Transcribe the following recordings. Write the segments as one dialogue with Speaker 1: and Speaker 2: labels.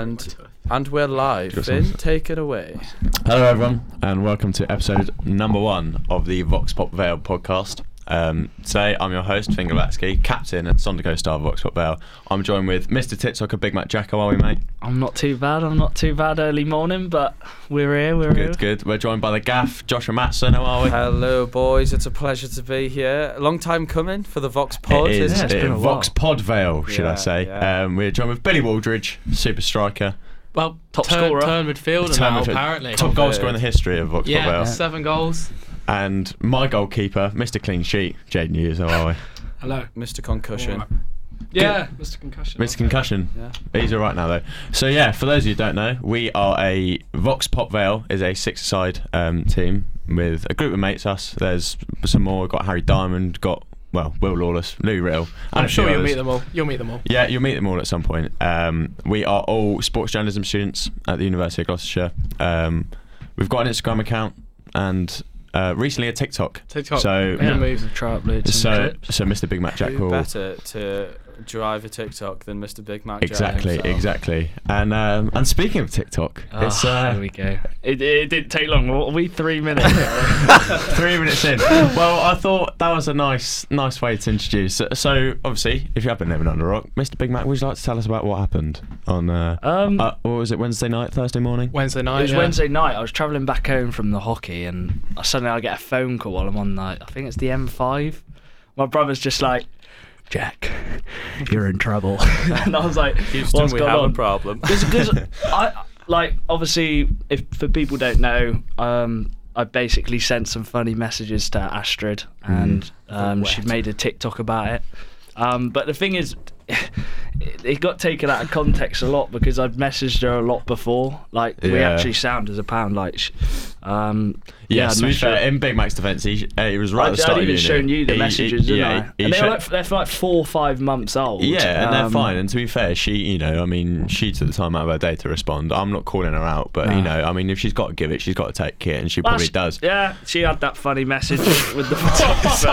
Speaker 1: And and we're live.
Speaker 2: Just
Speaker 1: Finn,
Speaker 2: one.
Speaker 1: take it away.
Speaker 2: Hello, everyone, and welcome to episode number one of the Vox Pop Vale podcast. Um, today, I'm your host, Finger Latsky, captain and Sonderco star of Vox Pop Vale. I'm joined with Mr. Titsocker, Big Mac Jacko, are we, mate?
Speaker 3: I'm not too bad. I'm not too bad early morning, but we're here. We're here.
Speaker 2: Good, good. We're joined by the gaff, Joshua Matson, how are we?
Speaker 1: Hello, boys. It's a pleasure to be here. Long time coming for the Vox Pod.
Speaker 2: It is
Speaker 3: Yeah, it's
Speaker 2: it-
Speaker 3: been a while.
Speaker 2: Vox Pod Vale, should
Speaker 1: Yeah,
Speaker 2: I say.
Speaker 1: yeah.
Speaker 2: Um, we're joined with Billy Waldridge, super striker,
Speaker 4: Well,
Speaker 3: Top
Speaker 4: turn,
Speaker 3: scorer.
Speaker 4: turn midfielder
Speaker 2: Turn
Speaker 4: now,
Speaker 2: midfield-
Speaker 4: apparently.
Speaker 2: top goal scorer in the history of Vox
Speaker 4: yeah,
Speaker 2: Pop Vale,
Speaker 4: seven goals.
Speaker 2: and my goalkeeper, Mr. Clean Sheet, Jade Hughes, how are we?
Speaker 4: Hello.
Speaker 1: Mr. Concussion.
Speaker 4: Yeah, Mr. Concussion.
Speaker 2: Mr. Concussion.
Speaker 1: Yeah.
Speaker 2: He's all right now though. So yeah, for those of you who don't know, we are a Vox Pop Vale is a six-side um, team with a group of mates. Us. There's some more. We've got Harry Diamond. Got well, Will Lawless, Lou Riddle. and
Speaker 4: I'm
Speaker 2: a
Speaker 4: sure
Speaker 2: few
Speaker 4: you'll
Speaker 2: others.
Speaker 4: meet them all. You'll meet them all.
Speaker 2: Yeah, you'll meet them all at some point. Um, we are all sports journalism students at the University of Gloucestershire. Um, we've got an Instagram account and uh, recently a TikTok.
Speaker 4: TikTok.
Speaker 2: So-
Speaker 4: yeah.
Speaker 2: Yeah.
Speaker 4: moves.
Speaker 3: Try uploads.
Speaker 2: So, so Mr. Big Mac Jack
Speaker 1: Who
Speaker 2: will
Speaker 1: better to drive a TikTok than Mr. Big Mac? Jack
Speaker 2: exactly,
Speaker 1: himself?
Speaker 2: exactly. And um, and speaking of TikTok,
Speaker 4: Ah,
Speaker 2: it's uh,
Speaker 3: Ah, here we go. It, it didn't take long. What are we three minutes?
Speaker 2: Three minutes in. Well, I thought that was a nice, nice way to introduce. So, so obviously, if you have been living under a rock, Mr. Big Mac, would you like to tell us about what happened on? Uh,
Speaker 3: um,
Speaker 2: uh, what was it? Wednesday night, Thursday morning.
Speaker 4: Wednesday night.
Speaker 3: it was
Speaker 5: uh,
Speaker 4: yeah.
Speaker 3: Wednesday night. I was travelling back home from the hockey, and I, suddenly I get a phone call while I'm on like I think it's the M5. My brother's just like, Jack, you're in trouble, and I was like,
Speaker 1: Houston,
Speaker 3: What's
Speaker 1: we
Speaker 3: going
Speaker 1: have
Speaker 3: on?
Speaker 1: a problem.
Speaker 3: because I like obviously if for people don't know, um, I basically sent some funny messages to Astrid
Speaker 2: Mm-hmm.
Speaker 3: and um, she made a TikTok about it. Um, but the thing is, it, it got taken out of context a lot because I'd messaged her a lot before. Like we
Speaker 2: Yeah.
Speaker 3: actually sound as a pound. Like, sh- um,
Speaker 2: Yeah,
Speaker 3: I'd
Speaker 2: to be
Speaker 3: messaged her-
Speaker 2: fair, in Big Mac's defence, he, uh, he was right
Speaker 3: I'd,
Speaker 2: at the start
Speaker 3: I'd
Speaker 2: of
Speaker 3: even
Speaker 2: uni.
Speaker 3: shown you the
Speaker 2: He-
Speaker 3: messages,
Speaker 2: he,
Speaker 3: didn't
Speaker 2: yeah,
Speaker 3: I?
Speaker 2: he
Speaker 3: And they
Speaker 2: sho-
Speaker 3: were like, they're like four or five months old.
Speaker 2: yeah, and they're
Speaker 3: Um,
Speaker 2: fine. And to be fair, she, you know, I mean, she took the time out of her day to respond. I'm not calling her out, but you know, I mean, if she's got to give it, she's got to take it, and she
Speaker 3: Well,
Speaker 2: probably
Speaker 3: she-
Speaker 2: does.
Speaker 3: Yeah, she had that funny message with the photographer.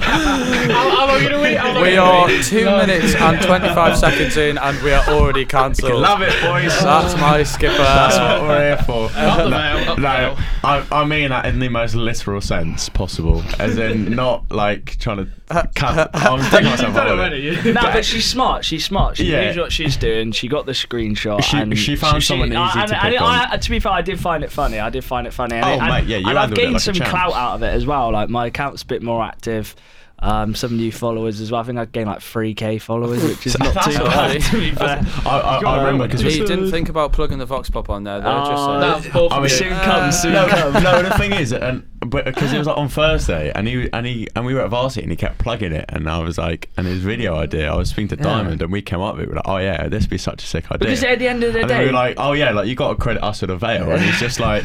Speaker 4: How, how long are you gonna wait? How long
Speaker 1: We
Speaker 4: you gonna
Speaker 1: are
Speaker 4: wait?
Speaker 1: two minutes and 25 seconds in, and we are already cancelled.
Speaker 2: Love it, boys.
Speaker 1: That's my skipper.
Speaker 2: That's what we're here for.
Speaker 4: Up the
Speaker 2: No,
Speaker 4: veil, up the
Speaker 2: no,
Speaker 4: veil.
Speaker 2: I, I mean that in the most literal sense possible, as in not like trying
Speaker 1: Uh,
Speaker 2: to cut. I'm digging myself
Speaker 4: Done
Speaker 2: out of
Speaker 4: already,
Speaker 2: it.
Speaker 4: you-
Speaker 3: No, but she's smart. She's smart. She
Speaker 2: Yeah.
Speaker 3: knows what she's doing. She got the screenshot.
Speaker 2: She-
Speaker 3: and
Speaker 2: she found someone
Speaker 3: I-
Speaker 2: easy
Speaker 3: and-
Speaker 2: to
Speaker 3: and
Speaker 2: pick
Speaker 3: I- to be fair, I did find it funny. I did find it funny. And
Speaker 2: Oh,
Speaker 3: it- and-
Speaker 2: mate, yeah, you
Speaker 3: and I've
Speaker 2: handled it
Speaker 3: gained
Speaker 2: like a
Speaker 3: some
Speaker 2: champ.
Speaker 3: clout out of it as well. Like my account's a bit more active. Um, some new followers as well. I think I gained like 3k followers, which is not too
Speaker 4: That's all
Speaker 3: bad.
Speaker 4: right, to be fair.
Speaker 2: I, I, I remember because
Speaker 1: He
Speaker 2: we.
Speaker 1: didn't think about plugging the Vox Pop on there. Though, just
Speaker 3: Oh,
Speaker 1: saying.
Speaker 4: That's awful.
Speaker 2: I mean-
Speaker 3: soon comes, soon
Speaker 2: No,
Speaker 3: comes.
Speaker 2: no. The thing is, and because it was like on Thursday, and he and he and we were at varsity, and he kept plugging it, and I was like, and his video idea, I was speaking to Diamond, and we came up with it. We're like, oh yeah, this would be such a sick idea.
Speaker 3: Because at the end of the
Speaker 2: and then we
Speaker 3: day,
Speaker 2: were like, oh yeah, like you got to credit us with a veil, and he's just like,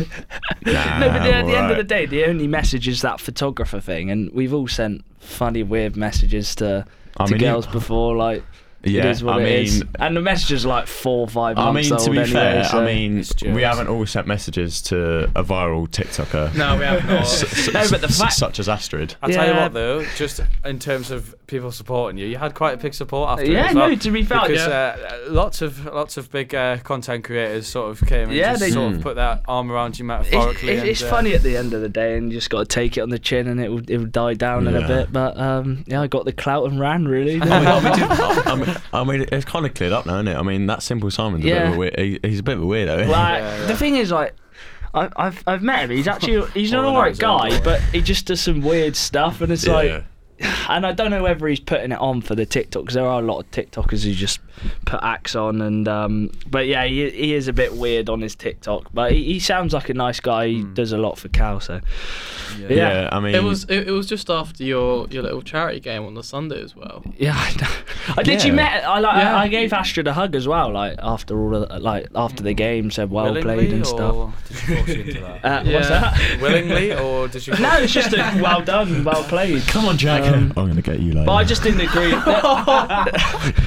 Speaker 2: nah,
Speaker 3: no, but at
Speaker 2: I'm
Speaker 3: the end of the
Speaker 2: alright.
Speaker 3: day, the only message is that photographer thing, and we've all sent funny, weird messages to
Speaker 2: I
Speaker 3: to
Speaker 2: mean, you-
Speaker 3: girls before, like.
Speaker 2: Yeah,
Speaker 3: it is what
Speaker 2: I
Speaker 3: it
Speaker 2: mean,
Speaker 3: is. And the message is like four or five
Speaker 2: I
Speaker 3: months
Speaker 2: mean, to
Speaker 3: old
Speaker 2: be
Speaker 3: anyway,
Speaker 2: fair,
Speaker 3: so-
Speaker 2: I mean,
Speaker 1: It's
Speaker 2: we
Speaker 1: jokes.
Speaker 2: haven't all sent messages to a viral TikToker.
Speaker 4: No, we have not.
Speaker 2: S- s-
Speaker 3: No, but the
Speaker 2: s-
Speaker 3: fact-
Speaker 2: such as Astrid.
Speaker 1: I tell you
Speaker 3: Yeah.
Speaker 1: what, though, just in terms of people supporting you, you had quite a big support after.
Speaker 3: Yeah,
Speaker 1: as well,
Speaker 3: no, to be fair,
Speaker 1: because
Speaker 4: yeah.
Speaker 1: uh, lots of lots of big uh, content creators sort of came and
Speaker 3: Yeah,
Speaker 1: just
Speaker 3: they-
Speaker 1: sort of
Speaker 2: Mm.
Speaker 1: put that arm around you
Speaker 3: it's,
Speaker 1: metaphorically.
Speaker 3: it's,
Speaker 1: and,
Speaker 3: it's
Speaker 1: uh,
Speaker 3: funny at the end of the day, and you just got to take it on the chin, and it will it will die down in
Speaker 2: Yeah.
Speaker 3: a bit. But um, yeah, I got the clout and ran really.
Speaker 2: I mean, I mean, I mean, I mean, it's kind of cleared up now, isn't it? I mean, that simple Simon's a bit of
Speaker 3: Yeah.
Speaker 2: a weird, he, he's a bit of a weirdo.
Speaker 3: Like
Speaker 1: Yeah, yeah.
Speaker 3: the thing is, like I, I've I've met him. He's actually he's an
Speaker 1: Well, when I
Speaker 3: alright
Speaker 1: was younger,
Speaker 3: guy,
Speaker 1: boy.
Speaker 3: but he just does some weird stuff, and it's
Speaker 2: Yeah.
Speaker 3: like, and I don't know whether he's putting it on for the TikTok because there are a lot of TikTokers who just put acts on, and um, but yeah, he, he is a bit weird on his TikTok, but he, he sounds like a nice guy. He
Speaker 1: Hmm.
Speaker 3: does a lot for Cal, so
Speaker 1: Yeah.
Speaker 3: yeah.
Speaker 2: yeah. I mean,
Speaker 4: It was it, it was just after your, your little charity game on the Sunday as well.
Speaker 3: Yeah, I know. I did. You
Speaker 2: Yeah.
Speaker 3: met. I like.
Speaker 4: Yeah.
Speaker 3: I, I gave Astrid a hug as well. Like after all, of, the- like after the game, said well
Speaker 1: willingly
Speaker 3: played
Speaker 1: or
Speaker 3: and stuff.
Speaker 1: Did you force you into that?
Speaker 3: Uh,
Speaker 4: Yeah.
Speaker 3: What's that?
Speaker 1: willingly or did you?
Speaker 3: No, it's just a well done, well played.
Speaker 2: come on, Jack.
Speaker 3: Um,
Speaker 2: I'm gonna get you later.
Speaker 3: But I just didn't agree.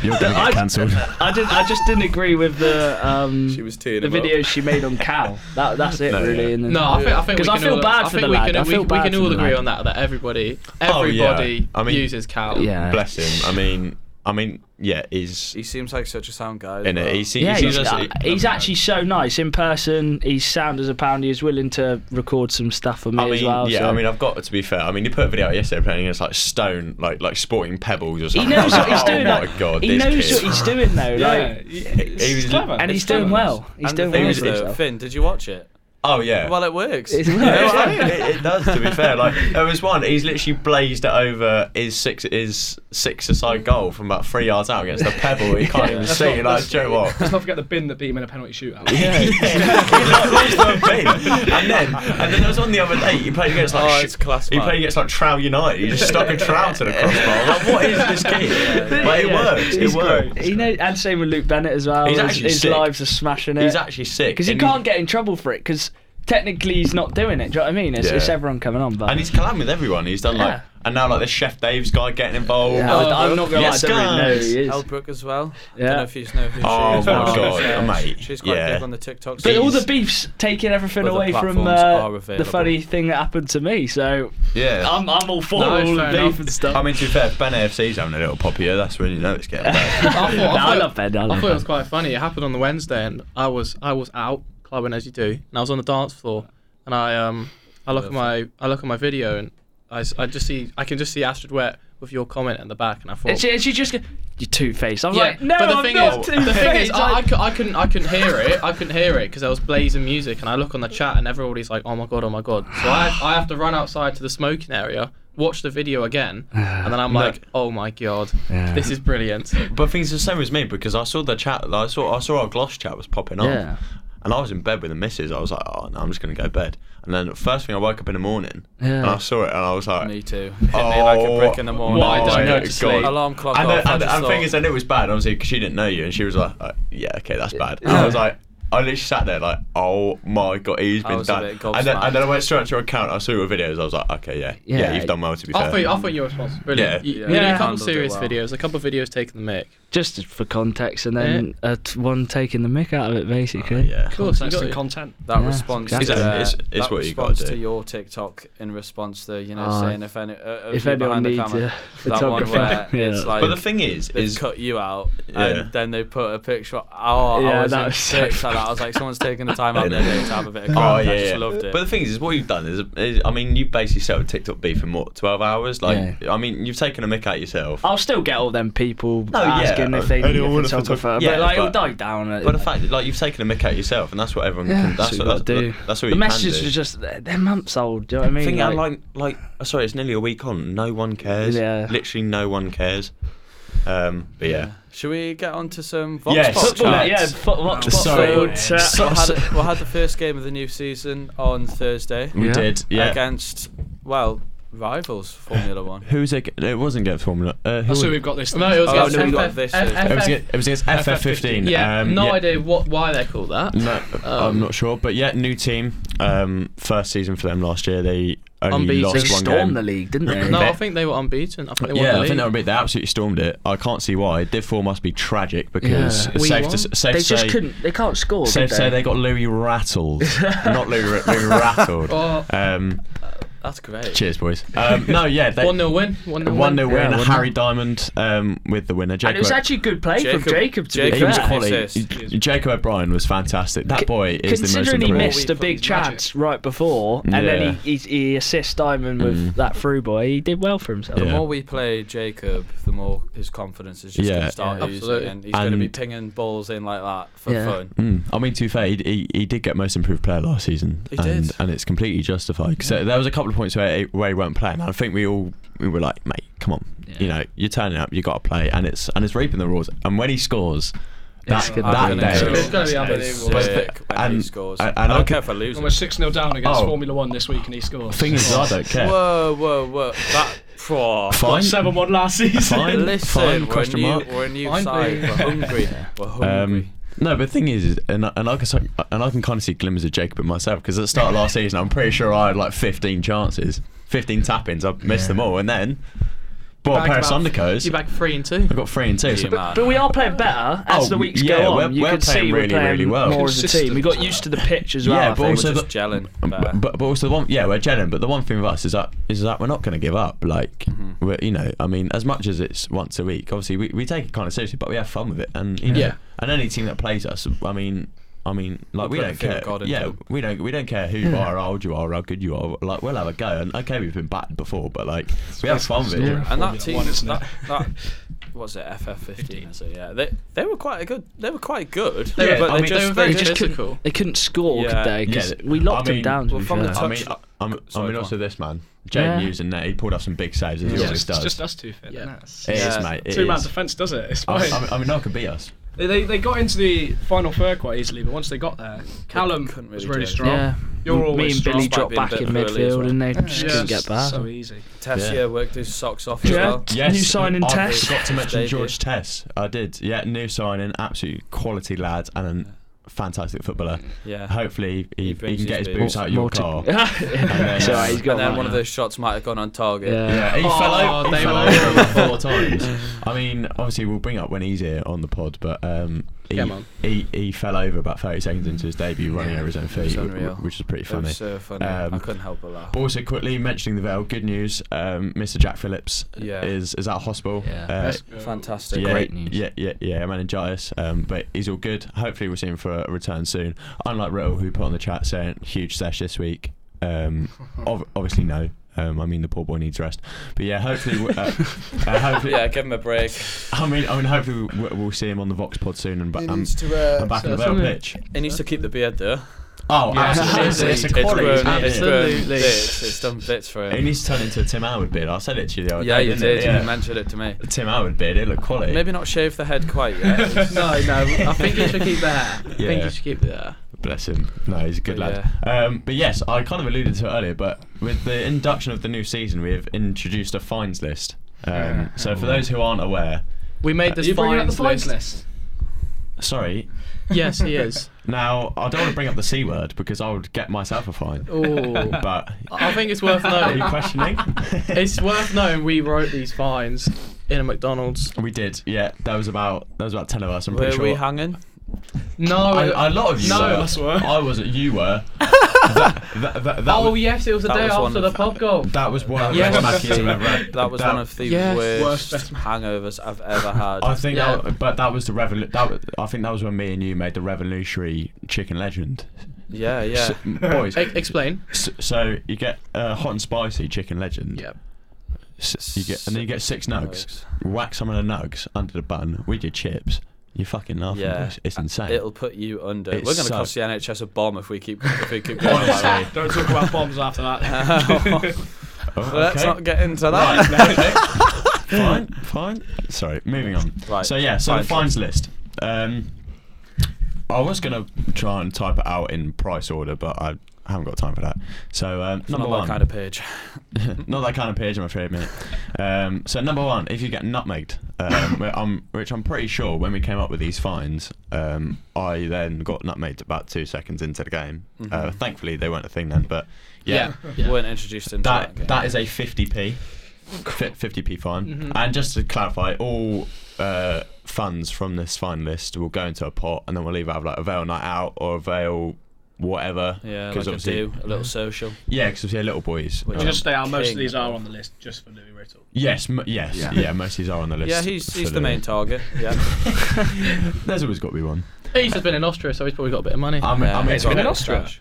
Speaker 2: You're gonna
Speaker 3: I-
Speaker 2: get cancelled.
Speaker 3: I didn't. I just didn't agree with the um
Speaker 1: She was teeing
Speaker 3: the
Speaker 1: him up.
Speaker 3: video she made on Cal. That that's it
Speaker 2: No,
Speaker 3: really.
Speaker 2: yeah.
Speaker 3: And then-
Speaker 4: No, I think I think we
Speaker 3: 'Cause I
Speaker 4: can
Speaker 3: feel
Speaker 4: all,
Speaker 3: bad
Speaker 4: I
Speaker 3: for
Speaker 4: think
Speaker 3: the
Speaker 4: we
Speaker 3: lad.
Speaker 4: can
Speaker 3: I feel
Speaker 4: we,
Speaker 3: bad
Speaker 4: we can
Speaker 3: for
Speaker 4: all
Speaker 3: the
Speaker 4: agree
Speaker 3: lad.
Speaker 4: on that that everybody
Speaker 2: Oh, yeah.
Speaker 4: everybody
Speaker 2: I mean-
Speaker 4: uses Cal.
Speaker 3: Yeah.
Speaker 2: Bless him. I mean, I mean, yeah, he's
Speaker 1: He seems like such a sound guy. as
Speaker 2: in
Speaker 1: well.
Speaker 2: it. He seems,
Speaker 3: Yeah,
Speaker 2: he
Speaker 3: he's,
Speaker 2: seems
Speaker 3: uh,
Speaker 2: like-
Speaker 3: he's actually so nice in person. He's sound as a pound. He's willing to record some stuff for me
Speaker 2: I mean,
Speaker 3: as well.
Speaker 2: yeah.
Speaker 3: so-
Speaker 2: I mean, I've got to be fair. I mean, he put a video out yesterday playing against like Stone, like like sporting pebbles or
Speaker 3: he
Speaker 2: something.
Speaker 3: knows what he's
Speaker 2: oh
Speaker 3: doing.
Speaker 2: my
Speaker 3: like,
Speaker 2: god,
Speaker 3: he
Speaker 2: this
Speaker 3: knows
Speaker 2: kid.
Speaker 3: what he's doing though.
Speaker 4: Yeah,
Speaker 3: like,
Speaker 2: he
Speaker 4: it's
Speaker 2: was-
Speaker 4: clever.
Speaker 3: and he's
Speaker 4: It's
Speaker 3: doing
Speaker 4: clever.
Speaker 3: well. He's
Speaker 1: And
Speaker 3: doing
Speaker 1: the
Speaker 3: well.
Speaker 1: thing
Speaker 2: with
Speaker 1: is,
Speaker 3: for
Speaker 1: though,
Speaker 3: himself.
Speaker 1: Finn, did you watch it?
Speaker 2: Oh yeah.
Speaker 1: Well, it works.
Speaker 3: It's-
Speaker 1: You know
Speaker 2: No,
Speaker 1: what I
Speaker 2: I
Speaker 1: mean?
Speaker 2: mean, it, it does. To be fair, like there was one. He's literally blazed it over his six his six aside goal from about three yards out against a pebble. He can't even
Speaker 6: Let's
Speaker 2: see.
Speaker 6: not-
Speaker 2: Like,
Speaker 6: let's-
Speaker 2: do you know what?
Speaker 6: Let's not forget the bin that beat him in a penalty shootout.
Speaker 2: Yeah, He lost the bin. and then and then there was on the other day. He played against like
Speaker 1: Oh,
Speaker 2: sh-
Speaker 1: it's class,
Speaker 2: He
Speaker 1: man.
Speaker 2: played against like Trow United. He just stuck a trow to the crossbar. Like, what is this kid?
Speaker 1: Yeah,
Speaker 2: But it
Speaker 3: Yeah,
Speaker 2: works. It
Speaker 3: he's
Speaker 2: works.
Speaker 3: great. He knows, and same with Luke Bennett as well.
Speaker 2: He's
Speaker 3: his
Speaker 2: actually
Speaker 3: his
Speaker 2: sick.
Speaker 3: lives are smashing it.
Speaker 2: He's actually sick
Speaker 3: because he
Speaker 2: and-
Speaker 3: can't get in trouble for it because technically he's not doing it. Do you know what I mean? It's,
Speaker 2: Yeah.
Speaker 3: it's everyone coming on, but
Speaker 2: And he's collabing with everyone. He's done like,
Speaker 3: Yeah.
Speaker 2: and now like this Chef Dave's guy getting involved.
Speaker 3: Yeah,
Speaker 2: Oh,
Speaker 3: I, am not gonna
Speaker 2: yes,
Speaker 3: lie, I don't really know
Speaker 2: guys.
Speaker 3: who he is.
Speaker 1: Elbrook as well. I
Speaker 3: Yeah.
Speaker 1: don't know if you know who she
Speaker 2: Oh
Speaker 1: is.
Speaker 2: my
Speaker 1: but
Speaker 2: God,
Speaker 1: she's, uh,
Speaker 2: mate,
Speaker 1: She's quite
Speaker 2: yeah.
Speaker 1: big on the TikTok.
Speaker 3: But all
Speaker 2: Please.
Speaker 3: the beef's taking everything
Speaker 1: Other
Speaker 3: away from
Speaker 1: platforms
Speaker 3: uh,
Speaker 1: are
Speaker 3: the
Speaker 1: available.
Speaker 3: funny thing that happened to me. So
Speaker 2: Yeah.
Speaker 3: I'm, I'm all for
Speaker 4: No,
Speaker 3: all the
Speaker 4: fair
Speaker 3: beef
Speaker 4: enough.
Speaker 3: and stuff.
Speaker 2: I mean, to be fair, if Ben AFC's having a little pop here. That's when you know it's getting bad.
Speaker 4: I, thought,
Speaker 3: No, I
Speaker 4: thought-
Speaker 3: love Ben, I love
Speaker 4: thought
Speaker 3: Ben.
Speaker 4: it was quite funny. It happened on the Wednesday, and I was I was out clubbing as you do, and I was on the dance floor, and I um I look at my I look at my video, and I, s- I just see I can just see Astrid Wet with your comment in the back, and I thought.
Speaker 3: and she, and she just goes, "You two faced." I was
Speaker 4: Yeah,
Speaker 3: like, "No,
Speaker 4: but the
Speaker 3: I'm
Speaker 4: thing
Speaker 3: not
Speaker 4: is,
Speaker 3: two
Speaker 4: the thing is,
Speaker 3: faced."
Speaker 4: I, I, cou- I couldn't, I couldn't hear it. I couldn't hear it because I was blazing music, and I look on the chat, and everybody's like, "Oh my god, oh my god!" So I, I have to run outside to the smoking area, watch the video again, and then I'm
Speaker 2: No.
Speaker 4: like, "Oh my god,
Speaker 3: Yeah.
Speaker 4: this is brilliant."
Speaker 2: but things the same as me because I saw the chat. I saw I saw our gloss chat was popping up,
Speaker 3: Yeah.
Speaker 2: and I was in bed with the missus. I was like, oh no, I'm just gonna go to bed. And then first thing I woke up in the morning,
Speaker 3: Yeah.
Speaker 2: and I saw it, and I was like, "Oh
Speaker 1: Me too. Hit me like a brick in the morning.
Speaker 4: why did I
Speaker 2: my
Speaker 4: go to sleep? Alarm clock
Speaker 2: And,
Speaker 1: off,
Speaker 2: then-
Speaker 1: I
Speaker 2: and,
Speaker 1: just
Speaker 2: and the thing
Speaker 1: thought-
Speaker 2: is, I knew it was bad, obviously, because she didn't know you, and she was like, uh, "Yeah, okay, that's bad." And I was like, I literally sat there like, "Oh my god, he's
Speaker 1: I
Speaker 2: been
Speaker 1: was a
Speaker 2: done."
Speaker 1: bit
Speaker 2: And then,
Speaker 1: gobsmacked.
Speaker 2: and then I went straight to her account. I saw her videos. I was like, "Okay, yeah, yeah,
Speaker 3: Yeah.
Speaker 2: you've done well to be
Speaker 4: I
Speaker 2: fair."
Speaker 4: thought, I thought you were responsible. Brilliant.
Speaker 2: Yeah.
Speaker 4: You,
Speaker 1: Yeah.
Speaker 4: you did
Speaker 3: Yeah.
Speaker 4: a couple
Speaker 1: Handled it
Speaker 4: serious
Speaker 1: well.
Speaker 4: videos, a couple videos taking the mic.
Speaker 3: just for context, and then uh, t- one taking the mick out of it, basically.
Speaker 2: Oh, yeah.
Speaker 4: Of course, you
Speaker 6: That's
Speaker 4: got
Speaker 6: the
Speaker 4: it.
Speaker 6: content.
Speaker 1: That
Speaker 3: Yeah,
Speaker 1: response
Speaker 3: exactly.
Speaker 1: to, uh,
Speaker 2: It's- it's- it's
Speaker 1: that
Speaker 2: what you gotta
Speaker 1: response
Speaker 2: do.
Speaker 1: to your TikTok in response to you know
Speaker 3: Oh,
Speaker 1: saying if any uh,
Speaker 3: if
Speaker 1: if you
Speaker 3: anyone
Speaker 1: behind the
Speaker 3: needs
Speaker 1: camera,
Speaker 3: a
Speaker 1: that one where
Speaker 3: photographer, yeah.
Speaker 1: it's like
Speaker 2: But the thing is,
Speaker 1: they
Speaker 2: is
Speaker 1: cut you out
Speaker 2: Yeah.
Speaker 1: and then they put a picture. Oh,
Speaker 3: Yeah,
Speaker 1: I was
Speaker 3: that
Speaker 1: in
Speaker 3: was so
Speaker 1: fits at that. I was like, someone's taking the time out of their day to have a bit of crap.
Speaker 2: Oh yeah,
Speaker 1: I just
Speaker 2: yeah.
Speaker 1: loved it.
Speaker 2: But the thing is, is what you've done is, is I mean, you basically settled TikTok beef in what twelve hours? Like, I mean, you've taken a mick out yourself.
Speaker 3: I'll still get all them people
Speaker 2: No, yeah.
Speaker 3: asking if they need a
Speaker 2: Anyone want a
Speaker 3: photographer,
Speaker 2: photog- Yeah,
Speaker 3: but like it'll
Speaker 2: but-
Speaker 3: die down. uh,
Speaker 2: But the fact, that, like, you've taken a mick out yourself, and that's what everyone.
Speaker 3: yeah,
Speaker 2: can, that's,
Speaker 3: that's
Speaker 2: what,
Speaker 3: what you
Speaker 2: that's,
Speaker 3: gotta do.
Speaker 2: that's what
Speaker 3: the
Speaker 2: you
Speaker 3: message
Speaker 2: can do.
Speaker 3: was just they're they're months old. Do you know what I mean?
Speaker 2: thing, and like, like, oh, sorry, it's nearly a week on. No one cares.
Speaker 3: Yeah.
Speaker 2: Literally, no one cares. Um, but yeah.
Speaker 1: Should we get on to some Vox
Speaker 2: Yes.
Speaker 1: Pop
Speaker 3: football,
Speaker 1: chat?
Speaker 2: Charts.
Speaker 3: yeah, foot, what,
Speaker 2: Just sorry.
Speaker 3: chat.
Speaker 1: We'll had, we'll had the first game of the new season on Thursday
Speaker 2: We
Speaker 3: Yeah.
Speaker 2: did. Yeah.
Speaker 1: against, well, rivals Formula One.
Speaker 2: Who's it? It wasn't against Formula. Uh, who
Speaker 6: That's who
Speaker 2: was-
Speaker 6: we've got this.
Speaker 4: No, it was
Speaker 1: Oh,
Speaker 4: against
Speaker 1: no, we
Speaker 4: FF,
Speaker 1: got this. It
Speaker 2: it was
Speaker 4: FF
Speaker 2: against, it was against FF15.
Speaker 4: Yeah,
Speaker 2: um,
Speaker 4: no
Speaker 2: yeah.
Speaker 4: idea what why they call that.
Speaker 2: No, I'm
Speaker 4: Um,
Speaker 2: not sure. But yeah, new team. Um, first season for them last year. They only
Speaker 4: Unbeaten.
Speaker 3: They
Speaker 2: lost one game.
Speaker 3: stormed the league, didn't they?
Speaker 4: No,
Speaker 2: They-
Speaker 4: I think they were unbeaten. I think they won
Speaker 2: Yeah,
Speaker 4: the
Speaker 2: I think
Speaker 4: league.
Speaker 2: that would be. They absolutely stormed it. I can't see why. Div four must be tragic because
Speaker 3: Yeah.
Speaker 2: it's
Speaker 4: We
Speaker 2: safe
Speaker 4: won.
Speaker 2: to s- safe
Speaker 3: they
Speaker 2: to say
Speaker 3: just couldn't. They can't score.
Speaker 2: safe
Speaker 3: Did
Speaker 2: to say they
Speaker 3: they?
Speaker 2: got Louis rattled, not Louis, Ra- Louis rattled.
Speaker 4: Oh.
Speaker 2: Um,
Speaker 1: That's great.
Speaker 2: cheers, boys. Um, no, yeah, they,
Speaker 4: One 0 win. One 0
Speaker 2: one nil
Speaker 3: Yeah,
Speaker 2: win.
Speaker 3: one nil.
Speaker 2: Harry Diamond um, with the winner. Jacob,
Speaker 3: And it was actually good play from
Speaker 1: Jacob-
Speaker 3: Jacob. To
Speaker 1: Jacob
Speaker 2: he
Speaker 3: be
Speaker 2: was
Speaker 3: fair.
Speaker 1: quality.
Speaker 2: quality. Jacob O'Brien was fantastic. That boy is the most
Speaker 3: Considering he
Speaker 2: important.
Speaker 3: missed a
Speaker 4: Before
Speaker 3: big
Speaker 4: he's magic.
Speaker 3: chance right before, and
Speaker 2: Yeah. Mm.
Speaker 3: then he, he he assists Diamond with that through boy, he did well for himself.
Speaker 1: The
Speaker 2: Yeah.
Speaker 1: more we play Jacob, the more his confidence is just going
Speaker 2: Yeah.
Speaker 1: to start
Speaker 4: Yeah.
Speaker 1: oozing,
Speaker 4: Absolutely.
Speaker 1: and he's going to be
Speaker 2: And-
Speaker 1: pinging balls in like that for
Speaker 3: Yeah.
Speaker 1: fun.
Speaker 2: Mm. I mean, to be fair, he, he, he did get most improved player last season,
Speaker 1: He
Speaker 2: and,
Speaker 1: did.
Speaker 2: and it's completely justified. So there was a couple of points where he, where he weren't playing. And I think we all we were like, mate, come on, you know, you're turning up, you got to play, and it's and it's reaping the rules. And when he scores, that,
Speaker 3: It's gonna
Speaker 2: that
Speaker 3: be
Speaker 2: day,
Speaker 3: unbelievable.
Speaker 4: It's gonna be unbelievable.
Speaker 2: But-
Speaker 1: Sick when he
Speaker 2: and-
Speaker 1: scores.
Speaker 2: and- and
Speaker 1: I
Speaker 2: I
Speaker 1: don't
Speaker 2: could-
Speaker 1: care if I lose.
Speaker 6: And we're 6 0 down against
Speaker 2: Oh.
Speaker 6: Formula One this week and he scores.
Speaker 2: thing is, I don't care.
Speaker 1: Whoa, whoa, whoa! That pro.
Speaker 2: Fine,
Speaker 6: 7 1 last season.
Speaker 2: fine,
Speaker 1: Listen,
Speaker 2: fine,
Speaker 1: we're, a
Speaker 2: question
Speaker 1: new,
Speaker 2: mark.
Speaker 1: we're a new
Speaker 6: Fine,
Speaker 1: side.
Speaker 6: please.
Speaker 1: We're hungry. We're hungry.
Speaker 2: Um, no, but the thing is, is- and I, and I can so- and I can kind of see glimmers of Jacob in myself because at the start of last season, I'm pretty sure I had like 15 chances, 15 tap-ins. I missed them all, and then bought a
Speaker 4: bagged
Speaker 2: pair of
Speaker 4: about-
Speaker 2: Sondicos.
Speaker 4: You back three and two.
Speaker 2: I got three and two. So
Speaker 3: But, but we are playing better as
Speaker 2: Oh,
Speaker 3: the weeks
Speaker 2: yeah,
Speaker 3: go on.
Speaker 2: we're-
Speaker 3: you
Speaker 2: we're
Speaker 3: can
Speaker 2: playing
Speaker 3: see we're
Speaker 2: really,
Speaker 3: playing
Speaker 2: really well.
Speaker 3: more as a team. We got
Speaker 6: Consistent.
Speaker 3: used to the pitch as well.
Speaker 2: Yeah,
Speaker 3: I
Speaker 2: but
Speaker 3: think.
Speaker 2: also
Speaker 1: just
Speaker 2: the-
Speaker 1: gelling.
Speaker 2: Um,
Speaker 1: better.
Speaker 2: But, but also the one, yeah, we're gelling. But the one thing with us is that is that we're not going to give up. Like we're, you know, I mean, as much as it's once a week, obviously we, we take it kind of seriously, but we have fun with it. And you know,
Speaker 4: Yeah.
Speaker 2: and any team that plays us, I mean, I mean, like we
Speaker 1: put
Speaker 2: don't
Speaker 1: the fear
Speaker 2: care.
Speaker 1: of God into
Speaker 2: Yeah,
Speaker 1: them.
Speaker 2: we don't we don't care who you are, how old you are, how good you are. Like we'll have a go. And okay, we've been battered before, but like we have fun with it.
Speaker 6: Yeah.
Speaker 1: and that
Speaker 6: Formula
Speaker 1: team,
Speaker 6: One, isn't
Speaker 1: that,
Speaker 6: it?
Speaker 1: that what's it, FF fifteen? Is it? Yeah, they they were quite a good. They were quite good.
Speaker 4: They were-
Speaker 1: but
Speaker 4: I mean,
Speaker 1: they
Speaker 4: they
Speaker 1: just
Speaker 4: were very
Speaker 1: they
Speaker 3: they
Speaker 1: just
Speaker 3: just
Speaker 4: physical.
Speaker 3: couldn't, they couldn't score,
Speaker 1: Yeah.
Speaker 3: could they? Because
Speaker 2: Yeah,
Speaker 3: we locked
Speaker 2: I mean-
Speaker 3: them down. To
Speaker 1: Well,
Speaker 3: be
Speaker 1: from the
Speaker 3: fair.
Speaker 1: top-
Speaker 2: I mean, I, I'm, I
Speaker 1: Sorry,
Speaker 2: mean,
Speaker 1: go
Speaker 2: also
Speaker 1: on.
Speaker 2: this man,
Speaker 3: Yeah.
Speaker 2: Jane Hughes and Nate, he pulled off some big saves as he
Speaker 4: Yeah.
Speaker 6: It's
Speaker 2: always
Speaker 6: just,
Speaker 2: does.
Speaker 6: just us two fit.
Speaker 4: Yeah.
Speaker 6: isn't it?
Speaker 2: it
Speaker 1: Yeah.
Speaker 2: is, mate. it
Speaker 6: Two man
Speaker 2: is.
Speaker 6: defence does it. It's
Speaker 2: I,
Speaker 6: fine.
Speaker 2: I mean- I mean, no one can beat us.
Speaker 6: They, they, they got into the final third quite easily, but once they got there, Callum
Speaker 1: couldn't
Speaker 6: was
Speaker 1: really
Speaker 6: really
Speaker 1: do it.
Speaker 6: strong.
Speaker 3: yeah.
Speaker 6: You're
Speaker 3: Me
Speaker 6: always
Speaker 3: and
Speaker 6: strong.
Speaker 3: Billy
Speaker 1: Despite
Speaker 3: dropped
Speaker 1: being a
Speaker 3: back
Speaker 1: bit
Speaker 3: in
Speaker 1: early as
Speaker 3: midfield,
Speaker 1: well.
Speaker 3: and they just
Speaker 6: Yeah.
Speaker 3: couldn't
Speaker 6: It's
Speaker 3: get back.
Speaker 6: So easy.
Speaker 1: Tessier
Speaker 2: Yeah.
Speaker 1: worked his socks off
Speaker 3: Yeah.
Speaker 1: as well.
Speaker 2: Yes.
Speaker 3: New signing
Speaker 2: I
Speaker 3: Tess.
Speaker 2: forgot to mention
Speaker 1: Debut.
Speaker 2: George Tess. I did. Yeah, new signing, absolute quality lad and a fantastic footballer.
Speaker 1: Yeah.
Speaker 2: Hopefully he,
Speaker 1: He
Speaker 2: he
Speaker 1: brings
Speaker 2: can get his
Speaker 1: his
Speaker 2: boots
Speaker 1: boots.
Speaker 2: out of your
Speaker 3: More to-
Speaker 2: car.
Speaker 3: Yeah.
Speaker 2: then,
Speaker 3: Sorry, he's got
Speaker 1: and then
Speaker 3: one
Speaker 1: one of
Speaker 3: now.
Speaker 1: those shots might have gone on target.
Speaker 3: Yeah.
Speaker 2: Yeah, he fell over.
Speaker 4: they
Speaker 2: He fell
Speaker 4: were
Speaker 2: over
Speaker 4: over.
Speaker 2: four times. I mean, obviously we'll bring up when he's here on the pod, but um, he,
Speaker 4: Come on.
Speaker 2: he he fell over about 30 seconds into his debut, running over his own feet,
Speaker 1: was
Speaker 2: wh-
Speaker 1: unreal.
Speaker 2: wh- which is pretty
Speaker 1: It
Speaker 2: funny.
Speaker 1: was so funny.
Speaker 2: Um,
Speaker 1: I couldn't help but laugh.
Speaker 2: Also, quickly mentioning the veil. Good news, um, Mr. Jack Phillips
Speaker 1: Yeah.
Speaker 2: is is out of hospital.
Speaker 3: Yeah.
Speaker 2: Uh,
Speaker 6: Let's go.
Speaker 1: Fantastic.
Speaker 2: yeah,
Speaker 3: great news.
Speaker 2: Yeah, yeah, yeah, meningitis. Um, but he's all good. Hopefully, we'll see him for a return soon. Unlike Riddle, who put on the chat saying huge sesh this week. Um, ob- obviously no. Um, I mean the poor boy needs rest. But yeah, hopefully, we- uh, uh, hopefully,
Speaker 1: Yeah, give him a break.
Speaker 2: I mean, I mean, hopefully we'll, we'll see him on the Vox Pod soon and, ba-
Speaker 4: He
Speaker 2: and,
Speaker 4: needs to, uh,
Speaker 2: and back in the
Speaker 4: settle
Speaker 2: Vale
Speaker 4: in.
Speaker 2: pitch.
Speaker 1: He needs to keep the beard though.
Speaker 2: Oh,
Speaker 4: Yeah.
Speaker 2: absolutely!
Speaker 4: Absolutely.
Speaker 2: It's a
Speaker 4: It's
Speaker 2: quality.
Speaker 1: grown,
Speaker 2: isn't
Speaker 1: it's
Speaker 2: it?
Speaker 1: grown
Speaker 4: Absolutely.
Speaker 1: bits. It's done bits for
Speaker 2: It
Speaker 1: him.
Speaker 2: needs to turn into a Tim Howard beard. I said it to you the other
Speaker 1: Yeah,
Speaker 2: day.
Speaker 1: you
Speaker 2: didn't
Speaker 1: did.
Speaker 2: it? Yeah.
Speaker 1: You mentioned it to me.
Speaker 2: Tim Howard beard. It looked quality.
Speaker 1: Maybe not shave the head quite yet.
Speaker 4: no, no. I think you should keep the hair. I think
Speaker 2: Yeah.
Speaker 4: you should keep the hair.
Speaker 2: Bless him. No, he's a good
Speaker 1: But
Speaker 2: lad. Um, but yes, I kind of alluded to it earlier, but with the induction of the new season, we have introduced a fines list. Um, so for those who aren't aware,
Speaker 4: We made this
Speaker 6: Are you bringing up the
Speaker 4: fines
Speaker 6: fines
Speaker 4: list.
Speaker 6: list?
Speaker 2: sorry.
Speaker 4: Yes, he is.
Speaker 2: Now I don't want to bring up the c word because I would get myself a fine.
Speaker 1: Oh.
Speaker 4: Ooh.
Speaker 2: But
Speaker 4: I think it's worth
Speaker 2: are
Speaker 4: noting.
Speaker 2: you questioning?
Speaker 4: Oh. It's worth knowing we wrote these fines in a McDonald's.
Speaker 2: We did. Yeah, that was about that was about ten of us. I'm
Speaker 1: Were
Speaker 2: pretty sure.
Speaker 1: we hanging?
Speaker 4: No,
Speaker 2: I, a lot of you
Speaker 4: No,
Speaker 2: were.
Speaker 4: us
Speaker 6: were.
Speaker 2: I wasn't. You were. that, that, that, that
Speaker 4: oh
Speaker 2: was,
Speaker 4: yes, it was the
Speaker 1: That
Speaker 4: day
Speaker 1: was one
Speaker 4: after
Speaker 1: of
Speaker 4: the
Speaker 1: the-
Speaker 4: pub goal.
Speaker 2: That was one of the
Speaker 4: Yes.
Speaker 2: best matches I've ever had.
Speaker 1: That was one of the
Speaker 4: Yes.
Speaker 1: worst,
Speaker 4: Worst.
Speaker 1: hangovers I've ever had.
Speaker 2: I think,
Speaker 4: Yeah.
Speaker 2: that, but that was the revolu- that was, I think that was when me and you made the revolutionary chicken legend.
Speaker 1: yeah, yeah.
Speaker 2: So, boys.
Speaker 4: E- explain.
Speaker 2: s- so you get uh, hot and spicy chicken legend.
Speaker 4: Yep.
Speaker 2: S- you get and then you get six nugs. Whack some of the nugs under the bun with your chips. You fucking laughing.
Speaker 1: Yeah. Uh,
Speaker 2: boys. it's insane.
Speaker 1: It'll put you under.
Speaker 2: It's
Speaker 1: We're going to
Speaker 2: so-
Speaker 1: cost the NHS a bomb if we keep if we keep going. like that.
Speaker 2: Honestly.
Speaker 6: Don't talk about bombs after that.
Speaker 2: Oh,
Speaker 1: Let's
Speaker 2: okay.
Speaker 1: not get into
Speaker 2: Right,
Speaker 1: that.
Speaker 2: okay. fine, fine. Sorry, moving on.
Speaker 1: Right,
Speaker 2: So yeah, so the
Speaker 1: fine.
Speaker 2: fines list. Um, I was gonna try and type it out in price order, but I haven't got time for that. So um,
Speaker 1: It's
Speaker 2: number
Speaker 1: not
Speaker 2: one,
Speaker 1: that kind of page.
Speaker 2: not that kind of page, I'm afraid, mate. Um, so number one, if you get nutmegged, um, wh- I'm, which I'm pretty sure when we came up with these fines, um, I then got nutmegged about two seconds into the game.
Speaker 1: Mm-hmm.
Speaker 2: Uh, thankfully, they weren't a thing then, but yeah.
Speaker 1: We weren't introduced into that.
Speaker 2: That that is a 50p, fi- 50p fine.
Speaker 6: Mm-hmm.
Speaker 2: And just to clarify, all uh, funds from this fine list will go into a pot, and then we'll either have like a veil night out or a veil whatever.
Speaker 1: yeah, like
Speaker 2: 'cause
Speaker 1: a do, a little social.
Speaker 2: yeah, because obviously little boys.
Speaker 1: Which
Speaker 2: um,
Speaker 1: is-
Speaker 6: Just stay out. Most
Speaker 1: King.
Speaker 6: of these are on the list just for Louis Riddle.
Speaker 2: yes, m- yes, yeah.
Speaker 5: Yeah.
Speaker 2: Most of these are on the list.
Speaker 1: Yeah, he's
Speaker 2: for
Speaker 1: he's the main target. Yeah,
Speaker 2: There's always got to be one.
Speaker 4: He's just been in Austria, so he's probably got a bit of money.
Speaker 2: I'm,
Speaker 1: Yeah,
Speaker 2: I'm
Speaker 1: he's got
Speaker 2: gonna-
Speaker 1: a little stash.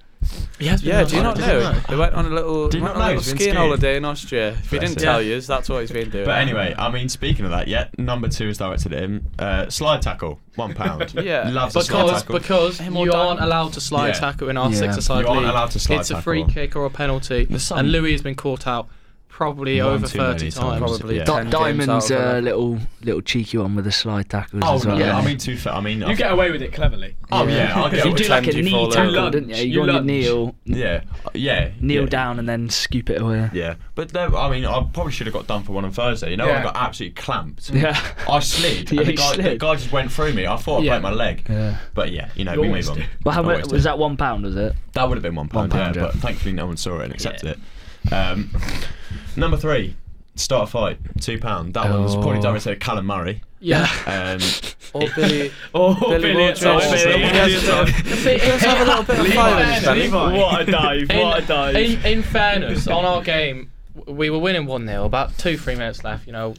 Speaker 4: he has been
Speaker 1: Yeah,
Speaker 4: in
Speaker 1: do you not
Speaker 4: Austria,
Speaker 1: know?
Speaker 4: doesn't he?
Speaker 1: He went on a little,
Speaker 2: Do
Speaker 1: he
Speaker 2: you
Speaker 1: went on
Speaker 2: not
Speaker 1: a
Speaker 2: know?
Speaker 1: little
Speaker 2: He's been
Speaker 1: skiing
Speaker 2: skiing.
Speaker 1: holiday in Austria. If he
Speaker 2: Bless
Speaker 1: didn't
Speaker 2: him.
Speaker 1: tell you, that's what he's been doing.
Speaker 2: But anyway, I mean, speaking of that, yeah, number two is directed at him. Uh, slide tackle, one pound.
Speaker 1: Yeah.
Speaker 2: loves a slide
Speaker 4: Because
Speaker 2: tackle.
Speaker 4: because
Speaker 1: Him or
Speaker 4: you
Speaker 1: Dan?
Speaker 4: aren't allowed to slide
Speaker 2: Yeah.
Speaker 4: tackle in our
Speaker 5: Yeah.
Speaker 4: six aside
Speaker 2: You aren't
Speaker 4: league.
Speaker 2: allowed to slide
Speaker 4: It's a free
Speaker 2: tackle.
Speaker 4: kick or a penalty,
Speaker 2: There's some-
Speaker 4: and Louis has been caught out probably
Speaker 2: One
Speaker 4: over
Speaker 2: too many
Speaker 4: thirty
Speaker 2: times.
Speaker 4: times.
Speaker 1: probably
Speaker 2: Yeah.
Speaker 1: ten
Speaker 2: Di-
Speaker 1: games
Speaker 3: Diamond's
Speaker 1: out of
Speaker 3: uh,
Speaker 1: eleven.
Speaker 3: little little cheeky one with the slide tackles
Speaker 2: Oh,
Speaker 3: as well.
Speaker 2: yeah,
Speaker 3: eh?
Speaker 2: I mean, too fair. I mean, I-
Speaker 6: You get away with it cleverly.
Speaker 2: Oh yeah, I get
Speaker 3: you
Speaker 2: it.
Speaker 3: do like a
Speaker 1: Pretend you
Speaker 3: knee
Speaker 1: fall
Speaker 3: tackle,
Speaker 6: over.
Speaker 3: didn't you? You,
Speaker 6: You
Speaker 3: go on
Speaker 6: lunge.
Speaker 3: your kneel,
Speaker 2: Yeah, yeah.
Speaker 3: kneel
Speaker 2: yeah.
Speaker 3: down, and then scoop it away.
Speaker 2: Yeah, but no, I mean, I probably should have got done for one on Thursday. You know, I
Speaker 6: Yeah.
Speaker 2: got absolutely clamped.
Speaker 3: Yeah.
Speaker 2: I slid,
Speaker 3: Yeah,
Speaker 2: and the
Speaker 3: you
Speaker 2: guy, the
Speaker 3: slid.
Speaker 2: guy just went through me. I thought I
Speaker 4: Yeah.
Speaker 2: broke my leg.
Speaker 3: Yeah.
Speaker 2: But yeah, you know,
Speaker 6: You
Speaker 2: we
Speaker 6: always
Speaker 2: move on.
Speaker 6: do.
Speaker 3: Well, how
Speaker 2: Always
Speaker 3: much
Speaker 2: do.
Speaker 3: was that? One pound, was it?
Speaker 2: That would have been one pound,
Speaker 3: pound,
Speaker 2: yeah,
Speaker 3: yeah.
Speaker 2: but thankfully no one saw it and accepted it. Um, number three, Start a Fight, £2. That one's probably
Speaker 3: Oh.
Speaker 2: directed at Callum Murray.
Speaker 5: Yeah.
Speaker 2: Um,
Speaker 1: Or Billy.
Speaker 3: Oh,
Speaker 1: Billy Walters.
Speaker 2: Walters. Billy
Speaker 1: He has to have- he has to have a little bit of
Speaker 6: Levi.
Speaker 1: fire in his belly.
Speaker 6: Levi.
Speaker 2: what a dive, what a dive.
Speaker 5: In, in fairness, on our game, w- we were winning 1 0, about two, three minutes left, you know,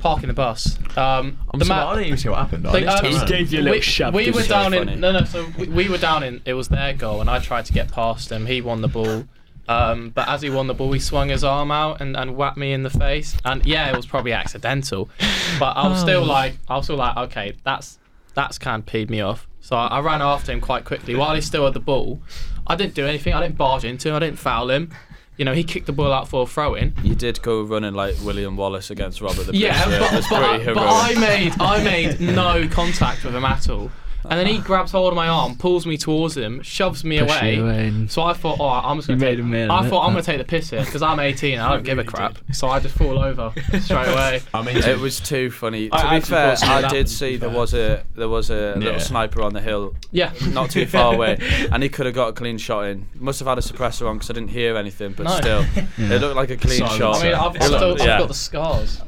Speaker 5: parking the bus. Um,
Speaker 2: I'm
Speaker 5: the
Speaker 2: sorry,
Speaker 5: ma-
Speaker 2: I didn't even see what happened. I
Speaker 5: They-
Speaker 2: didn't
Speaker 5: um,
Speaker 2: turn
Speaker 5: He
Speaker 2: around.
Speaker 6: gave you a little
Speaker 5: we,
Speaker 6: shove.
Speaker 5: we
Speaker 6: didn't
Speaker 5: were
Speaker 6: he?
Speaker 5: down
Speaker 1: funny.
Speaker 5: in no no so we, we were down in it was their goal and I tried to get past him he won the ball um, but as he won the ball he swung his arm out and, and whacked me in the face and yeah it was probably accidental but I was
Speaker 6: Oh.
Speaker 5: still like I was still like okay that's that's kind of peed me off so I, I ran after him quite quickly while he still had the ball I didn't do anything I didn't barge into him I didn't foul him you know he kicked the ball out for a throw in
Speaker 1: You did go running like William Wallace against Robert the
Speaker 5: yeah,
Speaker 1: Bruce.
Speaker 5: but,
Speaker 1: that's
Speaker 5: but I-
Speaker 1: pretty
Speaker 5: but
Speaker 1: heroic.
Speaker 5: I made I made no contact with him at all. And then
Speaker 3: Uh-huh.
Speaker 5: he grabs hold of my arm, pulls me towards him, shoves me
Speaker 3: Push
Speaker 5: away.
Speaker 3: you away.
Speaker 5: So I thought, all right, I'm just gonna.
Speaker 3: You
Speaker 5: Take,
Speaker 3: made a man
Speaker 5: I
Speaker 3: of it,
Speaker 5: thought I'm
Speaker 3: huh?
Speaker 5: gonna take the piss here because I'm 18 and I don't give a crap. So I just fall over straight away.
Speaker 2: I mean,
Speaker 1: it was too funny. To
Speaker 6: I
Speaker 1: be
Speaker 6: actually
Speaker 1: fair,
Speaker 6: thought something
Speaker 1: I
Speaker 6: happened,
Speaker 1: did
Speaker 6: to
Speaker 1: see
Speaker 6: be
Speaker 1: there
Speaker 6: fair.
Speaker 1: was a there was a
Speaker 2: Yeah.
Speaker 1: little sniper on the hill
Speaker 5: Yeah.
Speaker 1: not too far away, and he could have got a clean shot in. Must have had a suppressor on because I didn't hear anything, but
Speaker 5: No.
Speaker 1: still, it looked like a clean
Speaker 2: Silence.
Speaker 1: shot.
Speaker 5: I mean, I've, I've,
Speaker 1: It
Speaker 5: still,
Speaker 1: looked-
Speaker 5: I've
Speaker 1: yeah.
Speaker 5: got the scars.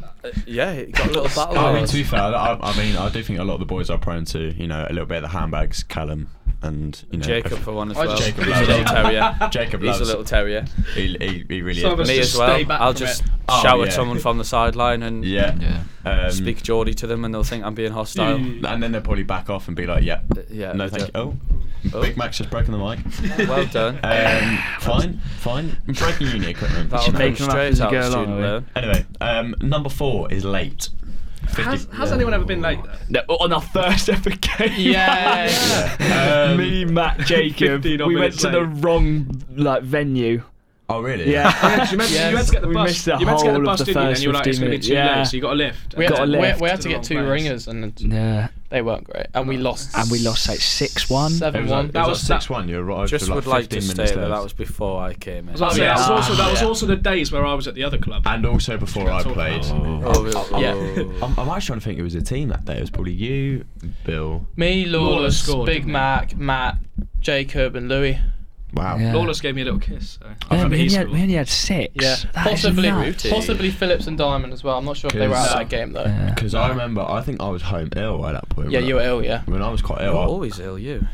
Speaker 1: yeah, he got a little battle.
Speaker 2: I mean,
Speaker 1: scars.
Speaker 2: to be fair, I, I mean, I do think a lot of the boys are prone to, you know, a little bit of the handbags, Callum, and you know,
Speaker 1: Jacob for one as
Speaker 5: I
Speaker 1: well.
Speaker 5: just-
Speaker 1: He's a little terrier.
Speaker 2: Jacob
Speaker 1: He's
Speaker 2: loves.
Speaker 1: a little terrier.
Speaker 2: he, he, he really
Speaker 6: Some of
Speaker 2: is.
Speaker 6: us
Speaker 1: Me
Speaker 6: just
Speaker 1: as well.
Speaker 6: stay back
Speaker 1: I'll
Speaker 6: from
Speaker 1: just
Speaker 6: it.
Speaker 2: Oh,
Speaker 1: shout
Speaker 2: yeah.
Speaker 1: at someone from the sideline and
Speaker 2: Yeah.
Speaker 3: Yeah.
Speaker 2: Um,
Speaker 1: speak Geordie to them, and they'll think I'm being hostile.
Speaker 6: Yeah.
Speaker 2: And then they'll probably back off and be like, yeah,
Speaker 1: Yeah.
Speaker 2: no,
Speaker 1: we
Speaker 2: thank you.
Speaker 1: don't-
Speaker 2: Oh,
Speaker 1: Oh.
Speaker 2: Big Mac's just broken the mic.
Speaker 1: Well done.
Speaker 2: Um, fine, fine. Breaking uni equipment.
Speaker 1: That'll
Speaker 3: make
Speaker 1: come
Speaker 3: them up
Speaker 1: straight
Speaker 3: as you
Speaker 1: out
Speaker 3: go
Speaker 1: of
Speaker 3: along,
Speaker 1: student
Speaker 3: are we?
Speaker 1: loan.
Speaker 2: Anyway, um, number four is late. 50
Speaker 6: Has, has anyone ever been late?
Speaker 3: No, on our first ever game.
Speaker 5: Yeah.
Speaker 2: Um,
Speaker 3: Me, Matt, Jacob.
Speaker 6: 15 odd
Speaker 3: we went
Speaker 6: minutes
Speaker 3: to the
Speaker 6: late.
Speaker 3: wrong like venue.
Speaker 2: Oh, really?
Speaker 3: Yeah.
Speaker 6: you, meant, you meant to get the
Speaker 3: We
Speaker 6: bus.
Speaker 3: missed the
Speaker 6: You meant to get the
Speaker 3: whole
Speaker 6: bus,
Speaker 3: of the
Speaker 6: didn't you? And
Speaker 3: first
Speaker 6: you were like, it's gonna be
Speaker 3: 15
Speaker 6: too late,
Speaker 3: minute-
Speaker 6: so you got a lift.
Speaker 5: We had,
Speaker 3: Got
Speaker 5: to,
Speaker 3: a
Speaker 5: we,
Speaker 3: lift
Speaker 5: we had
Speaker 6: to
Speaker 5: to
Speaker 6: the
Speaker 5: get
Speaker 6: wrong
Speaker 5: two
Speaker 6: place.
Speaker 5: ringers and
Speaker 3: yeah.
Speaker 5: they weren't great, and we lost.
Speaker 3: And we lost like six one.
Speaker 2: It
Speaker 5: Seven
Speaker 2: was
Speaker 5: one.
Speaker 2: like,
Speaker 6: That
Speaker 2: that
Speaker 6: was-
Speaker 2: was six one. You arrived
Speaker 1: Just
Speaker 2: with
Speaker 1: would
Speaker 2: like
Speaker 1: like to
Speaker 2: fifteen
Speaker 1: state
Speaker 2: minutes
Speaker 1: that
Speaker 2: left.
Speaker 1: that was before I came in.
Speaker 6: I was like,
Speaker 2: Yeah.
Speaker 6: that was also that was
Speaker 2: Yeah.
Speaker 6: also the days where I was at the other club.
Speaker 2: and also before I played.
Speaker 1: Oh, yeah.
Speaker 2: I'm, I'm actually trying to think. It was a team that day. It was probably you, Bill.
Speaker 5: Me,
Speaker 6: Lawless
Speaker 5: Lawless,
Speaker 6: scored,
Speaker 5: Big
Speaker 6: didn't he?
Speaker 5: Mac, Matt, Jacob, and Louis.
Speaker 2: Wow.
Speaker 3: Yeah.
Speaker 6: Lawless gave me a little kiss. So. I
Speaker 3: Yeah, we,
Speaker 6: remember he
Speaker 3: only had,
Speaker 6: scored.
Speaker 3: we only had six.
Speaker 5: Yeah,
Speaker 3: That is
Speaker 5: possibly,
Speaker 3: nuts.
Speaker 5: possibly Phillips and Diamond as well. I'm not sure if they were out
Speaker 2: Cause-
Speaker 5: of that game though. Yeah,
Speaker 3: Yeah.
Speaker 2: Because I remember, I think I was home ill at that point. when
Speaker 5: you were
Speaker 2: I,
Speaker 5: ill, yeah.
Speaker 2: When I was quite
Speaker 1: You're
Speaker 2: ill. I-
Speaker 1: always Oh, ill, you.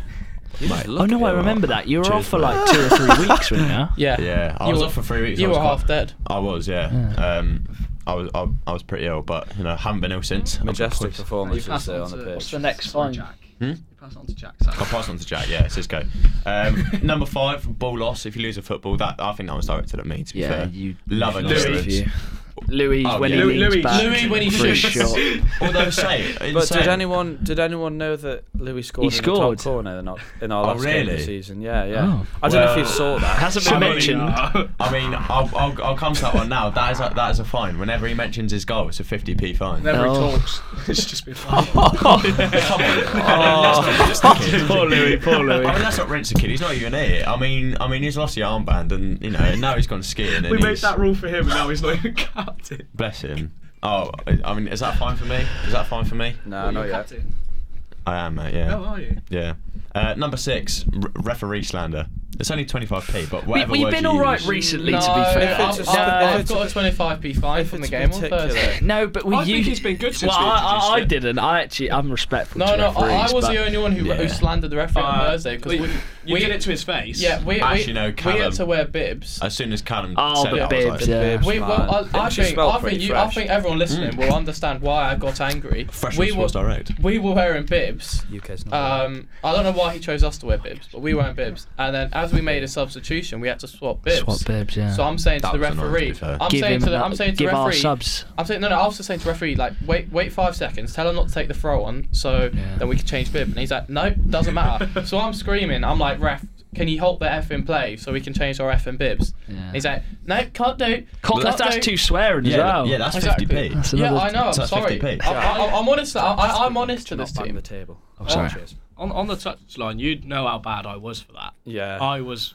Speaker 1: You just
Speaker 2: Mate.
Speaker 1: look
Speaker 3: Oh no,
Speaker 1: ill.
Speaker 3: I remember that. You were
Speaker 2: Cheers,
Speaker 3: off for
Speaker 2: mate.
Speaker 3: like two or three weeks, weren't you?
Speaker 5: Yeah,
Speaker 2: Yeah, I
Speaker 5: You
Speaker 2: was
Speaker 5: were-
Speaker 2: off for three weeks.
Speaker 5: You
Speaker 2: I
Speaker 5: were
Speaker 2: was quite-
Speaker 5: half dead.
Speaker 2: I was, yeah.
Speaker 3: Yeah.
Speaker 2: Um, I was, I, I was pretty ill, but you know, haven't been ill since. I'm
Speaker 1: Majestic
Speaker 2: poised.
Speaker 1: performance was there on the
Speaker 6: what's
Speaker 1: pitch.
Speaker 6: the
Speaker 3: next
Speaker 6: Sorry,
Speaker 3: one?
Speaker 6: Jack.
Speaker 2: Hmm?
Speaker 6: You pass on to Jack.
Speaker 2: I'll pass on to Jack. Yeah, it's his go. Um, number five, ball loss. If you lose a football, that I think that was directed at me. To be fair, love an
Speaker 6: Louis.
Speaker 2: incident.
Speaker 3: Louis
Speaker 2: Oh,
Speaker 3: when
Speaker 2: yeah.
Speaker 3: he
Speaker 2: Louis-
Speaker 3: leans
Speaker 6: Louis-
Speaker 3: back
Speaker 5: Louis when he
Speaker 3: for his
Speaker 5: shoots.
Speaker 3: shot.
Speaker 2: Although, say,
Speaker 1: But
Speaker 2: insane.
Speaker 1: did anyone did anyone know that Louis scored
Speaker 3: He
Speaker 1: in
Speaker 3: scored.
Speaker 1: the top corner in our, in our
Speaker 2: Oh,
Speaker 1: last game of
Speaker 2: really?
Speaker 1: the season? Yeah, yeah.
Speaker 3: Oh.
Speaker 1: I don't know if you
Speaker 2: Well-
Speaker 1: saw that.
Speaker 3: Hasn't been mentioned.
Speaker 6: uh,
Speaker 2: I mean, I'll, I'll, I'll come to that one now. That is a, that is a fine. Whenever he mentions his goal, it's a 50p fine.
Speaker 6: Never he
Speaker 3: No.
Speaker 6: talks. It's just been fine.
Speaker 2: Come on.
Speaker 1: Oh.
Speaker 3: Poor Louis, poor
Speaker 2: I mean,
Speaker 3: Louis.
Speaker 2: that's not rinse a kid. He's not even here. I mean, I mean, he's lost the armband, and you know, and now he's gone skiing. And
Speaker 6: we made
Speaker 2: he's-
Speaker 6: that rule for him, and now he's not even captain.
Speaker 2: Bless him. Oh, I I mean, is that fine for me? Is that fine for me?
Speaker 1: No, uh, not yet.
Speaker 6: Captain.
Speaker 2: I am, mate. Yeah.
Speaker 6: How are you?
Speaker 2: Yeah. Uh, number six, r- referee slander. It's only 25p, but whatever
Speaker 3: we've
Speaker 2: word
Speaker 3: been
Speaker 2: you
Speaker 3: all right
Speaker 2: use-
Speaker 3: recently,
Speaker 5: no,
Speaker 3: to be fair.
Speaker 1: if
Speaker 5: I've,
Speaker 1: it's a-
Speaker 5: I've-
Speaker 1: if
Speaker 5: I've
Speaker 1: it's-
Speaker 5: got a 25p fine
Speaker 1: if
Speaker 5: from the
Speaker 1: it's
Speaker 5: game on
Speaker 1: particular-
Speaker 5: Thursday.
Speaker 3: No, but we.
Speaker 6: I
Speaker 3: you,
Speaker 6: think he's been good since
Speaker 3: Well,
Speaker 6: we
Speaker 3: I, I, I
Speaker 6: introduced him.
Speaker 3: didn't. I actually, I'm respectful.
Speaker 5: No,
Speaker 3: to
Speaker 5: no, I, I
Speaker 3: referees,
Speaker 5: was
Speaker 3: but-
Speaker 5: the only one who,
Speaker 2: Yeah.
Speaker 5: who slandered the referee on
Speaker 6: Uh,
Speaker 5: Thursday because
Speaker 6: you-
Speaker 5: we,
Speaker 6: You
Speaker 5: we
Speaker 6: did it to his face.
Speaker 5: yeah we
Speaker 2: Actually,
Speaker 5: we,
Speaker 2: no,
Speaker 5: we
Speaker 2: Callum-
Speaker 5: had to wear bibs.
Speaker 2: As soon as Callum
Speaker 3: Oh,
Speaker 2: said
Speaker 3: the
Speaker 2: that, I was
Speaker 3: bibs,
Speaker 2: like,
Speaker 3: yeah.
Speaker 5: We, well, I, I
Speaker 1: She
Speaker 5: think
Speaker 1: smelled
Speaker 5: I think
Speaker 1: pretty
Speaker 5: you, I
Speaker 1: fresh.
Speaker 5: think uh, everyone listening will understand why I got angry.
Speaker 2: Fresh
Speaker 5: we were
Speaker 2: was direct.
Speaker 5: we were wearing bibs.
Speaker 1: UK's not.
Speaker 5: Um, I don't know why he chose us to wear bibs, but we weren't bibs. And then as we made a substitution, we had to swap bibs.
Speaker 3: Swap bibs, yeah.
Speaker 5: So I'm saying
Speaker 2: That
Speaker 5: to the
Speaker 2: was annoying, to
Speaker 5: referee,
Speaker 2: be fair.
Speaker 5: I'm
Speaker 3: give
Speaker 5: saying
Speaker 3: him
Speaker 5: to the,
Speaker 3: that-
Speaker 5: I'm saying to
Speaker 3: give
Speaker 5: the
Speaker 3: our
Speaker 5: referee,
Speaker 3: subs.
Speaker 5: I'm saying no, no. I was just saying to the referee, like wait, wait five seconds, tell him not to take the throw on, so
Speaker 3: Yeah.
Speaker 5: then we can change bib. And he's like, no, doesn't matter. so I'm screaming, I'm like, ref, can you halt the f in play so we can change our f in bibs?
Speaker 3: Yeah.
Speaker 5: He's like, no, can't do.
Speaker 3: Cock, that's,
Speaker 5: can't
Speaker 3: that's
Speaker 5: do."
Speaker 3: too swearing
Speaker 2: yeah,
Speaker 3: as well.
Speaker 2: yeah, that's
Speaker 5: Exactly.
Speaker 2: 50p.
Speaker 3: That's
Speaker 5: Yeah,
Speaker 3: another-
Speaker 5: I know. I'm
Speaker 2: So that's
Speaker 5: sorry.
Speaker 2: 50p.
Speaker 5: I, I, I'm honest. I, I, I'm honest to this
Speaker 1: Knock back
Speaker 5: team.
Speaker 1: The table.
Speaker 3: Oh, sorry.
Speaker 1: Cheers.
Speaker 6: On, on the touchline, you'd know how bad I was for that.
Speaker 1: Yeah.
Speaker 6: I was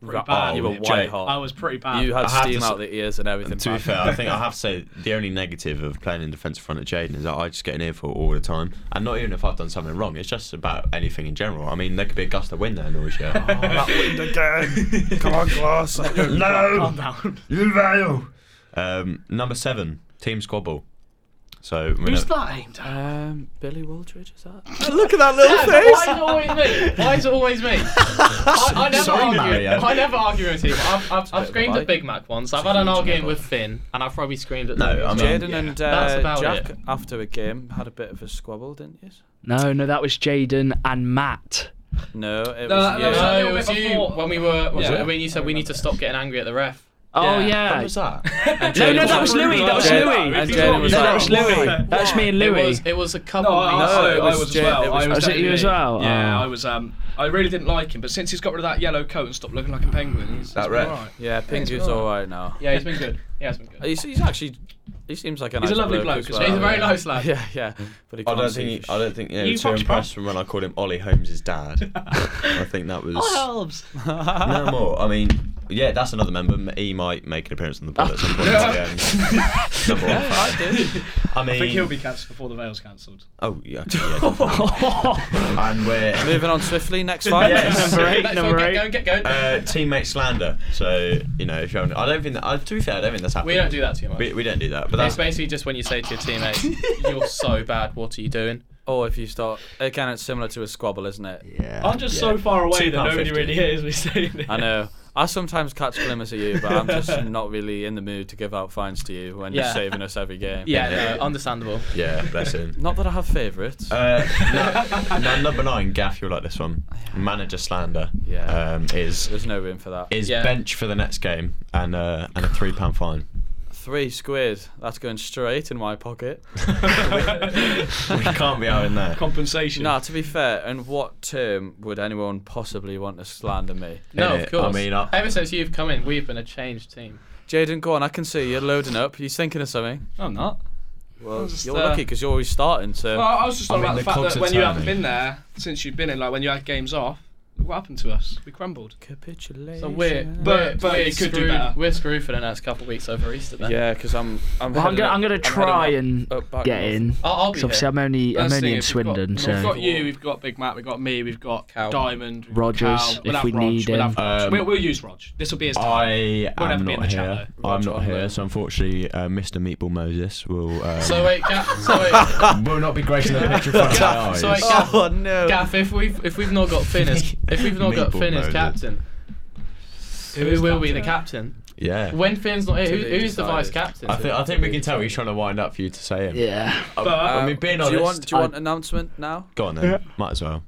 Speaker 6: pretty
Speaker 1: Ra-
Speaker 6: bad.
Speaker 1: you
Speaker 2: Oh,
Speaker 1: were
Speaker 2: Jake.
Speaker 1: white
Speaker 6: I
Speaker 1: hot.
Speaker 6: was pretty bad.
Speaker 1: You had
Speaker 2: I have
Speaker 1: steam
Speaker 2: to
Speaker 1: out
Speaker 2: s-
Speaker 1: the ears and everything.
Speaker 2: To be
Speaker 1: man.
Speaker 2: fair, I think I have to say the only negative of playing in defence in front of Jaden is that I just get an earful all the time. And not even if I've done something wrong, it's just about anything in general. I mean, there could be a gust of wind there and all shit.
Speaker 7: that wind again. Come on, class.
Speaker 6: Calm
Speaker 7: no,
Speaker 6: down.
Speaker 7: you fail.
Speaker 2: Um, number seven, Team Squabble. So uh, we
Speaker 3: Who's
Speaker 2: know-
Speaker 3: that aimed at?
Speaker 1: Um, Billy Waldridge is that? Look at that little
Speaker 5: Why is
Speaker 1: face.
Speaker 5: it always me? Why is it always me? I, I never
Speaker 2: Sorry,
Speaker 5: argue.
Speaker 2: Mario.
Speaker 5: I never argue with people. I've, I've, I've
Speaker 1: bit of a
Speaker 5: screamed at
Speaker 1: bite.
Speaker 5: Big Mac once. I've
Speaker 1: It's
Speaker 5: had
Speaker 1: a
Speaker 5: an
Speaker 1: huge
Speaker 5: argument
Speaker 1: number.
Speaker 5: with Finn, and I've probably screamed at.
Speaker 2: No,
Speaker 5: Louis.
Speaker 2: I mean-
Speaker 1: Jaden
Speaker 2: Yeah,
Speaker 1: and
Speaker 5: that's
Speaker 1: uh,
Speaker 5: about
Speaker 1: Jack
Speaker 5: it.
Speaker 1: after a game had a bit of a squabble, didn't you?
Speaker 3: No, no, that was Jaden and Matt.
Speaker 1: No, it
Speaker 6: No,
Speaker 1: was
Speaker 6: that
Speaker 1: you.
Speaker 6: was-
Speaker 5: No, it
Speaker 6: Yeah.
Speaker 5: was you
Speaker 6: Before-
Speaker 5: when we were
Speaker 6: Was
Speaker 5: when
Speaker 6: it?
Speaker 5: you said we need to stop getting angry at the ref.
Speaker 3: Oh
Speaker 5: Yeah.
Speaker 3: yeah.
Speaker 2: When was that?
Speaker 1: And
Speaker 3: No,
Speaker 1: Jaden
Speaker 3: no, that was Louis. That was
Speaker 1: Jaden-
Speaker 3: Louis.
Speaker 1: And
Speaker 6: If you
Speaker 1: Jaden
Speaker 6: want
Speaker 1: was
Speaker 3: no,
Speaker 6: me
Speaker 1: like,
Speaker 3: that was Louis.
Speaker 6: Why?
Speaker 3: That was me and
Speaker 5: It
Speaker 3: Louis.
Speaker 5: was it was a couple.
Speaker 6: No, I,
Speaker 5: weeks
Speaker 1: No,
Speaker 6: I,
Speaker 1: it
Speaker 6: I
Speaker 1: was
Speaker 6: was
Speaker 1: Jay-
Speaker 6: as well.
Speaker 1: it was-
Speaker 6: I was,
Speaker 3: Was it you
Speaker 6: definitely-
Speaker 3: as well?
Speaker 6: Yeah,
Speaker 3: Oh.
Speaker 6: I was. Um, I really didn't like him, but since he's got rid of that yellow coat and stopped looking like a penguin, he's,
Speaker 2: That
Speaker 6: he's
Speaker 2: ref.
Speaker 6: been alright.
Speaker 1: Yeah, Pingu's
Speaker 6: Thanks, bro.
Speaker 1: all right now. Uh,
Speaker 5: Yeah, he's been good. Yeah, he's been good.
Speaker 1: He's, he's actually, he seems like a
Speaker 6: He's a
Speaker 1: nice
Speaker 6: lovely bloke
Speaker 1: as
Speaker 6: as
Speaker 1: well.
Speaker 6: well,
Speaker 5: He's a very
Speaker 1: yeah.
Speaker 5: nice lad.
Speaker 1: Yeah, yeah. But he
Speaker 2: I
Speaker 1: can't
Speaker 2: don't
Speaker 1: see
Speaker 2: think
Speaker 1: for
Speaker 2: I
Speaker 1: shit.
Speaker 2: don't think yeah,
Speaker 3: You
Speaker 2: you too
Speaker 3: fucked
Speaker 2: impressed from when I called him Ollie Holmes' dad. I think that was
Speaker 3: Helps.
Speaker 2: no more. I mean, yeah, that's another member. M- He might make an appearance on the pod at some point. again. Number one
Speaker 1: Yeah, I
Speaker 2: fan.
Speaker 1: did.
Speaker 2: I mean,
Speaker 6: I think he'll be cancelled before the veil's cancelled.
Speaker 2: oh yeah, okay, yeah, definitely. and we're
Speaker 1: Moving on swiftly, next fight.
Speaker 2: Yes.
Speaker 3: Number eight,
Speaker 5: Next
Speaker 3: number
Speaker 5: one,
Speaker 3: eight.
Speaker 5: Get going, get going.
Speaker 2: uh, teammate slander. So you know, if you're, I don't think that, I, to be fair, I don't think that's happening.
Speaker 5: we don't do that too much.
Speaker 2: We, we don't do that, but
Speaker 5: It's
Speaker 2: that's
Speaker 5: basically just when you say to your teammates, "You're so bad. What are you doing?"
Speaker 1: Or Oh, if you start, again, it's similar to a squabble, isn't it?
Speaker 2: yeah.
Speaker 6: I'm just so far away that
Speaker 2: £2.50.
Speaker 6: nobody really hears me saying it.
Speaker 1: I know. I sometimes catch glimmers of you, but I'm just not really in the mood to give out fines to you when
Speaker 5: Yeah.
Speaker 1: you're saving us every game.
Speaker 5: Yeah, no, understandable.
Speaker 2: yeah, bless him.
Speaker 1: Not that I have favourites.
Speaker 2: Uh, no, no, number nine, Gaff, you'll like this one. Manager slander
Speaker 1: Yeah.
Speaker 2: um, is
Speaker 1: There's no room for that.
Speaker 2: is
Speaker 5: Yeah.
Speaker 2: bench for the next game and uh, and a three pound fine.
Speaker 1: Three squid. That's going straight in my pocket.
Speaker 2: we can't be out in there.
Speaker 6: Compensation.
Speaker 1: Nah, to be fair, in what term would anyone possibly want to slander me?
Speaker 5: No,
Speaker 2: innit?
Speaker 5: of course.
Speaker 2: I mean, I-
Speaker 5: ever since you've come in, we've been a changed team.
Speaker 1: Jaden, go on. I can see you're loading up. You're thinking of something.
Speaker 6: I'm not.
Speaker 1: Well,
Speaker 6: just,
Speaker 1: you're
Speaker 6: uh,
Speaker 1: lucky because you're always starting. So
Speaker 6: Well, I was just
Speaker 2: I mean,
Speaker 6: talking about the
Speaker 2: the
Speaker 6: fact
Speaker 2: cogs
Speaker 6: that
Speaker 2: are
Speaker 6: when you haven't
Speaker 2: turning.
Speaker 6: been there since you've been in, like when you had games off, look what happened to us? We crumbled.
Speaker 1: capitulation.
Speaker 5: So we're
Speaker 6: But- but
Speaker 5: we're
Speaker 6: it could do
Speaker 5: screwed-
Speaker 6: better.
Speaker 5: We're screwed for the next couple of weeks over Easter. Then.
Speaker 1: yeah, because I'm. I'm,
Speaker 3: Well, I'm
Speaker 1: heading
Speaker 3: gonna,
Speaker 1: up-
Speaker 3: I'm gonna
Speaker 1: heading
Speaker 3: try
Speaker 1: up-
Speaker 3: and
Speaker 1: up back
Speaker 3: get
Speaker 1: north.
Speaker 3: in.
Speaker 5: I'll, I'll be
Speaker 3: So obviously,
Speaker 5: here.
Speaker 3: I'm only I'm
Speaker 6: That's the
Speaker 3: only
Speaker 6: thing,
Speaker 3: in
Speaker 6: if we've got-
Speaker 3: Swindon,
Speaker 6: We've
Speaker 3: so
Speaker 6: got you, we've got Big Matt, we've got me, we've got
Speaker 5: Cal.
Speaker 6: Diamond, we've got
Speaker 3: Rogers,
Speaker 6: Cal. We'll
Speaker 3: if
Speaker 6: have
Speaker 3: we
Speaker 6: Rog,
Speaker 3: need
Speaker 6: we'll
Speaker 3: him.
Speaker 6: have Rog.
Speaker 2: Um,
Speaker 6: we'll, we'll use Rog. This will be his time.
Speaker 2: I
Speaker 6: Won't have
Speaker 2: am
Speaker 6: to be in
Speaker 2: not
Speaker 6: the chat,
Speaker 2: here.
Speaker 1: though.
Speaker 2: I'm
Speaker 1: Roger,
Speaker 2: not
Speaker 1: I'm
Speaker 2: here,
Speaker 1: there.
Speaker 2: so unfortunately, uh, Mr. Meatball Moses will um,
Speaker 5: So wait, Gaff, so wait,
Speaker 2: will not be gracing the picture in front of my
Speaker 5: Gaff,
Speaker 2: eyes.
Speaker 5: so wait, Gaff,
Speaker 1: Oh no!
Speaker 5: Gaff, if we've if we've not got Finn as if we've not got
Speaker 2: Meatball
Speaker 5: Finn as
Speaker 2: mode.
Speaker 5: captain, who will be the captain?
Speaker 2: yeah.
Speaker 5: When Finn's not here, who,
Speaker 1: To be
Speaker 5: who's the
Speaker 1: decided.
Speaker 5: vice captain? Uh,
Speaker 2: I think I think we can tell he's trying to wind up for you to say him.
Speaker 3: yeah.
Speaker 2: I,
Speaker 6: But-
Speaker 2: I
Speaker 1: Um,
Speaker 2: mean, being
Speaker 1: do
Speaker 2: honest,
Speaker 1: you want do you
Speaker 2: I-
Speaker 1: want announcement now?
Speaker 2: go on then. Might as well.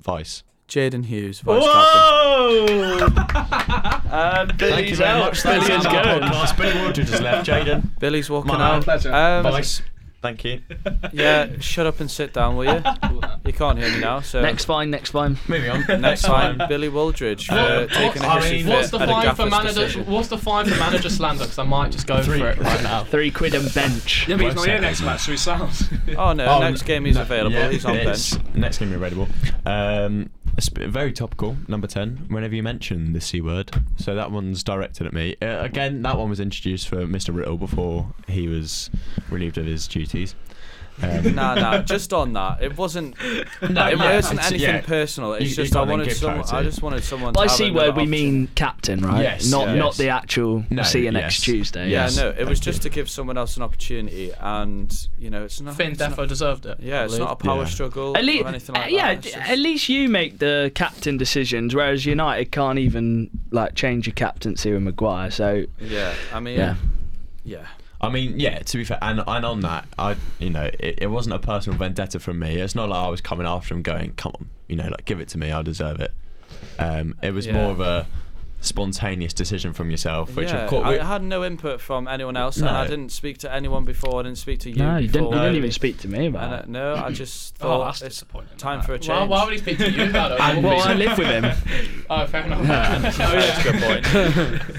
Speaker 2: Vice.
Speaker 1: Jaden Hughes, vice captain.
Speaker 6: Whoa! and
Speaker 2: Thank you very much. That's
Speaker 6: Billy is
Speaker 2: our
Speaker 6: going.
Speaker 2: podcast. Billy Wardridge has left. Jaden.
Speaker 1: Billy's walking
Speaker 2: My
Speaker 1: out.
Speaker 6: pleasure.
Speaker 1: Um,
Speaker 2: Vice. Thank you.
Speaker 1: Yeah, shut up and sit down, will you? you can't hear me now. So
Speaker 3: Next fine, next fine.
Speaker 2: Moving on.
Speaker 1: next time, Billy Wooldridge for
Speaker 2: Uh,
Speaker 1: taking a
Speaker 2: I
Speaker 1: history
Speaker 2: mean-
Speaker 1: fit
Speaker 5: What's the
Speaker 1: at a
Speaker 5: fine for
Speaker 1: gaffer's
Speaker 5: manager?
Speaker 1: decision.
Speaker 5: What's the fine for manager slander? Because I might just go
Speaker 2: Three.
Speaker 5: for it right now.
Speaker 3: Three quid and bench.
Speaker 6: Yeah, but he's
Speaker 2: One
Speaker 6: not here
Speaker 2: second.
Speaker 6: next match, so he sounds.
Speaker 1: Oh no!
Speaker 2: Oh,
Speaker 1: next game he's
Speaker 2: no,
Speaker 1: available.
Speaker 2: yeah,
Speaker 1: he's on
Speaker 2: it's-
Speaker 1: bench.
Speaker 2: Next game available. Um, it's b- very topical. Number ten. Whenever you mention the c word, so that one's directed at me. Uh, again, that one was introduced for Mr. Riddle before he was relieved of his duties. Um,
Speaker 1: nah, nah. Just on that, it wasn't.
Speaker 2: no,
Speaker 1: It
Speaker 2: yeah,
Speaker 1: wasn't
Speaker 2: it's-
Speaker 1: anything
Speaker 2: yeah.
Speaker 1: personal. It's
Speaker 2: You- you
Speaker 1: just I
Speaker 2: gotta then
Speaker 1: wanted
Speaker 2: give
Speaker 1: someone. I
Speaker 2: clarity.
Speaker 1: just wanted someone.
Speaker 3: By
Speaker 1: to have
Speaker 3: C
Speaker 1: another
Speaker 3: word, we
Speaker 1: option.
Speaker 3: mean captain, right?
Speaker 2: Yes,
Speaker 3: Not
Speaker 1: yes.
Speaker 3: not the actual.
Speaker 2: No,
Speaker 3: see you next
Speaker 2: yes.
Speaker 3: Tuesday.
Speaker 1: Yeah,
Speaker 2: Yes,
Speaker 1: no. It was
Speaker 2: thank
Speaker 1: just
Speaker 2: you.
Speaker 1: to give someone else an opportunity, and you know, it's not.
Speaker 5: Finn
Speaker 1: it's not-
Speaker 5: Defo deserved it.
Speaker 1: Yeah, it's not a power
Speaker 2: Yeah.
Speaker 1: struggle
Speaker 3: At least, uh,
Speaker 1: or anything like
Speaker 3: yeah,
Speaker 1: that. it's
Speaker 3: d-
Speaker 1: just-
Speaker 3: at least you make the captain decisions, whereas United can't even like change your captaincy with Maguire. So
Speaker 1: yeah. I mean,
Speaker 3: yeah,
Speaker 1: yeah.
Speaker 2: I mean, yeah. To be fair, and and on that, I you know, it, it wasn't a personal vendetta from me. It's not like I was coming after him, going, "Come on, you know, like give it to me. I deserve it." Um, it was
Speaker 1: Yeah.
Speaker 2: more of a spontaneous decision from yourself, which
Speaker 1: yeah,
Speaker 2: of course.
Speaker 1: I
Speaker 2: we-
Speaker 1: had no input from anyone else, and I
Speaker 2: No.
Speaker 1: didn't speak to anyone before. I didn't speak to you.
Speaker 3: no, you didn't,
Speaker 1: before.
Speaker 3: you didn't
Speaker 2: No.
Speaker 3: even speak to me about
Speaker 1: And, uh,
Speaker 3: it.
Speaker 1: no, I just
Speaker 6: oh,
Speaker 1: thought
Speaker 6: that's
Speaker 1: it's
Speaker 6: disappointing.
Speaker 1: time for a change.
Speaker 5: Why, why would he speak to you about it?
Speaker 3: Well, I live with him.
Speaker 5: Oh, fair enough. Oh,
Speaker 2: That's a good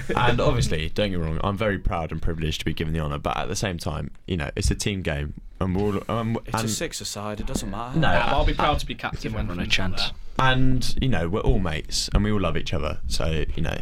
Speaker 2: point. and obviously, don't get me wrong, I'm very proud and privileged to be given the honour, but at the same time, you know, it's a team game. And we're all, um,
Speaker 1: it's a
Speaker 2: and,
Speaker 1: six aside. It doesn't matter.
Speaker 2: no,
Speaker 6: I'll be proud to be captain
Speaker 3: Give
Speaker 6: when
Speaker 3: everyone a
Speaker 6: Finn's not
Speaker 3: chance.
Speaker 6: there.
Speaker 2: and, you know, we're all mates and we all love each other. So, you know,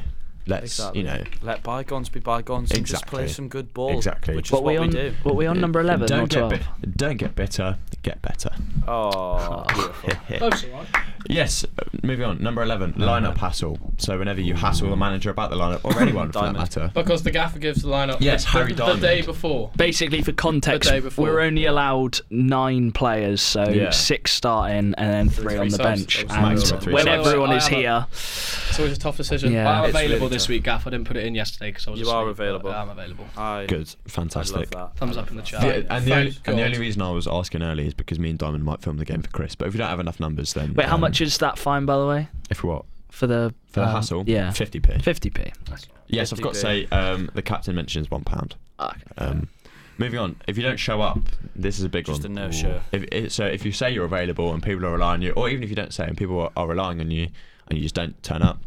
Speaker 2: let's
Speaker 1: Exactly.
Speaker 2: you know
Speaker 1: Let bygones be bygones and just play
Speaker 2: Exactly.
Speaker 1: some good ball.
Speaker 2: Exactly.
Speaker 1: Which is
Speaker 3: What
Speaker 1: what,
Speaker 3: we
Speaker 1: we
Speaker 3: on?
Speaker 1: do.
Speaker 3: What we on number eleven or
Speaker 2: don't get
Speaker 3: twelve?
Speaker 2: bit, don't get bitter, get better.
Speaker 1: Oh, beautiful.
Speaker 6: Close, alright.
Speaker 2: yes, uh, moving on. Number eleven, lineup hassle. So whenever you hassle the manager about the lineup or anyone for that
Speaker 1: Diamond.
Speaker 2: matter,
Speaker 5: Because the gaffer gives the lineup
Speaker 2: Yes,
Speaker 5: the,
Speaker 2: Harry
Speaker 5: the, the
Speaker 2: Diamond.
Speaker 5: day before.
Speaker 3: Basically, for context,
Speaker 5: The day before.
Speaker 3: we're only allowed nine players, so
Speaker 2: Yeah.
Speaker 3: six starting and then three,
Speaker 5: Three
Speaker 3: on the
Speaker 5: subs.
Speaker 3: bench.
Speaker 5: That
Speaker 3: And
Speaker 2: was the main
Speaker 3: when
Speaker 6: one.
Speaker 3: everyone
Speaker 6: I
Speaker 3: is
Speaker 6: have a-
Speaker 3: here,
Speaker 5: It's always a tough decision.
Speaker 3: Yeah.
Speaker 6: I'm
Speaker 1: It's
Speaker 6: available
Speaker 1: really
Speaker 6: this
Speaker 1: tough.
Speaker 6: week, Gaff. I didn't put it in yesterday because I was.
Speaker 1: You
Speaker 6: asleep,
Speaker 1: are
Speaker 6: but
Speaker 1: available.
Speaker 6: I'm available.
Speaker 1: I,
Speaker 2: good,
Speaker 1: I love
Speaker 2: fantastic.
Speaker 1: that.
Speaker 6: Thumbs up in the chat.
Speaker 2: Yeah, and, the
Speaker 5: Thank
Speaker 2: only, and the
Speaker 5: God.
Speaker 2: only reason I was asking early is because me and Diamond might film the game for Chris. But if we don't have enough numbers, then
Speaker 3: wait, how
Speaker 2: um,
Speaker 3: much is that fine, by the way,
Speaker 2: if what
Speaker 3: for the
Speaker 2: for the
Speaker 3: um,
Speaker 2: hassle?
Speaker 3: Yeah,
Speaker 2: fifty p.
Speaker 3: fifty p.
Speaker 2: Yes, I've got to say
Speaker 1: 50p.
Speaker 2: um, the captain mentions one pound.
Speaker 3: Ah,
Speaker 2: Um, moving on, if you don't show up, this is a big
Speaker 1: Just
Speaker 2: one.
Speaker 1: a no-show.
Speaker 2: If, if, so if you say you're available and people are relying on you, or even if you don't say and people are, are relying on you and you just don't turn up,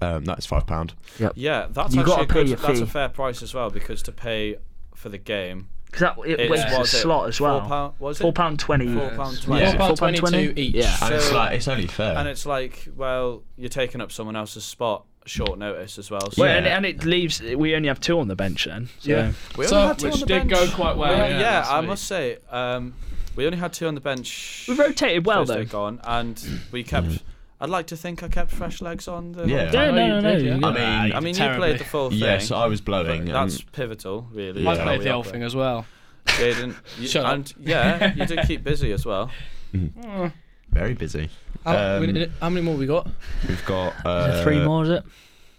Speaker 2: um, that's five pound.
Speaker 1: Yeah, that's
Speaker 3: You
Speaker 1: actually
Speaker 3: gotta
Speaker 1: a
Speaker 3: pay
Speaker 1: good.
Speaker 3: your
Speaker 1: That's a
Speaker 3: fee.
Speaker 1: fair price as well because to pay for the game,
Speaker 3: Because that it
Speaker 1: It's-
Speaker 3: weighs the
Speaker 1: was it
Speaker 3: slot as well.
Speaker 1: Four pound, was it?
Speaker 3: Four pound twenty.
Speaker 1: Four pound
Speaker 2: Yeah.
Speaker 1: twenty.
Speaker 2: Yeah.
Speaker 5: Four pound
Speaker 3: £4.20?
Speaker 5: 22 each.
Speaker 3: Yeah.
Speaker 2: And it's
Speaker 1: So-
Speaker 2: like it's only fair.
Speaker 1: And it's like, well, you're taking up someone else's spot, short notice as well. So
Speaker 3: Well,
Speaker 2: Yeah.
Speaker 3: and, and it leaves. We only have two on the bench then. So.
Speaker 6: Yeah.
Speaker 1: we
Speaker 5: So,
Speaker 1: only had two
Speaker 6: Which
Speaker 1: on the
Speaker 6: did
Speaker 1: bench.
Speaker 6: go quite well.
Speaker 1: We only-
Speaker 6: yeah,
Speaker 1: yeah,
Speaker 6: last
Speaker 1: I
Speaker 6: week.
Speaker 1: must say, um, we only had two on the bench.
Speaker 3: We rotated well,
Speaker 1: Thursday
Speaker 3: though.
Speaker 1: Gone, and we kept. I'd like to think I kept fresh legs on the.
Speaker 2: Yeah.
Speaker 3: Yeah,
Speaker 6: Oh,
Speaker 3: no,
Speaker 6: you
Speaker 3: no,
Speaker 6: did,
Speaker 3: no,
Speaker 6: yeah.
Speaker 3: you
Speaker 2: I
Speaker 3: did.
Speaker 2: mean,
Speaker 1: I mean, you
Speaker 6: Terribly.
Speaker 1: played the full thing.
Speaker 2: yes, I was blowing.
Speaker 1: but
Speaker 2: That's
Speaker 1: That's pivotal, really.
Speaker 2: Yeah.
Speaker 6: I
Speaker 1: how
Speaker 6: played
Speaker 1: we
Speaker 6: the whole
Speaker 1: operate.
Speaker 6: thing as well.
Speaker 1: Jaden, you-
Speaker 6: Shut up.
Speaker 1: and yeah, you did keep busy as well.
Speaker 2: very busy.
Speaker 4: How, we-
Speaker 2: Um,
Speaker 4: how many more we got?
Speaker 2: We've got uh,
Speaker 3: Is it three more, is it?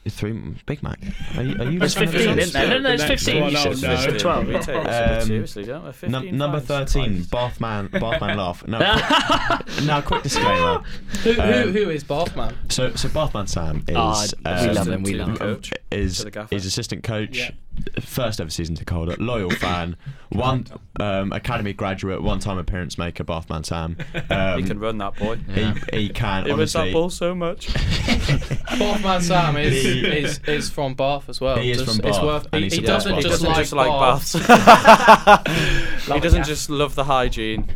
Speaker 2: Three Big Mac. Are you? Are you
Speaker 3: It's
Speaker 2: listening to
Speaker 3: 15,
Speaker 2: this?
Speaker 3: isn't it? No, no, no, it's
Speaker 6: The next
Speaker 3: 15.
Speaker 6: one,
Speaker 3: You said
Speaker 6: oh, no.
Speaker 3: 15. 12.
Speaker 1: uh, We take this a
Speaker 2: Um,
Speaker 1: bit seriously, don't we? 15
Speaker 2: Num- number
Speaker 1: pounds.
Speaker 2: thirteen, Bathman, Bathman laugh. No, quick- now quick disclaimer.
Speaker 4: Who,
Speaker 2: Um,
Speaker 4: who, who is Bathman?
Speaker 2: So, so Bathman Sam is um,
Speaker 3: Ah, we love him,
Speaker 1: Assistant
Speaker 3: we
Speaker 1: to
Speaker 3: love him.
Speaker 1: the coach.
Speaker 2: is
Speaker 1: To the gaffer.
Speaker 2: is assistant coach, first ever season ticket holder, loyal fan, one um, academy graduate, one time appearance maker, Bathman Sam. Um,
Speaker 1: He can run that boy.
Speaker 2: He, he can.
Speaker 1: It was
Speaker 2: honestly,
Speaker 1: that ball so much.
Speaker 4: Bathman Sam is,
Speaker 2: He-
Speaker 4: is is from Bath as well.
Speaker 2: He is
Speaker 4: Just-
Speaker 2: from
Speaker 4: It's
Speaker 2: Bath,
Speaker 4: worth.
Speaker 2: and
Speaker 4: He,
Speaker 2: he's
Speaker 4: he
Speaker 2: a Bath
Speaker 4: doesn't
Speaker 2: boy.
Speaker 4: just
Speaker 1: He doesn't
Speaker 4: like
Speaker 1: just like
Speaker 4: Bath.
Speaker 1: baths. he doesn't just love the hygiene,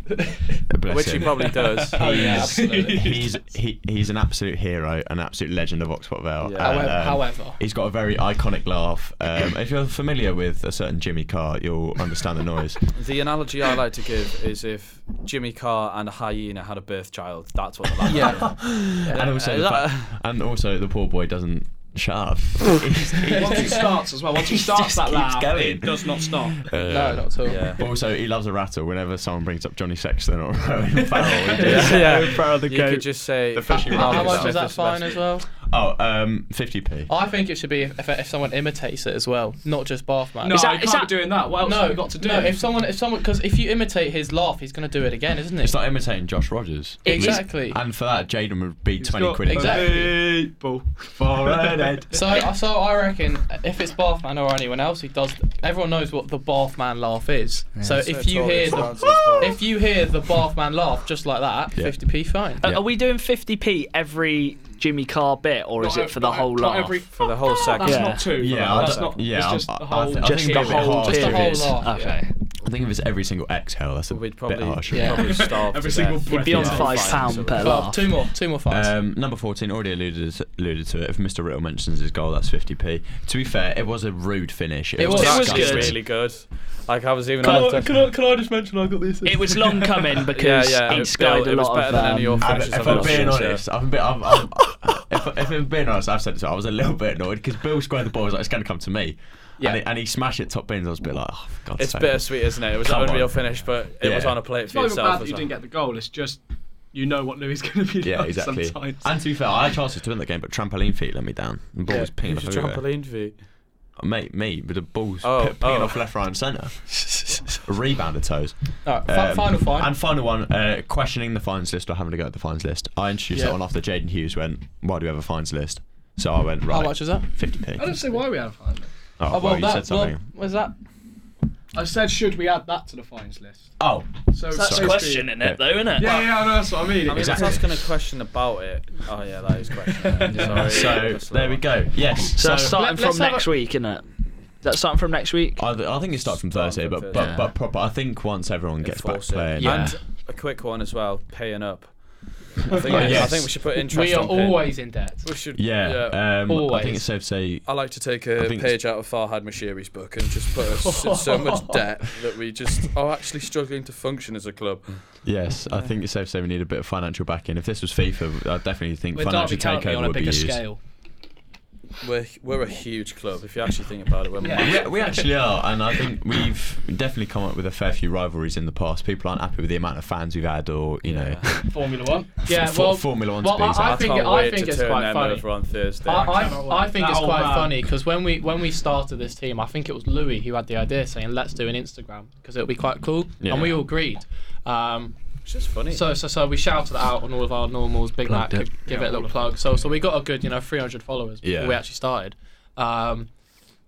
Speaker 2: bless
Speaker 1: which he
Speaker 2: him.
Speaker 1: probably does.
Speaker 6: Oh, yeah,
Speaker 2: He's,
Speaker 6: absolutely.
Speaker 2: he's he, he's an absolute hero, an absolute legend of Oxford Vale.
Speaker 1: Yeah.
Speaker 2: and,
Speaker 5: However,
Speaker 2: um,
Speaker 5: however,
Speaker 2: He's got a very iconic laugh. Um, if you're familiar with a certain Jimmy Carr, you'll understand the noise.
Speaker 1: The analogy I like to give is if Jimmy Carr and a hyena had a birth child. That's what. That
Speaker 4: yeah.
Speaker 2: and also, the
Speaker 1: that-
Speaker 2: fact- and also, the poor boy doesn't shut up.
Speaker 6: Once he starts as well, once he starts that
Speaker 2: keeps
Speaker 6: laugh,
Speaker 2: going.
Speaker 6: it does not stop.
Speaker 2: Uh,
Speaker 4: No, not at all.
Speaker 1: Yeah.
Speaker 2: Also, he loves a rattle whenever someone brings up Johnny Sexton or Rowan Farrell. He just-
Speaker 1: yeah.
Speaker 2: Rowan Farrell, the
Speaker 1: You
Speaker 2: goat.
Speaker 1: could just say
Speaker 2: The fishy
Speaker 1: "Marcus
Speaker 4: How
Speaker 2: rocket
Speaker 4: much is
Speaker 1: Smith
Speaker 2: sound.
Speaker 4: that
Speaker 1: the
Speaker 4: fine
Speaker 1: best."
Speaker 4: as well?
Speaker 2: Oh, um, 50p.
Speaker 4: I think it should be if, if, if someone imitates it as well, not just Bathman.
Speaker 6: No,
Speaker 3: Is that-
Speaker 6: you
Speaker 3: is
Speaker 6: can't
Speaker 3: that-
Speaker 6: be doing that. What else
Speaker 4: no,
Speaker 6: have you got to do?
Speaker 4: No, if someone, if someone, because if you imitate his laugh, he's gonna do it again, isn't he?
Speaker 2: It's like imitating Josh Rogers.
Speaker 4: exactly.
Speaker 2: And for that, Jaden would be 20 quid.
Speaker 4: exactly.
Speaker 2: People for an head.
Speaker 4: So, so I reckon if it's Bathman or anyone else who does, everyone knows what the Bathman laugh is. so if you hear the, if you hear the Bathman laugh just like that,
Speaker 2: Yeah.
Speaker 4: 50p fine.
Speaker 3: Are- Are we doing 50p every Jimmy Carr bit, or is
Speaker 6: Not
Speaker 3: it for
Speaker 6: ev-
Speaker 3: the
Speaker 6: not-
Speaker 3: whole
Speaker 6: not
Speaker 3: laugh?
Speaker 6: every-
Speaker 1: for the whole second.
Speaker 6: That's
Speaker 3: Yeah.
Speaker 6: not two.
Speaker 2: Yeah,
Speaker 6: that's
Speaker 2: I
Speaker 6: not.
Speaker 2: don't- yeah,
Speaker 6: it's just
Speaker 2: I-
Speaker 6: the
Speaker 2: I
Speaker 6: whole.
Speaker 2: think- I
Speaker 3: Just
Speaker 2: think
Speaker 3: the
Speaker 2: it'd be a bit
Speaker 3: whole
Speaker 2: hard to
Speaker 3: bit.
Speaker 2: do this.
Speaker 4: laugh.
Speaker 3: Okay.
Speaker 2: I think if it's every single exhale, that's a
Speaker 1: We'd
Speaker 2: bit
Speaker 1: probably,
Speaker 2: harsh.
Speaker 4: Yeah.
Speaker 1: probably starve
Speaker 6: Every
Speaker 1: to
Speaker 6: single
Speaker 1: death.
Speaker 6: breath
Speaker 3: Be on
Speaker 6: Yeah.
Speaker 3: five
Speaker 1: Fine, so
Speaker 3: pound per
Speaker 1: we-
Speaker 4: Uh, Well,
Speaker 3: laugh.
Speaker 4: two more, two more fines.
Speaker 2: Um, number 14 already alluded alluded to it. If Mr. Riddle mentions his goal, that's 50p. To be fair, it was a rude finish. It,
Speaker 4: It
Speaker 2: was,
Speaker 4: was- it was
Speaker 2: disgusting.
Speaker 3: good.
Speaker 1: really good. Like I was even.
Speaker 4: I, can I just mention I got this?
Speaker 3: It was long coming because
Speaker 1: yeah,
Speaker 3: he
Speaker 1: it-
Speaker 3: skied
Speaker 1: Bill,
Speaker 3: a
Speaker 1: it was
Speaker 3: lot of.
Speaker 1: better than any
Speaker 3: um,
Speaker 1: of
Speaker 2: And
Speaker 1: Fresh
Speaker 2: if
Speaker 1: as
Speaker 2: I'm
Speaker 1: I've
Speaker 2: being
Speaker 1: ever seen,
Speaker 2: honest, I've been, I'm, I'm, if, if I'm being honest, I've said this. I was a little bit annoyed because Bill squared the ball. I was like, it's going to come to me.
Speaker 4: Yeah.
Speaker 2: And, he, and he smashed it top bins. I was a bit like, oh, for God's
Speaker 1: It's
Speaker 2: sake.
Speaker 1: bittersweet, isn't it? It was an
Speaker 2: Come on.
Speaker 1: unreal finish, but it
Speaker 2: Yeah.
Speaker 1: was on a plate
Speaker 6: It's
Speaker 1: for
Speaker 6: not even
Speaker 1: yourself.
Speaker 6: bad that
Speaker 1: as
Speaker 6: you
Speaker 1: well.
Speaker 6: didn't get the goal. It's just you know what Louis is going to be
Speaker 2: Yeah,
Speaker 6: like
Speaker 2: exactly.
Speaker 6: sometimes.
Speaker 2: And to be fair, I had chances to win that game, but trampoline feet let me down. The ball was pinging off
Speaker 1: Who's your
Speaker 2: everywhere.
Speaker 1: trampoline feet.
Speaker 2: Mate, me, but the ball's
Speaker 1: Oh,
Speaker 2: p- pinging
Speaker 1: oh.
Speaker 2: off left, right, and centre. Rebounder toes.
Speaker 4: All right, fi-
Speaker 2: Um,
Speaker 4: final fine.
Speaker 2: And final one, uh, questioning the fines list or having a go at the fines list. I introduced
Speaker 4: Yeah.
Speaker 2: that one after Jaden Hughes went, why do we have a fines list? So I went, right.
Speaker 4: How much is that?
Speaker 2: 50p.
Speaker 6: I don't see why we had a fine. list.
Speaker 2: Oh,
Speaker 4: Oh,
Speaker 2: well,
Speaker 4: well,
Speaker 2: you
Speaker 4: that,
Speaker 2: said something.
Speaker 4: well, was that?
Speaker 6: I said, should we add that to the fines list?
Speaker 2: oh,
Speaker 6: So
Speaker 3: That's
Speaker 6: basically-
Speaker 3: questioning
Speaker 2: Yeah.
Speaker 3: it, though, isn't it?
Speaker 6: Yeah, yeah, I know that's what I mean.
Speaker 1: I mean,
Speaker 2: Exactly.
Speaker 1: that's asking a question about it. Oh yeah, that is question. Sorry.
Speaker 2: so
Speaker 1: That's
Speaker 2: there we
Speaker 1: not-
Speaker 2: go. Yes.
Speaker 3: So
Speaker 2: So,
Speaker 3: that's starting
Speaker 4: Let- let's
Speaker 3: from
Speaker 4: have
Speaker 3: next week, isn't it? That's starting from next week.
Speaker 2: I, th- I think it starts from
Speaker 1: Start
Speaker 2: Thursday,
Speaker 1: from Thursday.
Speaker 2: but, but
Speaker 3: Yeah.
Speaker 2: but proper. I think once everyone gets back
Speaker 1: Enforce it.
Speaker 2: playing,
Speaker 1: And a quick one as well, paying up. I think,
Speaker 2: Oh,
Speaker 1: I
Speaker 2: yes.
Speaker 1: think we should put interest.
Speaker 5: We are
Speaker 1: on pin.
Speaker 5: always in debt.
Speaker 1: We should.
Speaker 2: Yeah, um, I think
Speaker 5: always.
Speaker 2: it's safe to say.
Speaker 1: I like to take
Speaker 2: I
Speaker 1: a
Speaker 2: think
Speaker 1: page out of Farhad Mashiri's book and just put us in so much debt that we just are actually struggling to function as a club.
Speaker 2: Yes, I think it's safe to say we need a bit of financial backing. If this was FIFA, I definitely think
Speaker 6: We're Derby
Speaker 2: financial
Speaker 6: County
Speaker 2: takeover
Speaker 6: on a
Speaker 2: would be
Speaker 6: bigger
Speaker 2: used.
Speaker 6: scale.
Speaker 1: We're we're a huge club if you actually think about it. We're
Speaker 6: Yeah.
Speaker 1: massive.
Speaker 2: Yeah, we actually are, and I think we've definitely come up with a fair few rivalries in the past. People aren't happy with the amount of fans we've had, or you know,
Speaker 6: Formula One.
Speaker 5: Yeah,
Speaker 2: f-
Speaker 5: well,
Speaker 2: Formula One
Speaker 5: well,
Speaker 2: to be
Speaker 5: I-
Speaker 1: I,
Speaker 2: exact.
Speaker 1: think,
Speaker 5: think
Speaker 1: can't
Speaker 5: it- I
Speaker 1: wait
Speaker 5: think
Speaker 1: to
Speaker 5: it's
Speaker 1: turn
Speaker 5: quite
Speaker 1: them
Speaker 5: funny.
Speaker 1: over on Thursday.
Speaker 5: I, I,
Speaker 6: Cannibal.
Speaker 5: I think
Speaker 6: That
Speaker 5: it's
Speaker 6: old
Speaker 5: quite
Speaker 6: man.
Speaker 5: funny because when we when we started this team, I think it was Louis who had the idea saying let's do an Instagram because it'll be quite cool,
Speaker 2: Yeah.
Speaker 5: and we all agreed. Um,
Speaker 1: it's just funny.
Speaker 5: so so so we shouted it out on all of our normals, Big Mac,
Speaker 2: Plugged it.
Speaker 5: could give it a little plug. So so we got a good you know 300 followers before
Speaker 2: Yeah.
Speaker 5: we actually started, um,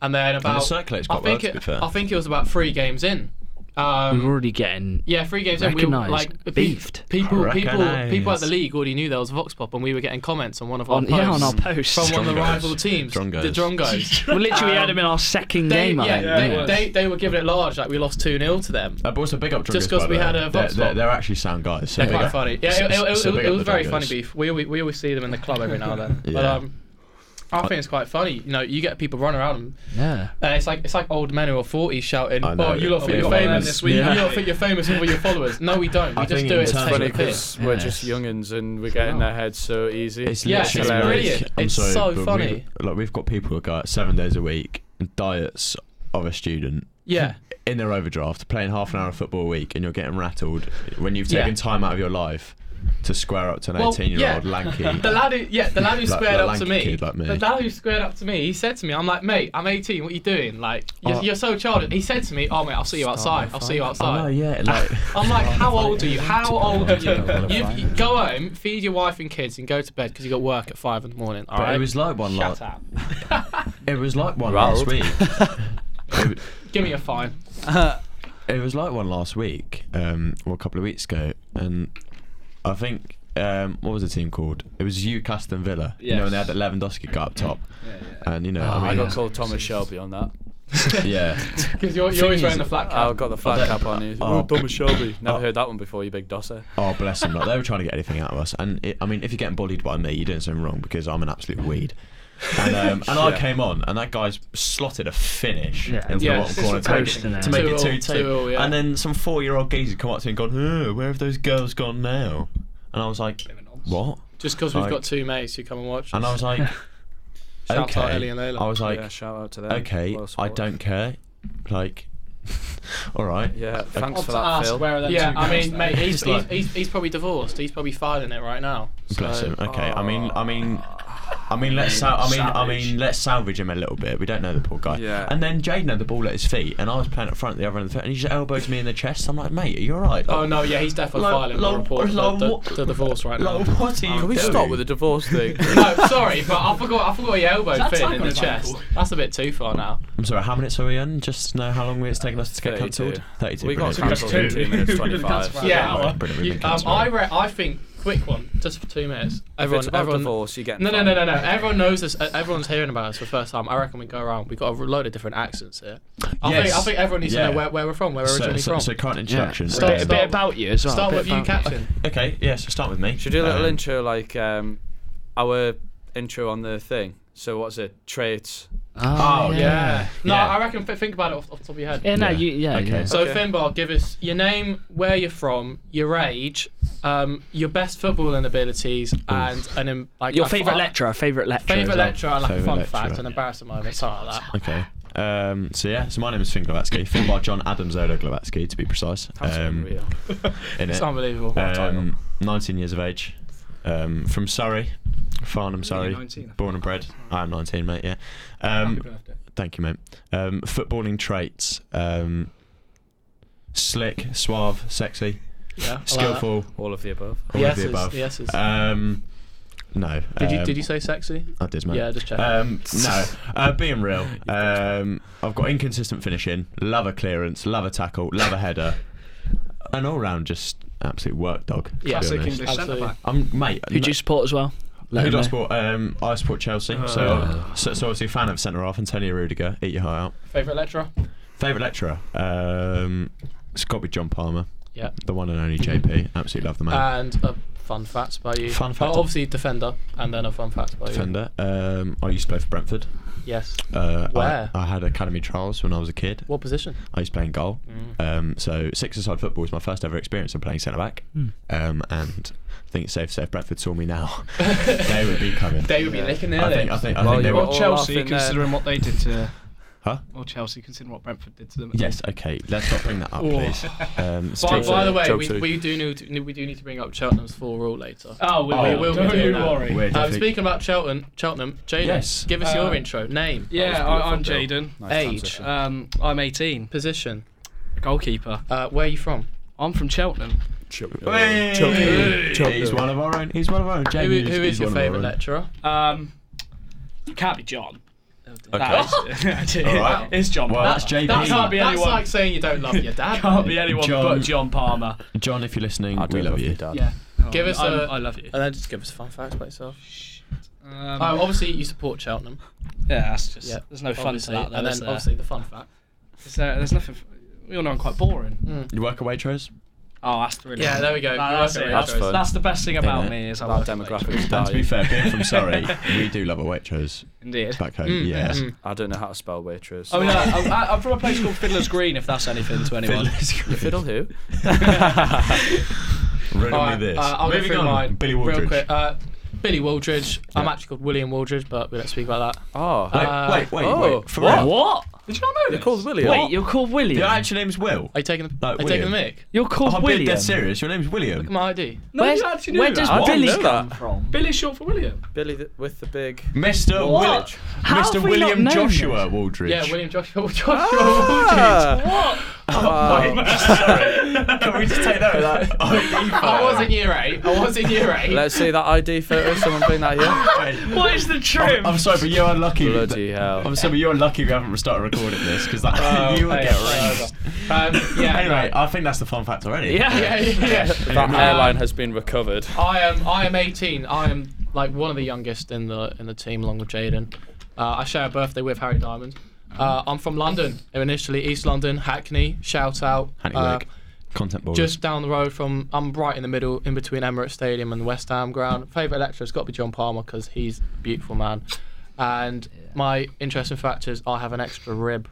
Speaker 5: and then
Speaker 2: and it
Speaker 5: about
Speaker 2: circulates
Speaker 5: I
Speaker 2: quite well,
Speaker 5: think
Speaker 2: to be
Speaker 5: it,
Speaker 2: fair.
Speaker 5: I think it was about three games in.
Speaker 3: I'm
Speaker 5: Um,
Speaker 3: already getting
Speaker 5: yeah, three games in. We were,
Speaker 3: recognised,
Speaker 5: like the pe-
Speaker 3: beefed.
Speaker 5: People, people, people at
Speaker 2: Recognised.
Speaker 5: the league already knew there was Vox Pop, and we were getting comments on one of our
Speaker 3: On, yeah, on our
Speaker 5: posts
Speaker 3: posts.
Speaker 5: from one of the
Speaker 2: Drongos.
Speaker 5: rival teams,
Speaker 2: Drongos.
Speaker 5: the Drongos.
Speaker 3: we literally had
Speaker 5: Um,
Speaker 3: him in our second
Speaker 5: they,
Speaker 3: game, I
Speaker 5: yeah,
Speaker 3: think.
Speaker 6: yeah,
Speaker 5: they,
Speaker 6: yeah.
Speaker 5: they, they were giving it large, like we lost 2 0 to them.
Speaker 2: Uh, but also big up Drungers,
Speaker 5: Just 'cause
Speaker 2: by the
Speaker 5: we
Speaker 2: way.
Speaker 5: had a
Speaker 2: they're,
Speaker 5: Vox
Speaker 2: they're,
Speaker 5: Pop.
Speaker 2: they're actually sound guys. So
Speaker 5: They're
Speaker 2: big
Speaker 5: quite
Speaker 2: up-
Speaker 5: funny. Yeah, it, it, it,
Speaker 2: so
Speaker 5: it,
Speaker 2: big
Speaker 5: it
Speaker 2: up
Speaker 5: was
Speaker 2: the
Speaker 5: very
Speaker 2: Drongos.
Speaker 5: funny beef. We, we, we always see them in the club every now and then. But
Speaker 2: Yeah.
Speaker 5: um, I think it's quite funny. You know, you get people running around and
Speaker 3: Yeah.
Speaker 5: uh, it's like it's like old men who are 40 shouting,
Speaker 2: I know.
Speaker 5: "Oh, you lot
Speaker 2: Oh,
Speaker 5: think
Speaker 2: we
Speaker 5: you're
Speaker 2: got them
Speaker 5: famous.
Speaker 6: this
Speaker 5: You
Speaker 6: week,
Speaker 5: lot
Speaker 6: haven't we?"
Speaker 5: think you're famous with all your followers." No, we don't. We
Speaker 2: I
Speaker 5: just
Speaker 2: think
Speaker 5: do
Speaker 2: in
Speaker 5: it. to
Speaker 2: terms
Speaker 5: take
Speaker 2: of-
Speaker 5: the piss.
Speaker 1: because we're just youngins and we get in their heads so easy.
Speaker 2: It's
Speaker 5: Yeah,
Speaker 2: literally
Speaker 1: it's
Speaker 2: like-
Speaker 5: brilliant.
Speaker 2: I'm
Speaker 5: It's
Speaker 2: sorry,
Speaker 5: so
Speaker 2: but
Speaker 5: funny.
Speaker 2: We've, like we've got people who go out seven days a week, diets of a student,
Speaker 5: Yeah.
Speaker 2: in their overdraft, playing half an hour of football a week, and you're getting rattled when you've
Speaker 5: Yeah.
Speaker 2: taken time out of your life to square up to an
Speaker 5: Well,
Speaker 2: 18 year old
Speaker 5: yeah.
Speaker 2: lanky.
Speaker 5: The lad who, yeah, the lad who
Speaker 2: Like-
Speaker 5: squared
Speaker 2: like
Speaker 5: up to
Speaker 2: lanky
Speaker 5: me,
Speaker 2: kid like me.
Speaker 5: the lad who squared up to me, he said to me, "I'm like, mate, I'm 18. What are you doing? Like, you're,
Speaker 2: Oh.
Speaker 5: you're so childish." He said to me, "Oh, mate, I'll see you outside. I'll see you
Speaker 2: I know,
Speaker 5: outside."
Speaker 2: yeah, like
Speaker 5: I'm like, "How old are you? How old are you?
Speaker 2: Typical
Speaker 5: you? You go home, feed your wife and kids, and go to bed because you got work at five in the morning." All
Speaker 2: but
Speaker 5: right,
Speaker 2: it was like one
Speaker 5: shut
Speaker 2: last.
Speaker 5: up.
Speaker 2: It was like one last
Speaker 1: Rattled.
Speaker 2: week. it, wa-
Speaker 5: Give me a fine.
Speaker 2: it was like one last week, um, or a couple of weeks ago, and I think um, what was the team called? It was you, Caston Villa. You know, and they had that Lewandowski guy up top, and you know,
Speaker 1: Oh,
Speaker 2: I
Speaker 1: I
Speaker 2: mean,
Speaker 1: got called Thomas Shelby on that.
Speaker 2: yeah.
Speaker 5: Because you're,
Speaker 2: Thing
Speaker 5: you're always
Speaker 2: is-
Speaker 5: wearing the flat
Speaker 1: I
Speaker 5: cap.
Speaker 1: got the flag cap on. He's,
Speaker 2: Oh.
Speaker 1: oh, Thomas Shelby. Never
Speaker 2: Oh.
Speaker 1: heard that one before. You big dosser.
Speaker 2: Oh, bless them. Like, they were trying to get anything out of us. And it, I mean, if you're getting bullied by me, you're doing something wrong because I'm an absolute weed. And, um, and I
Speaker 1: Yeah.
Speaker 2: came on, and that guy's slotted a finish
Speaker 3: Yeah.
Speaker 2: into
Speaker 5: Yeah,
Speaker 2: the bottom
Speaker 5: it's just
Speaker 2: corner to make,
Speaker 3: posting
Speaker 2: it,
Speaker 3: it.
Speaker 2: to make it 2
Speaker 5: Two
Speaker 2: 2.
Speaker 5: all, two all, yeah.
Speaker 2: And then some four year old geezer come up to me and gone, oh, Where have those girls gone now? And I was like, What?
Speaker 5: Just because we've
Speaker 2: Like-
Speaker 5: got two mates who come and watch.
Speaker 2: And I
Speaker 5: us.
Speaker 2: was like,
Speaker 5: Shout out
Speaker 2: okay.
Speaker 5: Ellie and Layla. uh,
Speaker 2: I was like,
Speaker 1: yeah, shout out to them.
Speaker 2: Okay,
Speaker 1: Well
Speaker 2: I
Speaker 1: supported.
Speaker 2: don't care. Like, all right.
Speaker 1: Yeah, thanks
Speaker 6: Off
Speaker 1: for
Speaker 6: to
Speaker 1: that,
Speaker 6: ask,
Speaker 1: Phil.
Speaker 6: where are them
Speaker 5: yeah,
Speaker 6: two
Speaker 5: I
Speaker 6: girls
Speaker 5: mean,
Speaker 6: then?
Speaker 5: mate, he's,
Speaker 2: Just
Speaker 5: he's,
Speaker 2: like-
Speaker 5: he's, he's probably divorced. He's probably filing it right now.
Speaker 2: Bless
Speaker 5: So-
Speaker 2: him. Okay. I mean, I mean,
Speaker 1: oh,
Speaker 2: I mean, let's. Sal- I mean, I mean, let's salvage him a little bit. We don't know the poor guy.
Speaker 1: Yeah.
Speaker 2: And then Jaden had the ball at his feet, and I was playing up front at the other end of the field, and he just elbows me in the chest. I'm like, mate, are you alright?
Speaker 5: Oh no, yeah, he's definitely
Speaker 2: Lo-
Speaker 5: filing
Speaker 2: lo-
Speaker 5: the report, the-
Speaker 2: lo-
Speaker 5: the,
Speaker 2: what-
Speaker 5: the divorce right
Speaker 2: Like,
Speaker 5: now.
Speaker 2: what are you
Speaker 1: Can we
Speaker 2: doing?
Speaker 1: stop with the divorce thing?
Speaker 5: no, sorry, but I forgot. I forgot your elbow
Speaker 6: that
Speaker 5: fit in
Speaker 6: tackle
Speaker 5: the
Speaker 6: his
Speaker 5: chest.
Speaker 6: ankle?
Speaker 5: That's a bit too far now.
Speaker 2: I'm sorry. How minutes are we in? Just know how long it's taken us to get
Speaker 1: 32.
Speaker 2: cancelled. Thirty-two.
Speaker 1: we got
Speaker 2: brilliant.
Speaker 1: cancelled in
Speaker 6: two.
Speaker 1: two minutes
Speaker 6: We've been
Speaker 1: twenty-five.
Speaker 6: cancelled.
Speaker 5: Yeah,
Speaker 2: Brilliant, brilliant,
Speaker 5: You-
Speaker 2: we've been
Speaker 5: um,
Speaker 2: cancelled.
Speaker 5: I re- I think quick one, just for two minutes.
Speaker 1: If it's
Speaker 5: Everyone,
Speaker 1: about
Speaker 5: everyone.
Speaker 1: divorce, you get
Speaker 5: No, no, no, no, no. Everyone knows this. uh, Everyone's hearing about us for the first time. I reckon we go around. We've got a load of different accents here. I, think, I
Speaker 2: Yes.
Speaker 5: think everyone needs
Speaker 2: Yeah.
Speaker 5: to know where, where we're from, where we're
Speaker 2: so,
Speaker 5: originally
Speaker 2: so,
Speaker 5: from.
Speaker 2: so current introduction.
Speaker 3: Yeah.
Speaker 5: Stop,
Speaker 3: Start, a
Speaker 2: Okay.
Speaker 3: bit
Speaker 5: stop.
Speaker 3: about you as well.
Speaker 5: Start
Speaker 3: a bit
Speaker 5: with you,
Speaker 3: about you.
Speaker 5: Captain.
Speaker 2: Okay. Yeah. So start with me.
Speaker 1: Should we do a little
Speaker 2: Um,
Speaker 1: intro like um, our intro on the thing? So what's it? Traits.
Speaker 3: Oh,
Speaker 2: Oh,
Speaker 3: yeah.
Speaker 5: Yeah. No,
Speaker 2: Yeah.
Speaker 5: I reckon th- think about it off, off the top of your head.
Speaker 3: Yeah, no,
Speaker 2: Yeah.
Speaker 3: you, yeah.
Speaker 2: Okay.
Speaker 3: yeah.
Speaker 5: So
Speaker 1: Okay.
Speaker 5: Finbar, give us your name, where you're from, your age, um, your best footballing abilities, and an em- like
Speaker 3: Your
Speaker 5: a
Speaker 3: favourite
Speaker 5: fu-
Speaker 3: lecturer, favourite lecturer.
Speaker 5: Favorite
Speaker 3: as well.
Speaker 5: lecturer, and like a
Speaker 2: Favourite
Speaker 5: fun
Speaker 2: lecturer.
Speaker 5: fact, an embarrassing moment, something like that.
Speaker 2: Okay. Um, so yeah, so my name is Finn Glavatsky, Finn by John Adam Zodo Glavatsky to be precise. Um,
Speaker 1: That's unreal.
Speaker 2: in
Speaker 5: It's
Speaker 2: it.
Speaker 5: unbelievable.
Speaker 2: Um, 19 years of age, um, from Surrey, Farnham, Surrey.
Speaker 6: 19.
Speaker 2: Born and bred. I am 19, mate. Yeah.
Speaker 6: Happy
Speaker 2: Um,
Speaker 6: birthday.
Speaker 2: thank you, mate. Um, footballing traits: um, slick, suave, sexy,
Speaker 5: yeah, I like
Speaker 2: skillful.
Speaker 1: All of the above.
Speaker 5: that.
Speaker 2: all
Speaker 5: The
Speaker 2: of the
Speaker 5: S's,
Speaker 2: above.
Speaker 5: the S's.
Speaker 2: Um, no.
Speaker 5: Did you
Speaker 2: um,
Speaker 5: did you say sexy?
Speaker 2: I did, mate.
Speaker 5: Yeah, just check.
Speaker 2: Um, no, uh, being real, um, I've got inconsistent finishing, love a clearance, love a tackle, love a header, an all round just absolute work dog. to be
Speaker 5: Yeah.
Speaker 6: Classic
Speaker 2: honest.
Speaker 6: English
Speaker 5: Absolutely.
Speaker 6: centre back.
Speaker 2: I'm mate.
Speaker 3: Who do you support as well?
Speaker 2: who
Speaker 3: him
Speaker 2: do I
Speaker 3: know.
Speaker 2: support? Um, I support Chelsea. so,
Speaker 5: Oh.
Speaker 2: so, so obviously a fan of centre half Antonio Rudiger. Eat your heart out.
Speaker 5: Favorite lecturer?
Speaker 2: Favorite lecturer? Um, it's got to be John Palmer,
Speaker 5: Yeah. Ah.
Speaker 2: the one and only JP. Absolutely love the man.
Speaker 5: And a fun facts by you.
Speaker 2: Fun fact.
Speaker 5: Well, obviously defender, and then a fun fact by
Speaker 2: Defender. Um, I used to play for Brentford.
Speaker 5: you. Yes.
Speaker 2: Uh, I-
Speaker 5: Where?
Speaker 2: I, had academy trials when I was a kid.
Speaker 5: What position?
Speaker 2: I used to play in goal.
Speaker 6: Mm.
Speaker 2: Um, so six-a-side football was my first ever experience of playing centre back.
Speaker 3: Hmm.
Speaker 2: Um, and I think it's safe to say if Brentford saw me now, they would be coming.
Speaker 6: They would be licking their
Speaker 2: I think-
Speaker 6: lips.
Speaker 2: I think- I think they
Speaker 6: or
Speaker 2: were
Speaker 5: all
Speaker 6: Chelsea,
Speaker 5: laughing there.
Speaker 6: considering what they did to.
Speaker 2: Huh?
Speaker 6: Or Chelsea, considering what Brentford did to them.
Speaker 2: Yes. Okay. Let's not bring that up, please. Um,
Speaker 5: By,
Speaker 2: speak-
Speaker 5: by the way,
Speaker 1: Joke
Speaker 5: we,
Speaker 1: city.
Speaker 5: we do need to, we do need to bring up Cheltenham's full rule later.
Speaker 6: Oh, we
Speaker 2: Oh,
Speaker 6: will.
Speaker 2: we will be
Speaker 6: Don't
Speaker 5: doing
Speaker 6: you
Speaker 5: that.
Speaker 6: worry.
Speaker 2: We're
Speaker 5: Um,
Speaker 2: definitely-
Speaker 5: speaking about Cheltenham, Cheltenham, Jaden,
Speaker 2: Yes.
Speaker 5: give us
Speaker 6: Uh,
Speaker 5: your intro. Name,
Speaker 6: Yeah,
Speaker 1: That was
Speaker 6: I, I'm
Speaker 1: beautiful, Bill.
Speaker 6: Jaden.
Speaker 1: Nice
Speaker 6: Age.
Speaker 1: transition.
Speaker 6: Um, I'm 18.
Speaker 5: position.
Speaker 6: Goalkeeper.
Speaker 5: Uh, where are you from?
Speaker 6: I'm from Cheltenham.
Speaker 2: Hey!
Speaker 1: Chuck- Chuck-
Speaker 2: He's one of our own. He's one of our own.
Speaker 5: Who,
Speaker 2: Jamie is-
Speaker 5: who
Speaker 2: he's
Speaker 5: is your
Speaker 2: one of our
Speaker 5: favourite
Speaker 2: own.
Speaker 5: lecturer?
Speaker 6: Um, it can't be John.
Speaker 2: Okay.
Speaker 6: That is,
Speaker 2: Alright.
Speaker 6: It's John.
Speaker 2: Well,
Speaker 6: Palmer.
Speaker 2: that's JP.
Speaker 6: That can't be
Speaker 5: That's
Speaker 6: anyone.
Speaker 5: like saying you don't love your dad.
Speaker 6: can't
Speaker 5: mate.
Speaker 6: be anyone
Speaker 2: John-
Speaker 6: but John Palmer.
Speaker 2: John, if you're listening,
Speaker 1: I do
Speaker 2: we love you.
Speaker 1: Dad.
Speaker 6: Yeah.
Speaker 5: Give us
Speaker 6: I'm-
Speaker 5: a-
Speaker 6: I love you.
Speaker 5: And then just give us fun facts about yourself.
Speaker 6: Um,
Speaker 5: Oh, obviously you support Cheltenham.
Speaker 6: yeah, that's just.
Speaker 5: yeah,
Speaker 6: There's no fun to
Speaker 5: obviously,
Speaker 6: that. Though, uh,
Speaker 5: and then
Speaker 6: is there?
Speaker 5: obviously the fun fact.
Speaker 6: Is there- there's nothing. f- We all know I'm quite boring.
Speaker 2: You work at Waitrose?
Speaker 6: Oh, that's thrilling.
Speaker 5: Yeah, there we go.
Speaker 6: That- that's,
Speaker 5: Work
Speaker 6: it.
Speaker 5: at
Speaker 6: That's,
Speaker 1: Waitrose.
Speaker 6: that's, the best thing about
Speaker 2: it?
Speaker 6: me is I
Speaker 1: That
Speaker 6: work at Waitrose.
Speaker 1: demographic
Speaker 2: And to be
Speaker 1: died.
Speaker 2: fair, being from Surrey, we do love a Waitrose
Speaker 6: Indeed.
Speaker 2: back home.
Speaker 5: Mm,
Speaker 2: yeah.
Speaker 5: mm.
Speaker 1: I don't know how to spell waitress.
Speaker 6: I
Speaker 5: Oh,
Speaker 6: mean, I, I, I'm from a place called Fiddler's Green, if that's anything to anyone.
Speaker 1: You fiddle who?
Speaker 2: Riddle
Speaker 5: All
Speaker 2: me
Speaker 5: right,
Speaker 2: this.
Speaker 5: uh, I'll go
Speaker 2: Moving
Speaker 5: through
Speaker 2: on.
Speaker 5: mine
Speaker 2: Billy
Speaker 5: Real
Speaker 2: Waldridge.
Speaker 5: quick. Uh, Billy Waldridge. I'm
Speaker 2: Yeah.
Speaker 5: actually called William Waldridge, but we don't speak about that.
Speaker 1: Oh,
Speaker 2: Wait,
Speaker 5: uh,
Speaker 2: wait, wait,
Speaker 1: oh,
Speaker 2: wait. For
Speaker 1: what?
Speaker 2: real?
Speaker 6: What? Did you not know
Speaker 1: they're
Speaker 6: this?
Speaker 1: called William.
Speaker 6: Wait, you're called William.
Speaker 2: Your actual name's Will.
Speaker 5: Are you taking the,
Speaker 2: Like
Speaker 5: are you taking the
Speaker 2: William.
Speaker 5: mick?
Speaker 6: You're called
Speaker 2: I'm being
Speaker 6: William.
Speaker 2: dead serious. Your name's William.
Speaker 5: Look at my ID.
Speaker 6: No,
Speaker 3: Where's-
Speaker 6: you actually
Speaker 3: where
Speaker 6: knew
Speaker 3: does
Speaker 6: that.
Speaker 1: I
Speaker 6: Billy
Speaker 1: didn't know
Speaker 6: come
Speaker 1: that.
Speaker 6: from?
Speaker 3: Billy's short for William.
Speaker 1: Billy th- with the big.
Speaker 2: Mr.
Speaker 6: What?
Speaker 2: Willidge.
Speaker 6: How
Speaker 2: Mr.
Speaker 6: have we
Speaker 2: William
Speaker 6: not known
Speaker 2: Joshua Waldridge.
Speaker 5: Yeah, William Joshua. Joshua Waldridge.
Speaker 1: Ah,
Speaker 2: Wait, sorry. Can we just take that oh, without
Speaker 5: I was in year eight. I was in year eight.
Speaker 1: Let's see that ID photo. Someone bring that here.
Speaker 6: What is the trim?
Speaker 2: I'm sorry, but you're unlucky.
Speaker 1: Bloody hell.
Speaker 2: I'm sorry, but you're unlucky we haven't started recording this because that
Speaker 5: Oh,
Speaker 2: you would
Speaker 5: hey,
Speaker 2: get
Speaker 5: uh,
Speaker 2: raised.
Speaker 5: um, yeah.
Speaker 2: Anyway, I think that's the fun fact already.
Speaker 6: Yeah.
Speaker 5: Yeah, yeah, yeah.
Speaker 1: That hairline has been recovered.
Speaker 5: I am I am 18. I am like one of the youngest in the in the team, along with Jaden. Uh, I share a birthday with Harry Diamond. Uh, I'm from London initially, East London, Hackney. Shout out.
Speaker 2: Hackney
Speaker 5: Uh,
Speaker 2: Wick. Content board.
Speaker 5: just down the road from. I'm right in the middle, in between Emirates Stadium and the West Ham ground. Favorite lecturer's got to be John Palmer because he's a beautiful man. And my interesting fact is I have an extra rib.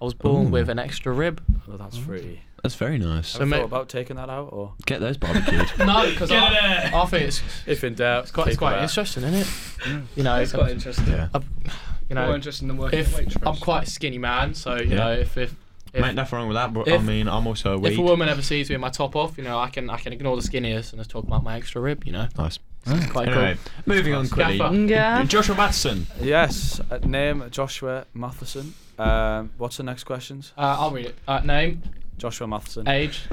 Speaker 5: I was born
Speaker 2: Ooh.
Speaker 5: with an extra rib.
Speaker 1: Well, that's free.
Speaker 2: That's very nice.
Speaker 5: So
Speaker 1: Thought
Speaker 5: mate-
Speaker 1: about taking that out, or
Speaker 2: Get those barbecued.
Speaker 5: No, because
Speaker 6: Get it
Speaker 5: I,
Speaker 6: out.
Speaker 5: I think it's
Speaker 1: if in doubt, it's
Speaker 5: quite, it's quite interesting, isn't it? You know,
Speaker 6: Mm. It's quite interesting.
Speaker 2: yeah.
Speaker 5: you
Speaker 6: More
Speaker 5: know,
Speaker 6: interesting than working at
Speaker 5: if
Speaker 6: Waitrose.
Speaker 5: I'm quite a skinny man, so you
Speaker 2: Yeah.
Speaker 5: know, if if if,
Speaker 2: Mate, nothing wrong with that. But I
Speaker 5: if-
Speaker 2: mean, I'm also a weed.
Speaker 5: if a woman ever sees me in my top off, you know, I can I can ignore the skinniness and just talk about my extra rib, you know.
Speaker 2: nice.
Speaker 5: Quite
Speaker 2: Anyway, moving on quickly.
Speaker 5: Gaffer.
Speaker 2: Joshua Matheson.
Speaker 1: Yes. uh, Name Joshua Matheson. Um, what's the next questions?
Speaker 5: cool. Uh, I'll read it. Uh, name,
Speaker 1: Joshua Matheson.
Speaker 5: age,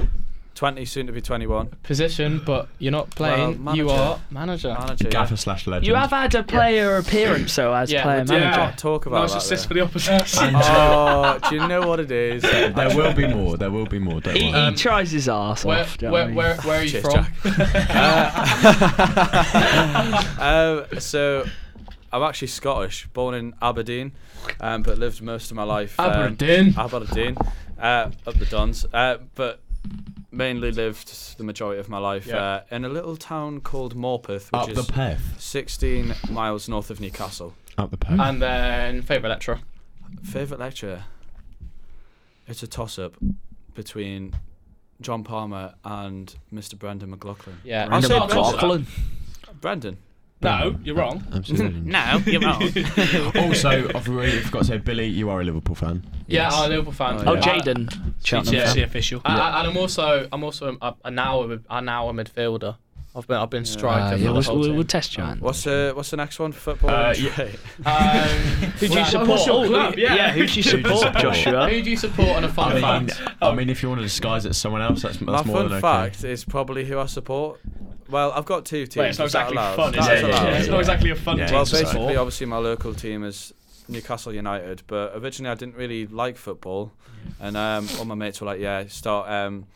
Speaker 1: 20, soon to be 21.
Speaker 5: position, but you're not playing.
Speaker 1: Well,
Speaker 5: you
Speaker 1: manager.
Speaker 5: are manager.
Speaker 1: Manager. yeah.
Speaker 2: Gaffer slash legend.
Speaker 6: You have had a player appearance, so as
Speaker 5: Yeah,
Speaker 6: player
Speaker 5: we did.
Speaker 6: manager.
Speaker 1: Can't Talk about
Speaker 6: Nice assist for
Speaker 1: that.
Speaker 6: the opposition.
Speaker 1: though. Oh, do you know what it is?
Speaker 2: There will be more. There will be more. Don't
Speaker 6: he,
Speaker 2: worry.
Speaker 6: he
Speaker 5: Um,
Speaker 6: tries his arse
Speaker 5: Where,
Speaker 6: off. do you
Speaker 5: where,
Speaker 6: know what I
Speaker 5: where,
Speaker 6: mean?
Speaker 5: where are you
Speaker 1: Cheers,
Speaker 5: from?
Speaker 1: Jack. Uh, um, so, I'm actually Scottish, born in Aberdeen, um, but lived most of my life. um,
Speaker 5: Aberdeen.
Speaker 1: Aberdeen, uh, up the Dons, uh, but mainly lived the majority of my life
Speaker 5: Yeah.
Speaker 1: uh, in a little town called Morpeth,
Speaker 2: Um, Up
Speaker 1: which
Speaker 2: the
Speaker 1: is
Speaker 2: path.
Speaker 1: 16 miles north of Newcastle.
Speaker 2: Up the path.
Speaker 5: And then favorite lecturer.
Speaker 1: Favorite lecturer? It's a toss-up between John Palmer and Mr. Brendan McLaughlin.
Speaker 5: Yeah.
Speaker 1: I'll say Brendan.
Speaker 6: McLaughlin.
Speaker 1: Brendan.
Speaker 6: No, you're wrong.
Speaker 2: Absolutely.
Speaker 1: No, you're wrong.
Speaker 2: also, I've really forgot to say, Billy, you are a Liverpool fan.
Speaker 5: Yeah, I'm a Liverpool fan.
Speaker 1: Oh,
Speaker 6: Oh,
Speaker 1: Yeah.
Speaker 6: Jaden. Cheltenham
Speaker 5: Yeah.
Speaker 6: FC official.
Speaker 5: I, I, and I'm also I'm also a, a now a, a now a midfielder. I've been I've been striker.
Speaker 6: Uh,
Speaker 5: for
Speaker 6: yeah,
Speaker 5: the
Speaker 6: we'll,
Speaker 5: whole
Speaker 6: we'll,
Speaker 5: team.
Speaker 6: we'll test you. Andy.
Speaker 1: What's uh, what's the next one? Football.
Speaker 2: Uh,
Speaker 1: yeah.
Speaker 5: Um,
Speaker 6: Who do you
Speaker 5: well,
Speaker 6: support?
Speaker 3: Oh,
Speaker 5: who-
Speaker 6: yeah. who do you support,
Speaker 2: support?
Speaker 6: Joshua?
Speaker 5: Who do you support on a fun
Speaker 2: I mean,
Speaker 5: fact?
Speaker 2: I mean, if you want to disguise it as someone else, that's, that's
Speaker 1: My
Speaker 2: more
Speaker 1: fun
Speaker 2: than okay.
Speaker 1: fact is probably who I support. Well, I've got two teams.
Speaker 6: Wait, it's not
Speaker 1: is that
Speaker 6: exactly
Speaker 1: allowed?
Speaker 6: fun, is
Speaker 1: That's
Speaker 2: it? Yeah,
Speaker 1: allowed,
Speaker 2: yeah,
Speaker 6: It's not
Speaker 2: yeah.
Speaker 6: exactly a fun
Speaker 2: Yeah.
Speaker 6: team.
Speaker 1: Well,
Speaker 2: It's a
Speaker 1: basically,
Speaker 2: sport.
Speaker 1: obviously, my local team is Newcastle United, but originally I didn't really like football, and um, all my mates were like, "Yeah, start." Um,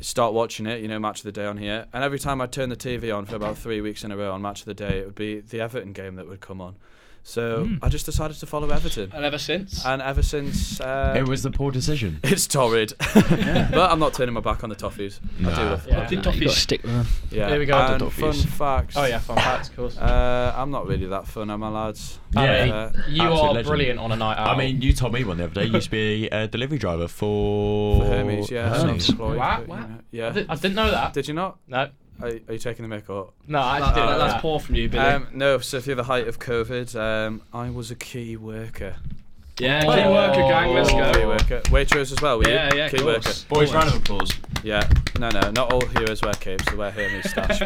Speaker 1: Start watching it, you know, match of the day on here. And every time I would turn the TV on for about three weeks in a row on match of the day, it would be the Everton game that would come on. So I just decided to follow Everton.
Speaker 6: And ever since.
Speaker 1: And ever since. Uh,
Speaker 2: It was the poor decision.
Speaker 1: It's torrid. but I'm not turning my back on the toffees. I do
Speaker 2: Nah.
Speaker 1: love
Speaker 6: yeah.
Speaker 1: them.
Speaker 6: Did Toffees stick with them?
Speaker 1: Yeah.
Speaker 5: Here we go.
Speaker 1: And
Speaker 2: The
Speaker 1: fun
Speaker 2: toffees.
Speaker 1: facts.
Speaker 5: Oh yeah, fun facts, of course.
Speaker 1: Uh, I'm not really that fun, am I, lads?
Speaker 2: Yeah.
Speaker 1: Uh,
Speaker 2: absolute
Speaker 5: you are
Speaker 2: legend.
Speaker 5: brilliant on a night out.
Speaker 2: I mean, you told me one the other day. You used to be a delivery driver for,
Speaker 1: for Hermes, yeah.
Speaker 2: Hermes.
Speaker 1: self-employed,
Speaker 5: What?
Speaker 1: but, you
Speaker 5: What?
Speaker 1: know,
Speaker 5: I,
Speaker 1: Yeah.
Speaker 5: did, I didn't know that.
Speaker 1: Did you not?
Speaker 5: no,
Speaker 1: Are, are you taking the mic or?
Speaker 5: no, I actually didn't.
Speaker 6: That- that-
Speaker 5: know
Speaker 6: that's
Speaker 5: that.
Speaker 6: poor from you, Billy.
Speaker 1: Um, no, so through the height of COVID, um, I was a key worker.
Speaker 6: yeah,
Speaker 5: Oh.
Speaker 6: key worker gang, let's
Speaker 5: Oh.
Speaker 1: Key
Speaker 6: go.
Speaker 1: worker. Waitrose as well, were you?
Speaker 6: Yeah, yeah,
Speaker 1: Key
Speaker 6: of course.
Speaker 1: worker.
Speaker 2: Boys, round of applause.
Speaker 1: Yeah. No, no, not all heroes wear capes, they wear Hermes stash.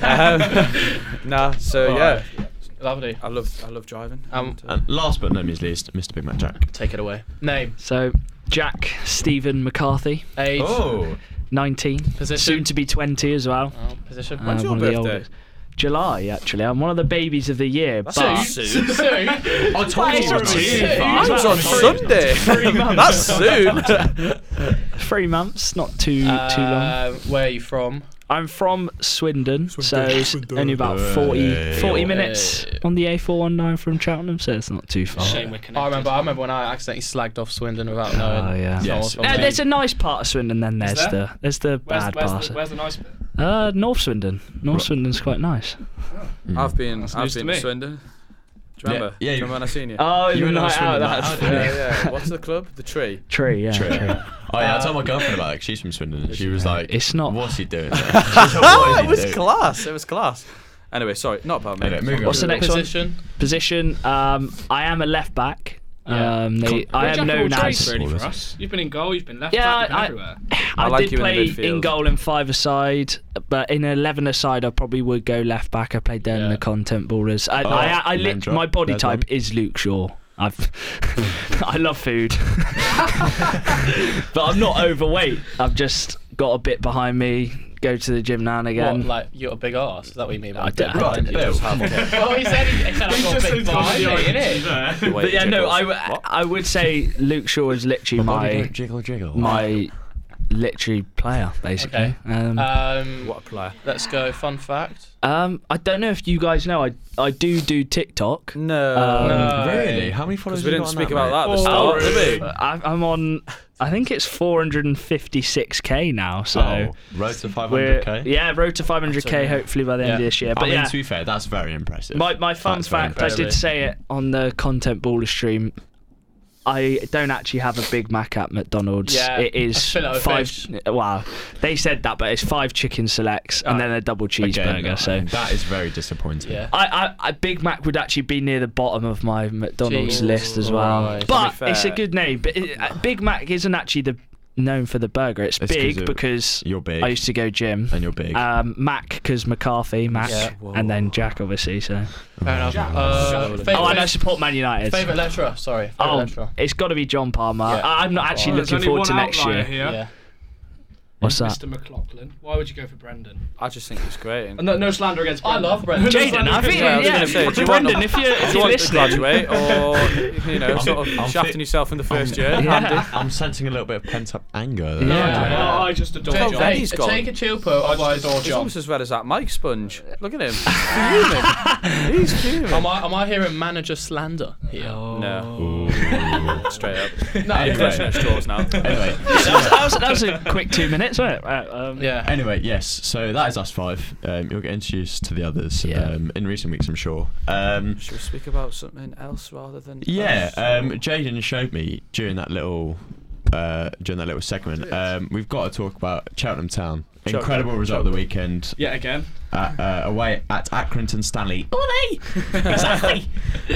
Speaker 1: But, um, nah, so yeah.
Speaker 5: oh, Lovely.
Speaker 1: I love I love driving.
Speaker 5: Um,
Speaker 1: and, uh,
Speaker 2: And last but not least, Mr. Big Mac Jack.
Speaker 5: Take it away. Name,
Speaker 3: So, Jack Stephen McCarthy,
Speaker 5: age,
Speaker 2: Oh,
Speaker 3: 19,
Speaker 5: Position?
Speaker 3: soon to be 20 as well.
Speaker 5: oh, position.
Speaker 3: Uh,
Speaker 1: When's your
Speaker 3: one of the
Speaker 1: birthday?
Speaker 3: oldest. July, actually. I'm one of the babies of the year. but
Speaker 1: soon.
Speaker 2: I told you. it was
Speaker 5: routine.
Speaker 2: easy.
Speaker 1: Mine's
Speaker 3: That's
Speaker 1: on
Speaker 3: three-
Speaker 1: Sunday. That's soon.
Speaker 3: three months, not too too long.
Speaker 5: Um, where are you from?
Speaker 3: I'm from Swindon, so it's only about 40,
Speaker 2: Yeah.
Speaker 3: 40 minutes on the A419 from Cheltenham, so it's not too far.
Speaker 6: Shame we're connected.
Speaker 5: I remember. I remember when I accidentally slagged off Swindon without knowing.
Speaker 3: Oh, yeah.
Speaker 2: Yes.
Speaker 5: someone's from
Speaker 3: Uh,
Speaker 5: there.
Speaker 3: there's a nice part of Swindon, then there's
Speaker 6: there?
Speaker 3: the there's the
Speaker 6: Where's,
Speaker 3: bad
Speaker 6: where's,
Speaker 3: part.
Speaker 6: the, where's the nice bit?
Speaker 3: uh, North Swindon. North
Speaker 2: Right.
Speaker 3: Swindon's quite nice.
Speaker 2: Mm.
Speaker 1: I've been
Speaker 6: That's
Speaker 1: I've
Speaker 6: news to
Speaker 1: been
Speaker 6: me.
Speaker 1: to Swindon. Do you
Speaker 2: Yeah,
Speaker 1: remember? Do
Speaker 2: yeah,
Speaker 1: you
Speaker 2: you-
Speaker 1: remember when I seen you?
Speaker 3: Oh,
Speaker 2: You
Speaker 3: the
Speaker 2: were North
Speaker 3: night out.
Speaker 2: Swindon,
Speaker 3: That's
Speaker 2: that-
Speaker 1: Oh, yeah,
Speaker 2: yeah.
Speaker 1: yeah. What's the club? The Tree.
Speaker 3: true. Yeah.
Speaker 2: True.
Speaker 3: true.
Speaker 2: Oh yeah, I told my girlfriend about it. 'cause She's from Swindon. and She was like,
Speaker 3: It's not-
Speaker 2: What's he doing?" there?" She was like, "What is
Speaker 1: it
Speaker 2: he
Speaker 1: was
Speaker 2: doing?"
Speaker 1: class. It was class. Anyway, sorry, not about me.
Speaker 2: Anyway, moving on.
Speaker 3: What's the next one?
Speaker 5: position?
Speaker 3: Position. Um, I am a left back.
Speaker 5: Yeah.
Speaker 3: Um, they, I
Speaker 6: Jack
Speaker 3: am
Speaker 6: of all
Speaker 3: known
Speaker 6: trades,
Speaker 3: as.
Speaker 6: really
Speaker 2: All
Speaker 6: for
Speaker 2: this.
Speaker 6: us. You've been in goal, you've been left
Speaker 3: Yeah,
Speaker 6: back, you've been
Speaker 3: I-
Speaker 6: everywhere.
Speaker 1: I
Speaker 3: I
Speaker 1: like
Speaker 3: did
Speaker 1: you in
Speaker 3: play
Speaker 1: the midfield.
Speaker 3: in goal and five aside, but in eleven aside, I probably would go left back. I played down in
Speaker 5: Yeah.
Speaker 3: the content ballers. I,
Speaker 2: Oh,
Speaker 3: I, I,
Speaker 2: name
Speaker 3: lit,
Speaker 2: drop.
Speaker 3: my body
Speaker 2: There's
Speaker 3: type
Speaker 2: one.
Speaker 3: is Luke Shaw. I've, I love food, but I'm not overweight. I've just got a bit behind me. Go to the gym now and again.
Speaker 5: What, like you're a big arse? Is that what you mean? by
Speaker 3: Um, I
Speaker 5: big
Speaker 3: don't-
Speaker 5: butt?
Speaker 2: Right,
Speaker 5: You
Speaker 2: Bill.
Speaker 5: just have- well, he said he, he said I've got a big behind me, innit?
Speaker 1: Wait,
Speaker 3: but yeah, no,
Speaker 1: Jiggles.
Speaker 3: I, w-
Speaker 1: What?
Speaker 3: I would say Luke Shaw is literally
Speaker 2: Bobby,
Speaker 3: my
Speaker 2: don't jiggle, jiggle.
Speaker 3: my literary player, basically.
Speaker 5: Okay.
Speaker 3: Um,
Speaker 5: Um,
Speaker 1: What a player.
Speaker 5: let's go. Fun fact.
Speaker 3: um, I don't know if you guys know, I I do do TikTok.
Speaker 1: No.
Speaker 3: Um,
Speaker 5: No.
Speaker 2: Really? How many followers?
Speaker 1: Because we
Speaker 2: you
Speaker 1: didn't
Speaker 2: got
Speaker 1: speak
Speaker 2: on
Speaker 1: about that at the
Speaker 5: mate.
Speaker 1: start,
Speaker 5: Oh,
Speaker 1: did we?
Speaker 3: I, I'm on, I think it's 456k now. So
Speaker 2: mate? Oh, road to
Speaker 3: we're
Speaker 2: 500k.
Speaker 3: yeah, road to 500k hopefully by the end of
Speaker 5: Yeah.
Speaker 3: this year.
Speaker 2: I
Speaker 3: But
Speaker 2: mean,
Speaker 3: yeah,
Speaker 2: to be fair, that's very impressive.
Speaker 3: my my fun
Speaker 2: That's very
Speaker 3: fact, I did
Speaker 5: impressive.
Speaker 3: say it on the content baller stream. I don't actually have a Big Mac at McDonald's.
Speaker 5: Yeah,
Speaker 3: it is
Speaker 5: a fillet of
Speaker 3: five.
Speaker 5: fish.
Speaker 3: Wow, they said that, but it's five chicken selects and then a double
Speaker 2: Again,
Speaker 3: cheeseburger. so
Speaker 2: that is very disappointing.
Speaker 5: Yeah.
Speaker 3: I, I, I Big Mac would actually be near the bottom of my McDonald's
Speaker 5: Jesus
Speaker 3: list as well.
Speaker 5: Christ.
Speaker 3: But
Speaker 1: To be
Speaker 3: it's a
Speaker 1: fair-
Speaker 3: good name. But it, uh, Big Mac isn't actually the known for the burger. It's,
Speaker 2: It's 'cause
Speaker 3: big
Speaker 2: it-
Speaker 3: because
Speaker 2: You're big.
Speaker 3: I used to go gym.
Speaker 2: and you're big.
Speaker 3: Um, Mac because McCarthy, Mac,
Speaker 5: Yeah.
Speaker 3: and then Jack obviously. So
Speaker 5: Fair enough. Uh,
Speaker 1: Jack.
Speaker 5: favorite,
Speaker 3: oh, and I support Man United.
Speaker 5: favorite lecturer. Sorry. Favorite
Speaker 3: Oh,
Speaker 5: lecturer.
Speaker 3: it's got to be John Palmer.
Speaker 5: Yeah.
Speaker 3: I, I'm not actually
Speaker 6: Well, there's
Speaker 3: looking
Speaker 6: only
Speaker 3: forward
Speaker 6: one
Speaker 3: to next
Speaker 6: outlier
Speaker 3: year.
Speaker 6: Here.
Speaker 5: Yeah.
Speaker 3: What's that?
Speaker 6: Mr. McLaughlin. Why would you go for Brendan?
Speaker 1: I just think it's great. And
Speaker 6: And no, no slander against
Speaker 5: I
Speaker 6: Brendan.
Speaker 5: love Brendan.
Speaker 6: No
Speaker 3: Jaden,
Speaker 6: slander
Speaker 3: I
Speaker 6: against
Speaker 3: think
Speaker 1: Yeah, I was
Speaker 3: yeah.
Speaker 1: gonna say, do you want-
Speaker 3: Brendan, if you if
Speaker 1: if you
Speaker 3: you're
Speaker 1: want to
Speaker 3: listening,
Speaker 1: graduate or, you know,
Speaker 2: I'm-
Speaker 1: sort of
Speaker 2: I'm
Speaker 1: shafting
Speaker 2: fit-
Speaker 1: yourself in the first year,
Speaker 3: Yeah.
Speaker 1: Andy.
Speaker 2: I'm sensing a little bit of pent up anger.
Speaker 3: Yeah.
Speaker 6: Oh,
Speaker 3: Yeah.
Speaker 6: I just adore
Speaker 1: Jaden,
Speaker 6: John.
Speaker 1: Hey, he's gone.
Speaker 5: Take a chill pill, otherwise or
Speaker 1: He's
Speaker 5: John.
Speaker 1: almost as red as that Mike Sponge. Look at him. He's fuming. He's fuming.
Speaker 5: Am I am I hearing manager slander here?
Speaker 1: No, straight up. Fresh
Speaker 2: anyway,
Speaker 1: next doors now.
Speaker 2: anyway,
Speaker 3: that, was, that was a quick two minutes, wasn't it? Right, um,
Speaker 5: Yeah.
Speaker 2: anyway, yes. So that is us five. Um, you'll get introduced to the others
Speaker 3: Yeah.
Speaker 2: um, in recent weeks, I'm sure. Um,
Speaker 1: Should we speak about something else rather than?
Speaker 2: yeah,
Speaker 1: us?
Speaker 2: um, Jaden showed me during that little uh, during that little segment. Um, we've got to talk about Cheltenham Town.
Speaker 1: Cheltenham.
Speaker 2: Incredible result of the weekend
Speaker 6: Yet again.
Speaker 2: at, uh, away at Accrington Stanley. exactly.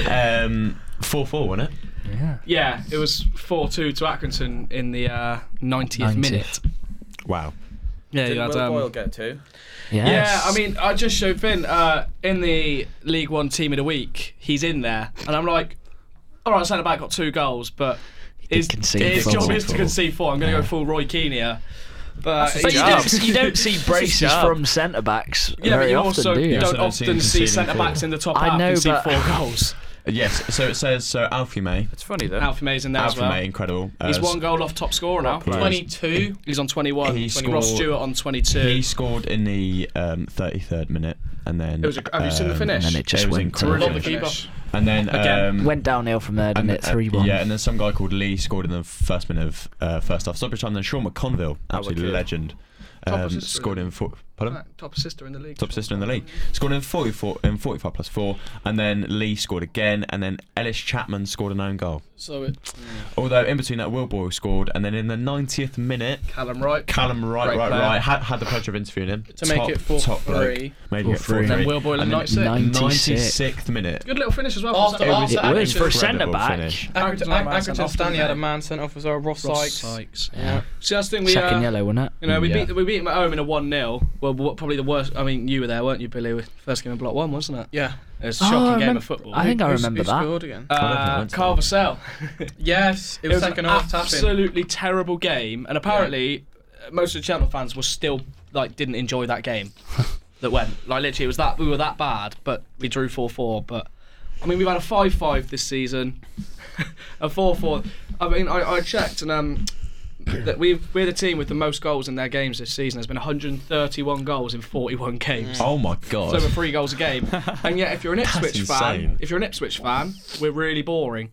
Speaker 2: Um, four four, wasn't it?
Speaker 6: Yeah, it was 4 2 to Accrington in the uh, 90th
Speaker 3: 90th.
Speaker 6: minute.
Speaker 2: Wow.
Speaker 6: Yeah,
Speaker 1: Did
Speaker 6: you had,
Speaker 1: Will
Speaker 6: um,
Speaker 1: Boyle get two?
Speaker 6: Yeah, I mean, I just showed Finn uh, in the League One team of the week. He's in there, and I'm like, all right, centre back got two goals, but his,
Speaker 3: concede
Speaker 6: his
Speaker 3: four.
Speaker 6: job is to concede four. I'm going to go full Roy Keane here. But,
Speaker 1: his
Speaker 3: But
Speaker 6: he-
Speaker 3: you
Speaker 1: job.
Speaker 6: yeah,
Speaker 3: don't, you don't see braces
Speaker 1: job.
Speaker 3: from centre backs
Speaker 6: but
Speaker 3: very
Speaker 6: you
Speaker 3: often,
Speaker 6: also
Speaker 3: do you?
Speaker 6: you
Speaker 2: Also
Speaker 6: don't
Speaker 2: don't see him
Speaker 6: often see
Speaker 2: conceding
Speaker 6: centre
Speaker 2: four.
Speaker 6: backs in the top
Speaker 3: I
Speaker 6: half
Speaker 3: know,
Speaker 6: concede
Speaker 3: but-
Speaker 6: four goals.
Speaker 2: Uh, Yes. So it says so. Alfie May.
Speaker 1: It's funny though.
Speaker 6: Alfie May's in there
Speaker 2: Alfie
Speaker 6: as well.
Speaker 2: May, incredible. Uh,
Speaker 6: He's one goal off top scorer now.
Speaker 2: player.
Speaker 5: Twenty-two.
Speaker 6: He's on 21.
Speaker 2: He
Speaker 6: 20 Ross
Speaker 2: scored-
Speaker 6: Stewart on 22.
Speaker 2: He scored in the um, 33rd minute, and then
Speaker 6: It was a- have you seen the
Speaker 2: um,
Speaker 6: finish?
Speaker 3: And then it just
Speaker 2: was
Speaker 3: went to-
Speaker 2: incredible.
Speaker 5: Love the
Speaker 6: Finish.
Speaker 5: keeper.
Speaker 2: And then
Speaker 6: Again,
Speaker 2: um,
Speaker 3: Went downhill from there, didn't
Speaker 2: and,
Speaker 3: it?
Speaker 2: uh,
Speaker 3: 3 1.
Speaker 2: Yeah, and then some guy called Lee scored in the first minute of uh, first half stoppage time. Then Sean McConville, absolute
Speaker 1: wicked.
Speaker 2: legend,
Speaker 6: Top
Speaker 2: um,
Speaker 6: assist,
Speaker 2: scored
Speaker 6: really.
Speaker 2: in four. Pardon?
Speaker 6: Top sister in the league.
Speaker 2: top sister in the league. Scored in 44 in 45 plus 4 and then Lee scored again and then Ellis Chapman scored an own goal.
Speaker 6: So it,
Speaker 2: Although in between that Will Boyle scored and then in the 90th minute
Speaker 6: Callum Wright.
Speaker 2: Callum right
Speaker 6: Great
Speaker 2: right
Speaker 6: player.
Speaker 2: right had, had the pleasure of interviewing him
Speaker 5: To make it four
Speaker 2: top bloke.
Speaker 5: three.
Speaker 2: Made
Speaker 3: Four
Speaker 2: it 4
Speaker 3: three.
Speaker 6: Then
Speaker 2: 3.
Speaker 6: Will Boyle
Speaker 2: And
Speaker 6: in
Speaker 2: then
Speaker 6: 96.
Speaker 3: 96th.
Speaker 2: 96th minute.
Speaker 6: Good little finish as well.
Speaker 5: After-
Speaker 6: wasn't it?
Speaker 5: after-
Speaker 3: It was for a centre
Speaker 2: Incredible
Speaker 3: back.
Speaker 2: finish.
Speaker 5: Accrington,
Speaker 6: Accrington Stanley
Speaker 5: Accrington Stanley had a man sent off as well. Ross,
Speaker 6: Ross
Speaker 5: Sykes.
Speaker 6: Sykes.
Speaker 3: Yeah.
Speaker 6: See, that's the thing. We,
Speaker 3: Second
Speaker 6: uh,
Speaker 3: yellow, wasn't it?
Speaker 6: you know, we
Speaker 2: Yeah.
Speaker 6: beat we beat them at home in a one 0 Well, what- probably the worst. I mean, you were there, weren't you, Billy? First game in Block One, wasn't it?
Speaker 5: Yeah.
Speaker 6: It was a
Speaker 3: Oh,
Speaker 6: shocking
Speaker 3: I
Speaker 6: game
Speaker 3: remember-
Speaker 6: of football.
Speaker 3: I think I
Speaker 5: Who's-
Speaker 3: remember
Speaker 5: who
Speaker 3: that.
Speaker 5: scored again?
Speaker 2: I
Speaker 6: Uh,
Speaker 2: don't think I
Speaker 6: Carl
Speaker 2: went
Speaker 6: Vassell.
Speaker 5: Yes, it was, second half tapping.
Speaker 6: absolutely terrible game, and apparently uh most of the Cheltenham fans were still like didn't enjoy that game that went. Like literally, it was that we were that bad, but we drew four four. But I mean, we've had a five five this season, a four four. I mean, I, I checked and um. That we've, we're the team with the most goals in their games this season. There's been 131 goals in 41 games.
Speaker 2: Oh my
Speaker 6: It's over
Speaker 2: god.
Speaker 6: three goals a game. And yet, if you're an Ipswich fan,
Speaker 2: insane.
Speaker 6: if you're an Ipswich fan, we're really boring.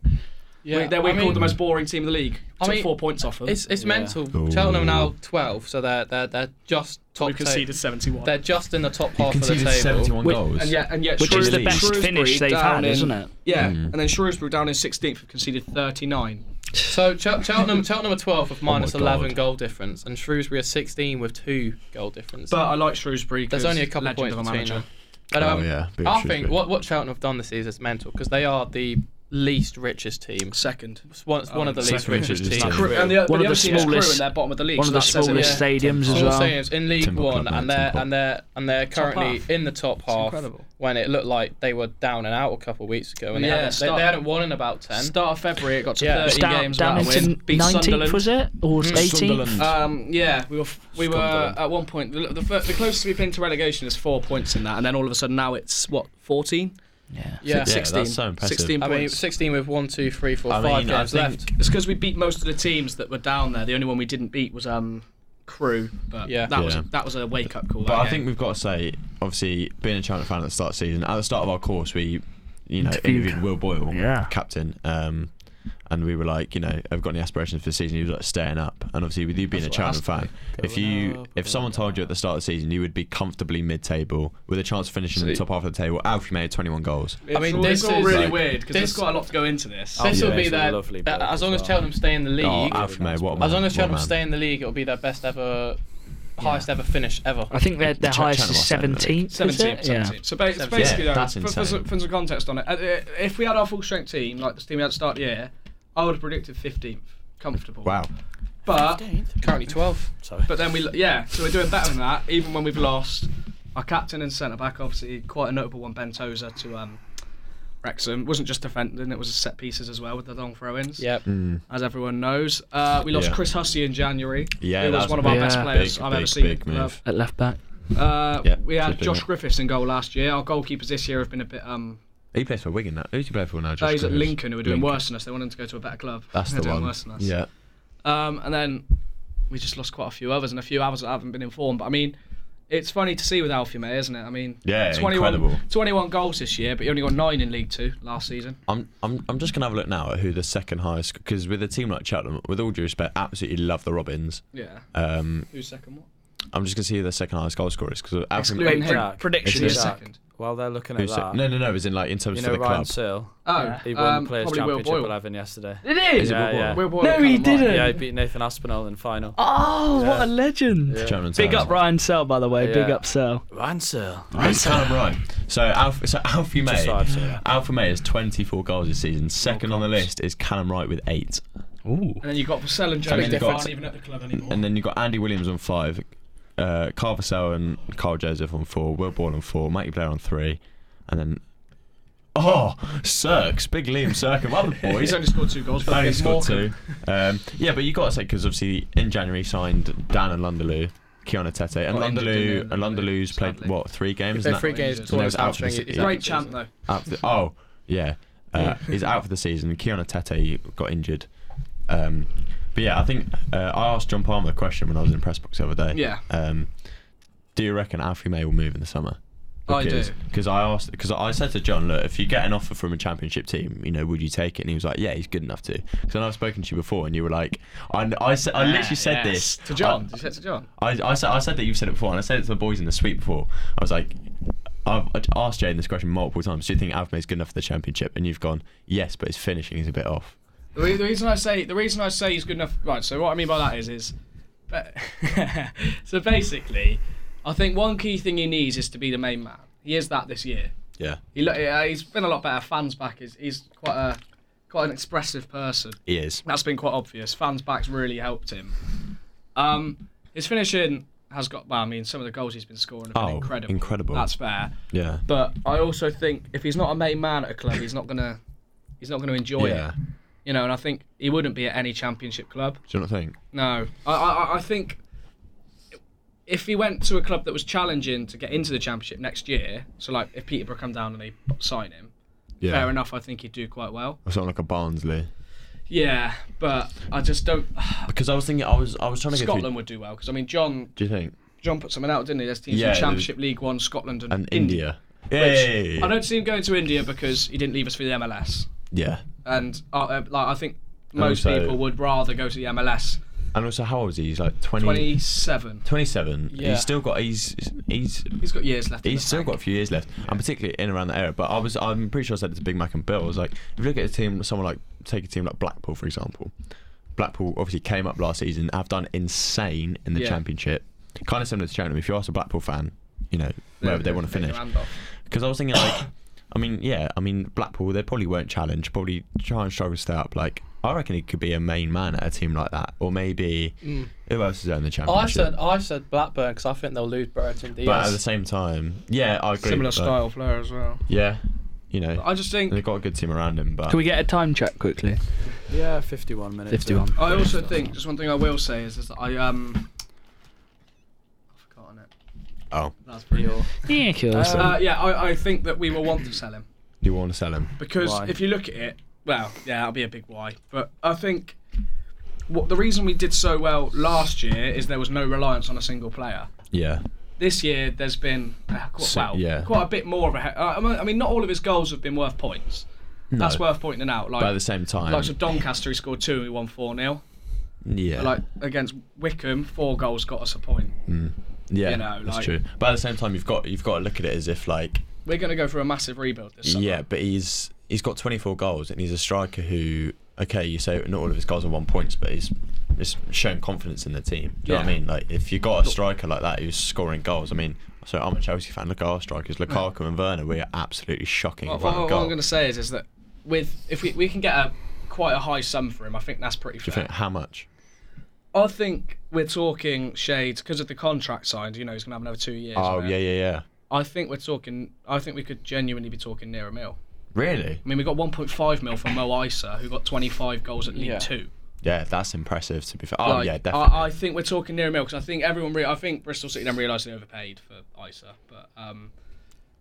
Speaker 5: Yeah,
Speaker 6: we, they're we
Speaker 5: I
Speaker 6: called
Speaker 5: mean-
Speaker 6: the most boring team in the league.
Speaker 5: I
Speaker 6: Took
Speaker 5: mean,
Speaker 6: four points off them.
Speaker 5: It's it's mental.
Speaker 2: Ooh.
Speaker 5: Cheltenham now 12, so they're they're they're just top.
Speaker 6: We conceded
Speaker 5: ta-
Speaker 6: 71.
Speaker 5: They're just in the top half of the
Speaker 2: Conceded
Speaker 5: table.
Speaker 2: 71
Speaker 3: Which-
Speaker 2: goals.
Speaker 6: and yet, and yet,
Speaker 3: Which is the
Speaker 6: Shrewsbury-
Speaker 3: best
Speaker 6: Shrewsbury
Speaker 3: finish they've
Speaker 6: down
Speaker 3: had,
Speaker 6: in-
Speaker 3: isn't it? Mm.
Speaker 6: Yeah, and then Shrewsbury down in 16th have conceded 39.
Speaker 5: So Ch- Cheltenham Cheltenham are 12 with minus
Speaker 2: Oh God.
Speaker 5: 11 goal difference, and Shrewsbury are 16 with two goal difference.
Speaker 6: But I like Shrewsbury. 'cause
Speaker 5: There's only a couple of
Speaker 6: legend
Speaker 5: points
Speaker 6: of a
Speaker 5: between
Speaker 6: manager.
Speaker 5: them. But, um,
Speaker 2: Oh, yeah, big
Speaker 5: I
Speaker 2: Shrewsbury.
Speaker 5: think what what Cheltenham have done this season is mental because they are the least richest team.
Speaker 6: Second.
Speaker 5: It's one, it's one of the least
Speaker 2: second
Speaker 5: richest
Speaker 2: richest
Speaker 5: teams.
Speaker 2: team.
Speaker 6: Crew- And the, but
Speaker 3: One
Speaker 6: the
Speaker 3: of
Speaker 6: other
Speaker 3: the
Speaker 6: team is Crew
Speaker 3: smallest-
Speaker 6: in their bottom of the league.
Speaker 3: One of
Speaker 6: so
Speaker 3: the
Speaker 6: that says it all.
Speaker 3: smallest stadiums as
Speaker 5: All I'm
Speaker 3: well.
Speaker 5: saying is in League
Speaker 2: Timber
Speaker 5: One,
Speaker 2: Club,
Speaker 5: and
Speaker 2: mate,
Speaker 5: they're
Speaker 2: Timber.
Speaker 5: and they're and they're currently
Speaker 6: half.
Speaker 5: in the top half.
Speaker 6: incredible.
Speaker 5: When it looked like they were down and out a couple of weeks ago, and
Speaker 6: Yeah,
Speaker 5: they, hadn't, they,
Speaker 6: start-
Speaker 5: they hadn't won in about ten.
Speaker 6: Start of February, it got to
Speaker 5: Yeah.
Speaker 6: 30
Speaker 3: down,
Speaker 6: games
Speaker 3: down
Speaker 6: without a
Speaker 3: into
Speaker 6: win. Beat
Speaker 3: 19th,
Speaker 6: Sunderland.
Speaker 3: was it? Or 18th?
Speaker 2: Sunderland.
Speaker 6: Um, yeah, we were f- we were
Speaker 2: Scotland.
Speaker 6: at one point the, the, fir- the closest we've been to relegation is four points in that, and then all of a sudden now it's what 14,
Speaker 3: Yeah.
Speaker 5: yeah,
Speaker 2: Yeah, that's
Speaker 6: 16,
Speaker 2: so impressive.
Speaker 6: 16
Speaker 5: I
Speaker 6: points.
Speaker 5: mean, sixteen with one, two, three, four,
Speaker 2: I
Speaker 5: five
Speaker 2: mean, I
Speaker 5: games
Speaker 2: think-
Speaker 5: left.
Speaker 6: it's because we beat most of the teams that were down there. The only one we didn't beat was um Crew, but
Speaker 5: Yeah.
Speaker 6: that was
Speaker 2: Yeah.
Speaker 6: that was a wake up call.
Speaker 2: But
Speaker 6: that
Speaker 2: I think
Speaker 6: game.
Speaker 2: we've got to say, obviously, being a Cheltenham fan at the start of the season, at the start of our course, we, you know,
Speaker 3: Interviewed.
Speaker 2: interviewed Will Boyle,
Speaker 3: Yeah.
Speaker 2: captain, um, and we were like, you know, have got any aspirations for the season? He was like staying up, and obviously, with you being a Cheltenham fan, if you, if someone told you at the start of the season you would be comfortably mid-table with a chance of finishing in the top half of the table, Alfie made 21 goals.
Speaker 6: I mean, this all
Speaker 5: is-
Speaker 6: really
Speaker 2: like-
Speaker 6: weird because there's
Speaker 5: this-
Speaker 6: got a lot to go into this.
Speaker 5: This will
Speaker 1: yeah,
Speaker 5: be
Speaker 1: it's a
Speaker 5: their
Speaker 1: lovely
Speaker 5: that-
Speaker 1: bloke
Speaker 5: as
Speaker 1: as
Speaker 5: long as
Speaker 1: well.
Speaker 5: Cheltenham stay in the league.
Speaker 2: Oh, Alfie made what a man!
Speaker 5: as long
Speaker 2: what
Speaker 5: as
Speaker 2: a
Speaker 5: Cheltenham
Speaker 2: man.
Speaker 5: stay in the league, it'll be their best ever, highest ever finish ever.
Speaker 3: I think their, their
Speaker 2: Ch-
Speaker 3: highest
Speaker 2: Channel
Speaker 3: is
Speaker 2: are second in the
Speaker 3: 17th. is
Speaker 6: 17,
Speaker 3: it? Yeah.
Speaker 6: 17. So ba- it's basically,
Speaker 2: Yeah,
Speaker 6: uh,
Speaker 2: that's
Speaker 6: for, for,
Speaker 2: insane.
Speaker 6: some, for some context on it, uh, uh, if we had our full strength team, like this team we had at the start of the year, I would have predicted 15th, comfortable.
Speaker 2: Wow,
Speaker 6: But
Speaker 5: Currently twelve.
Speaker 1: Sorry.
Speaker 6: But then we, yeah, so we're doing better than that, even when we've lost. Our captain and centre back, obviously, quite a notable one, Ben Tozer to um, Wrexham. Wasn't just defending, it was set pieces as well with the long throw ins,
Speaker 5: Yep.
Speaker 3: Mm.
Speaker 6: as everyone knows. Uh, we lost
Speaker 2: Yeah.
Speaker 6: Chris Hussey in January.
Speaker 2: Yeah,
Speaker 6: who
Speaker 2: that
Speaker 6: was,
Speaker 2: was
Speaker 6: one
Speaker 2: a
Speaker 6: of our
Speaker 3: big-
Speaker 6: best
Speaker 3: yeah.
Speaker 6: players
Speaker 2: Big,
Speaker 6: I've
Speaker 2: big,
Speaker 6: ever seen.
Speaker 2: big move.
Speaker 3: At left back.
Speaker 6: Uh,
Speaker 2: Yeah,
Speaker 6: we had
Speaker 2: should do
Speaker 6: Josh
Speaker 2: that.
Speaker 6: Griffiths in goal last year. Our goalkeepers this year have been a bit. Um,
Speaker 2: he plays for Wigan now. Who's he play for now?
Speaker 6: uh,
Speaker 2: Josh
Speaker 6: he's at
Speaker 2: Griffiths?
Speaker 6: Lincoln, who are doing
Speaker 2: Lincoln.
Speaker 6: worse than us. They wanted to go to a better club.
Speaker 2: That's
Speaker 6: They're
Speaker 2: the
Speaker 6: doing
Speaker 2: one.
Speaker 6: worse than us.
Speaker 2: Yeah,
Speaker 6: Um, and then we just lost quite a few others and a few others that haven't been informed. But I mean, it's funny to see with Alfie May, isn't it? I mean,
Speaker 2: Yeah,
Speaker 6: 21,
Speaker 2: incredible.
Speaker 6: 21 goals this year, but he only got nine in League Two last season.
Speaker 2: I'm, I'm, I'm just gonna have a look now at who the second highest because with a team like Cheltenham, with all due respect, absolutely love the Robins.
Speaker 6: Yeah.
Speaker 2: Um,
Speaker 6: Who's second? What?
Speaker 2: I'm just gonna see who the second highest goal scorer is because
Speaker 6: Excluding him.
Speaker 1: Jack.
Speaker 6: Prediction
Speaker 2: Is
Speaker 6: is
Speaker 2: it-
Speaker 6: second.
Speaker 1: While they're looking at
Speaker 2: Who's
Speaker 1: that,
Speaker 2: sec- no, no, no. As in like in terms
Speaker 1: you know
Speaker 2: of the
Speaker 1: Ryan
Speaker 2: club.
Speaker 1: Seal?
Speaker 6: Oh,
Speaker 1: He won
Speaker 6: um,
Speaker 1: the Players'
Speaker 6: probably Will
Speaker 1: Championship
Speaker 6: Boyle.
Speaker 1: 11 yesterday.
Speaker 3: It is.
Speaker 1: Yeah, yeah.
Speaker 2: Will
Speaker 3: No, he didn't.
Speaker 1: Yeah, he beat Nathan Aspinall in the final.
Speaker 3: Oh, what
Speaker 1: Yeah.
Speaker 3: a legend.
Speaker 2: German
Speaker 3: Big
Speaker 2: town.
Speaker 3: up Ryan Sell, by the way. Big
Speaker 1: Yeah.
Speaker 3: up Sell.
Speaker 1: Ryan Seal.
Speaker 2: It's Callum Ryan. So Alf, so Alfie May.
Speaker 1: thought I'd say that. Oh,
Speaker 2: Alfie May has 24 goals this season. Second on the list is Callum Wright with eight,
Speaker 6: And then you got Vassell and Jones
Speaker 2: Big
Speaker 6: that
Speaker 2: difference.
Speaker 6: aren't even at the club anymore.
Speaker 2: and then you've got Andy Williams on five, uh, Carver Sell and Carl Joseph on four, Will Ball on four, Matty Blair on three, and then oh, Cirks, big Liam Cirque of other boys.
Speaker 6: He's only scored two goals. but
Speaker 2: Only
Speaker 6: against
Speaker 2: scored
Speaker 6: Morecambe.
Speaker 2: two. Um, yeah, but you got to say because obviously in January signed Dan and Lundaloo, Keanu Tete, and
Speaker 6: Well,
Speaker 2: Lundaloo
Speaker 6: ended, didn't it,
Speaker 2: and Lundaloo's played
Speaker 6: sadly.
Speaker 2: what three games?
Speaker 5: So
Speaker 2: and
Speaker 5: three
Speaker 2: that-
Speaker 5: games.
Speaker 6: And
Speaker 5: torn
Speaker 2: it was
Speaker 5: his
Speaker 2: out for the
Speaker 5: hamstring,
Speaker 2: se-
Speaker 5: he's out
Speaker 6: Great
Speaker 5: for the
Speaker 6: champ,
Speaker 5: season.
Speaker 6: though.
Speaker 2: out for the- oh yeah, uh, he's out for the season. Keanu Tete got injured. Um, but yeah, I think uh, I asked John Palmer a question when I was in the press box the other day.
Speaker 6: Yeah.
Speaker 2: Um, do you reckon Alfie May will move in the summer?
Speaker 6: I do.
Speaker 2: because because I asked because I said to John, look, if you get an offer from a championship team, you know, would you take it? And he was like, yeah, he's good enough to. Because I've spoken to you before, and you were like, I kn- I, said, I literally said this Um,
Speaker 6: to John. Did you say it to John?
Speaker 2: I, I, said, I said that you've said it before, and I said it to the boys in the suite before. I was like, I've I'd asked Jane this question multiple times. Do you think Avme's good enough for the championship? And you've gone, yes, but his finishing is a bit off.
Speaker 6: The, re- the reason I say the reason I say he's good enough. Right. So what I mean by that is is, but so basically, I think one key thing he needs is to be the main man. He is that this year.
Speaker 2: Yeah,
Speaker 6: He lo- uh, he's been a lot better. Fans back is he's quite a quite an expressive person.
Speaker 2: he is.
Speaker 6: That's been quite obvious. Fans back's really helped him. Um, his finishing has got. Well, I mean, some of the goals he's been scoring have been
Speaker 2: Oh,
Speaker 6: incredible.
Speaker 2: incredible.
Speaker 6: That's fair.
Speaker 2: Yeah,
Speaker 6: But I also think if he's not a main man at a club, he's not gonna he's not gonna enjoy
Speaker 2: yeah.
Speaker 6: it. You know, and I think he wouldn't be at any championship club.
Speaker 2: Do you not think?
Speaker 6: No, I, I, I- I think if he went to a club that was challenging to get into the championship next year, so like if Peterborough come down and they sign him,
Speaker 2: Yeah.
Speaker 6: fair enough. I think he'd do quite well.
Speaker 2: Or something like a Barnsley.
Speaker 6: Yeah, but I just don't.
Speaker 2: Because I was thinking, I was, I was trying to
Speaker 6: Scotland would do well because I mean John
Speaker 2: Get through, do you think?
Speaker 6: John put something out, didn't he? There's teams
Speaker 2: Yeah,
Speaker 6: from Championship League One, Scotland, and,
Speaker 2: And
Speaker 6: India.
Speaker 2: India.
Speaker 6: I don't see him going to India because he didn't leave us for the MLS,
Speaker 2: Yeah.
Speaker 6: and uh, uh, like I think most
Speaker 2: also-
Speaker 6: people would rather go to the MLS.
Speaker 2: And also, how old is he? He's like 20,
Speaker 6: Twenty-seven.
Speaker 2: 27.
Speaker 6: Yeah.
Speaker 2: He's still got. He's he's
Speaker 6: He's got years left. in
Speaker 2: He's
Speaker 6: the
Speaker 2: still
Speaker 6: tank.
Speaker 2: got a few years left, and particularly in around that era. But I was, I'm pretty sure I said it to Big Mac and Bill. I was like, if you look at a team, someone like take a team like Blackpool for example. Blackpool obviously came up last season, have done insane in the
Speaker 6: Yeah.
Speaker 2: championship, kind of similar to Cheltenham. If you ask a Blackpool fan, you know where would they want to
Speaker 6: Take your
Speaker 2: finish?
Speaker 6: hand off.
Speaker 2: Because I was thinking like, I mean, yeah, I mean Blackpool, they probably won't challenge, probably try and struggle to stay up. Like, I reckon he could be a main man at a team like that, or maybe
Speaker 6: Mm.
Speaker 2: who else is there in the championship?
Speaker 4: I said I said Blackburn because I think they'll lose Brereton Diaz.
Speaker 2: but at the same time, yeah, I agree.
Speaker 6: Similar
Speaker 2: but-
Speaker 6: style flair as well.
Speaker 2: Yeah, you know.
Speaker 6: I just think.
Speaker 2: They've got a good team around him, but
Speaker 8: Can we get a time check quickly?
Speaker 1: Yeah, 51 minutes.
Speaker 8: 51.
Speaker 6: I also think. Just one thing I will say is, is that I um. I've forgotten it.
Speaker 2: oh,
Speaker 6: That's pretty all.
Speaker 8: Yeah, cool.
Speaker 6: Uh, yeah, I, I think that we will want to sell him
Speaker 2: do you want to sell him?
Speaker 6: because
Speaker 1: Why?
Speaker 6: if you look at it, well, yeah, that'll be a big why. But I think what the reason we did so well last year is there was no reliance on a single player.
Speaker 2: Yeah,
Speaker 6: This year, there's been uh, quite,
Speaker 2: So-
Speaker 6: well,
Speaker 2: yeah.
Speaker 6: quite a bit more of a. he- Uh, I mean- I mean, not all of his goals have been worth points. That's worth pointing out. Like
Speaker 2: But at the same time,
Speaker 6: Like so Doncaster, he scored two and we won 4 0.
Speaker 2: yeah,
Speaker 6: Like against Wickham, four goals got us a point.
Speaker 2: mm, yeah,
Speaker 6: you know,
Speaker 2: that's
Speaker 6: like-
Speaker 2: true. But at the same time, you've got you've got to look at it as if like
Speaker 6: We're going to go for a massive rebuild this summer.
Speaker 2: yeah, but he's he's got 24 goals and he's a striker who okay, you say not all of his goals are one points, but he's it's shown confidence in the team. Do you know what I
Speaker 6: Yeah.
Speaker 2: mean? Like if you got a striker like that who's scoring goals, I mean, so I'm a Chelsea fan. Look at our strikers, Lukaku and Werner. We are absolutely shocking.
Speaker 6: What,
Speaker 2: at
Speaker 6: what- what
Speaker 2: goal.
Speaker 6: Oh, I'm going to say is, is that with if we, we can get a quite a high sum for him, I think that's pretty
Speaker 2: Do you
Speaker 6: fair.
Speaker 2: think how much?
Speaker 6: I think we're talking shades because of the contract signed. You know, he's going to have another two years.
Speaker 2: Oh
Speaker 6: on it.
Speaker 2: yeah, yeah, yeah.
Speaker 6: I think we're talking. I think we could genuinely be talking near a mil.
Speaker 2: Really?
Speaker 6: I mean, we got 1.5 mil from Mo Isa, who got 25 goals at League
Speaker 4: Yeah.
Speaker 6: Two.
Speaker 2: Yeah, that's impressive to be fair. Oh
Speaker 6: Like,
Speaker 2: yeah, definitely.
Speaker 6: I, I think we're talking near a mil because I think everyone. Re- I think Bristol City then realised they overpaid for Isa, but um,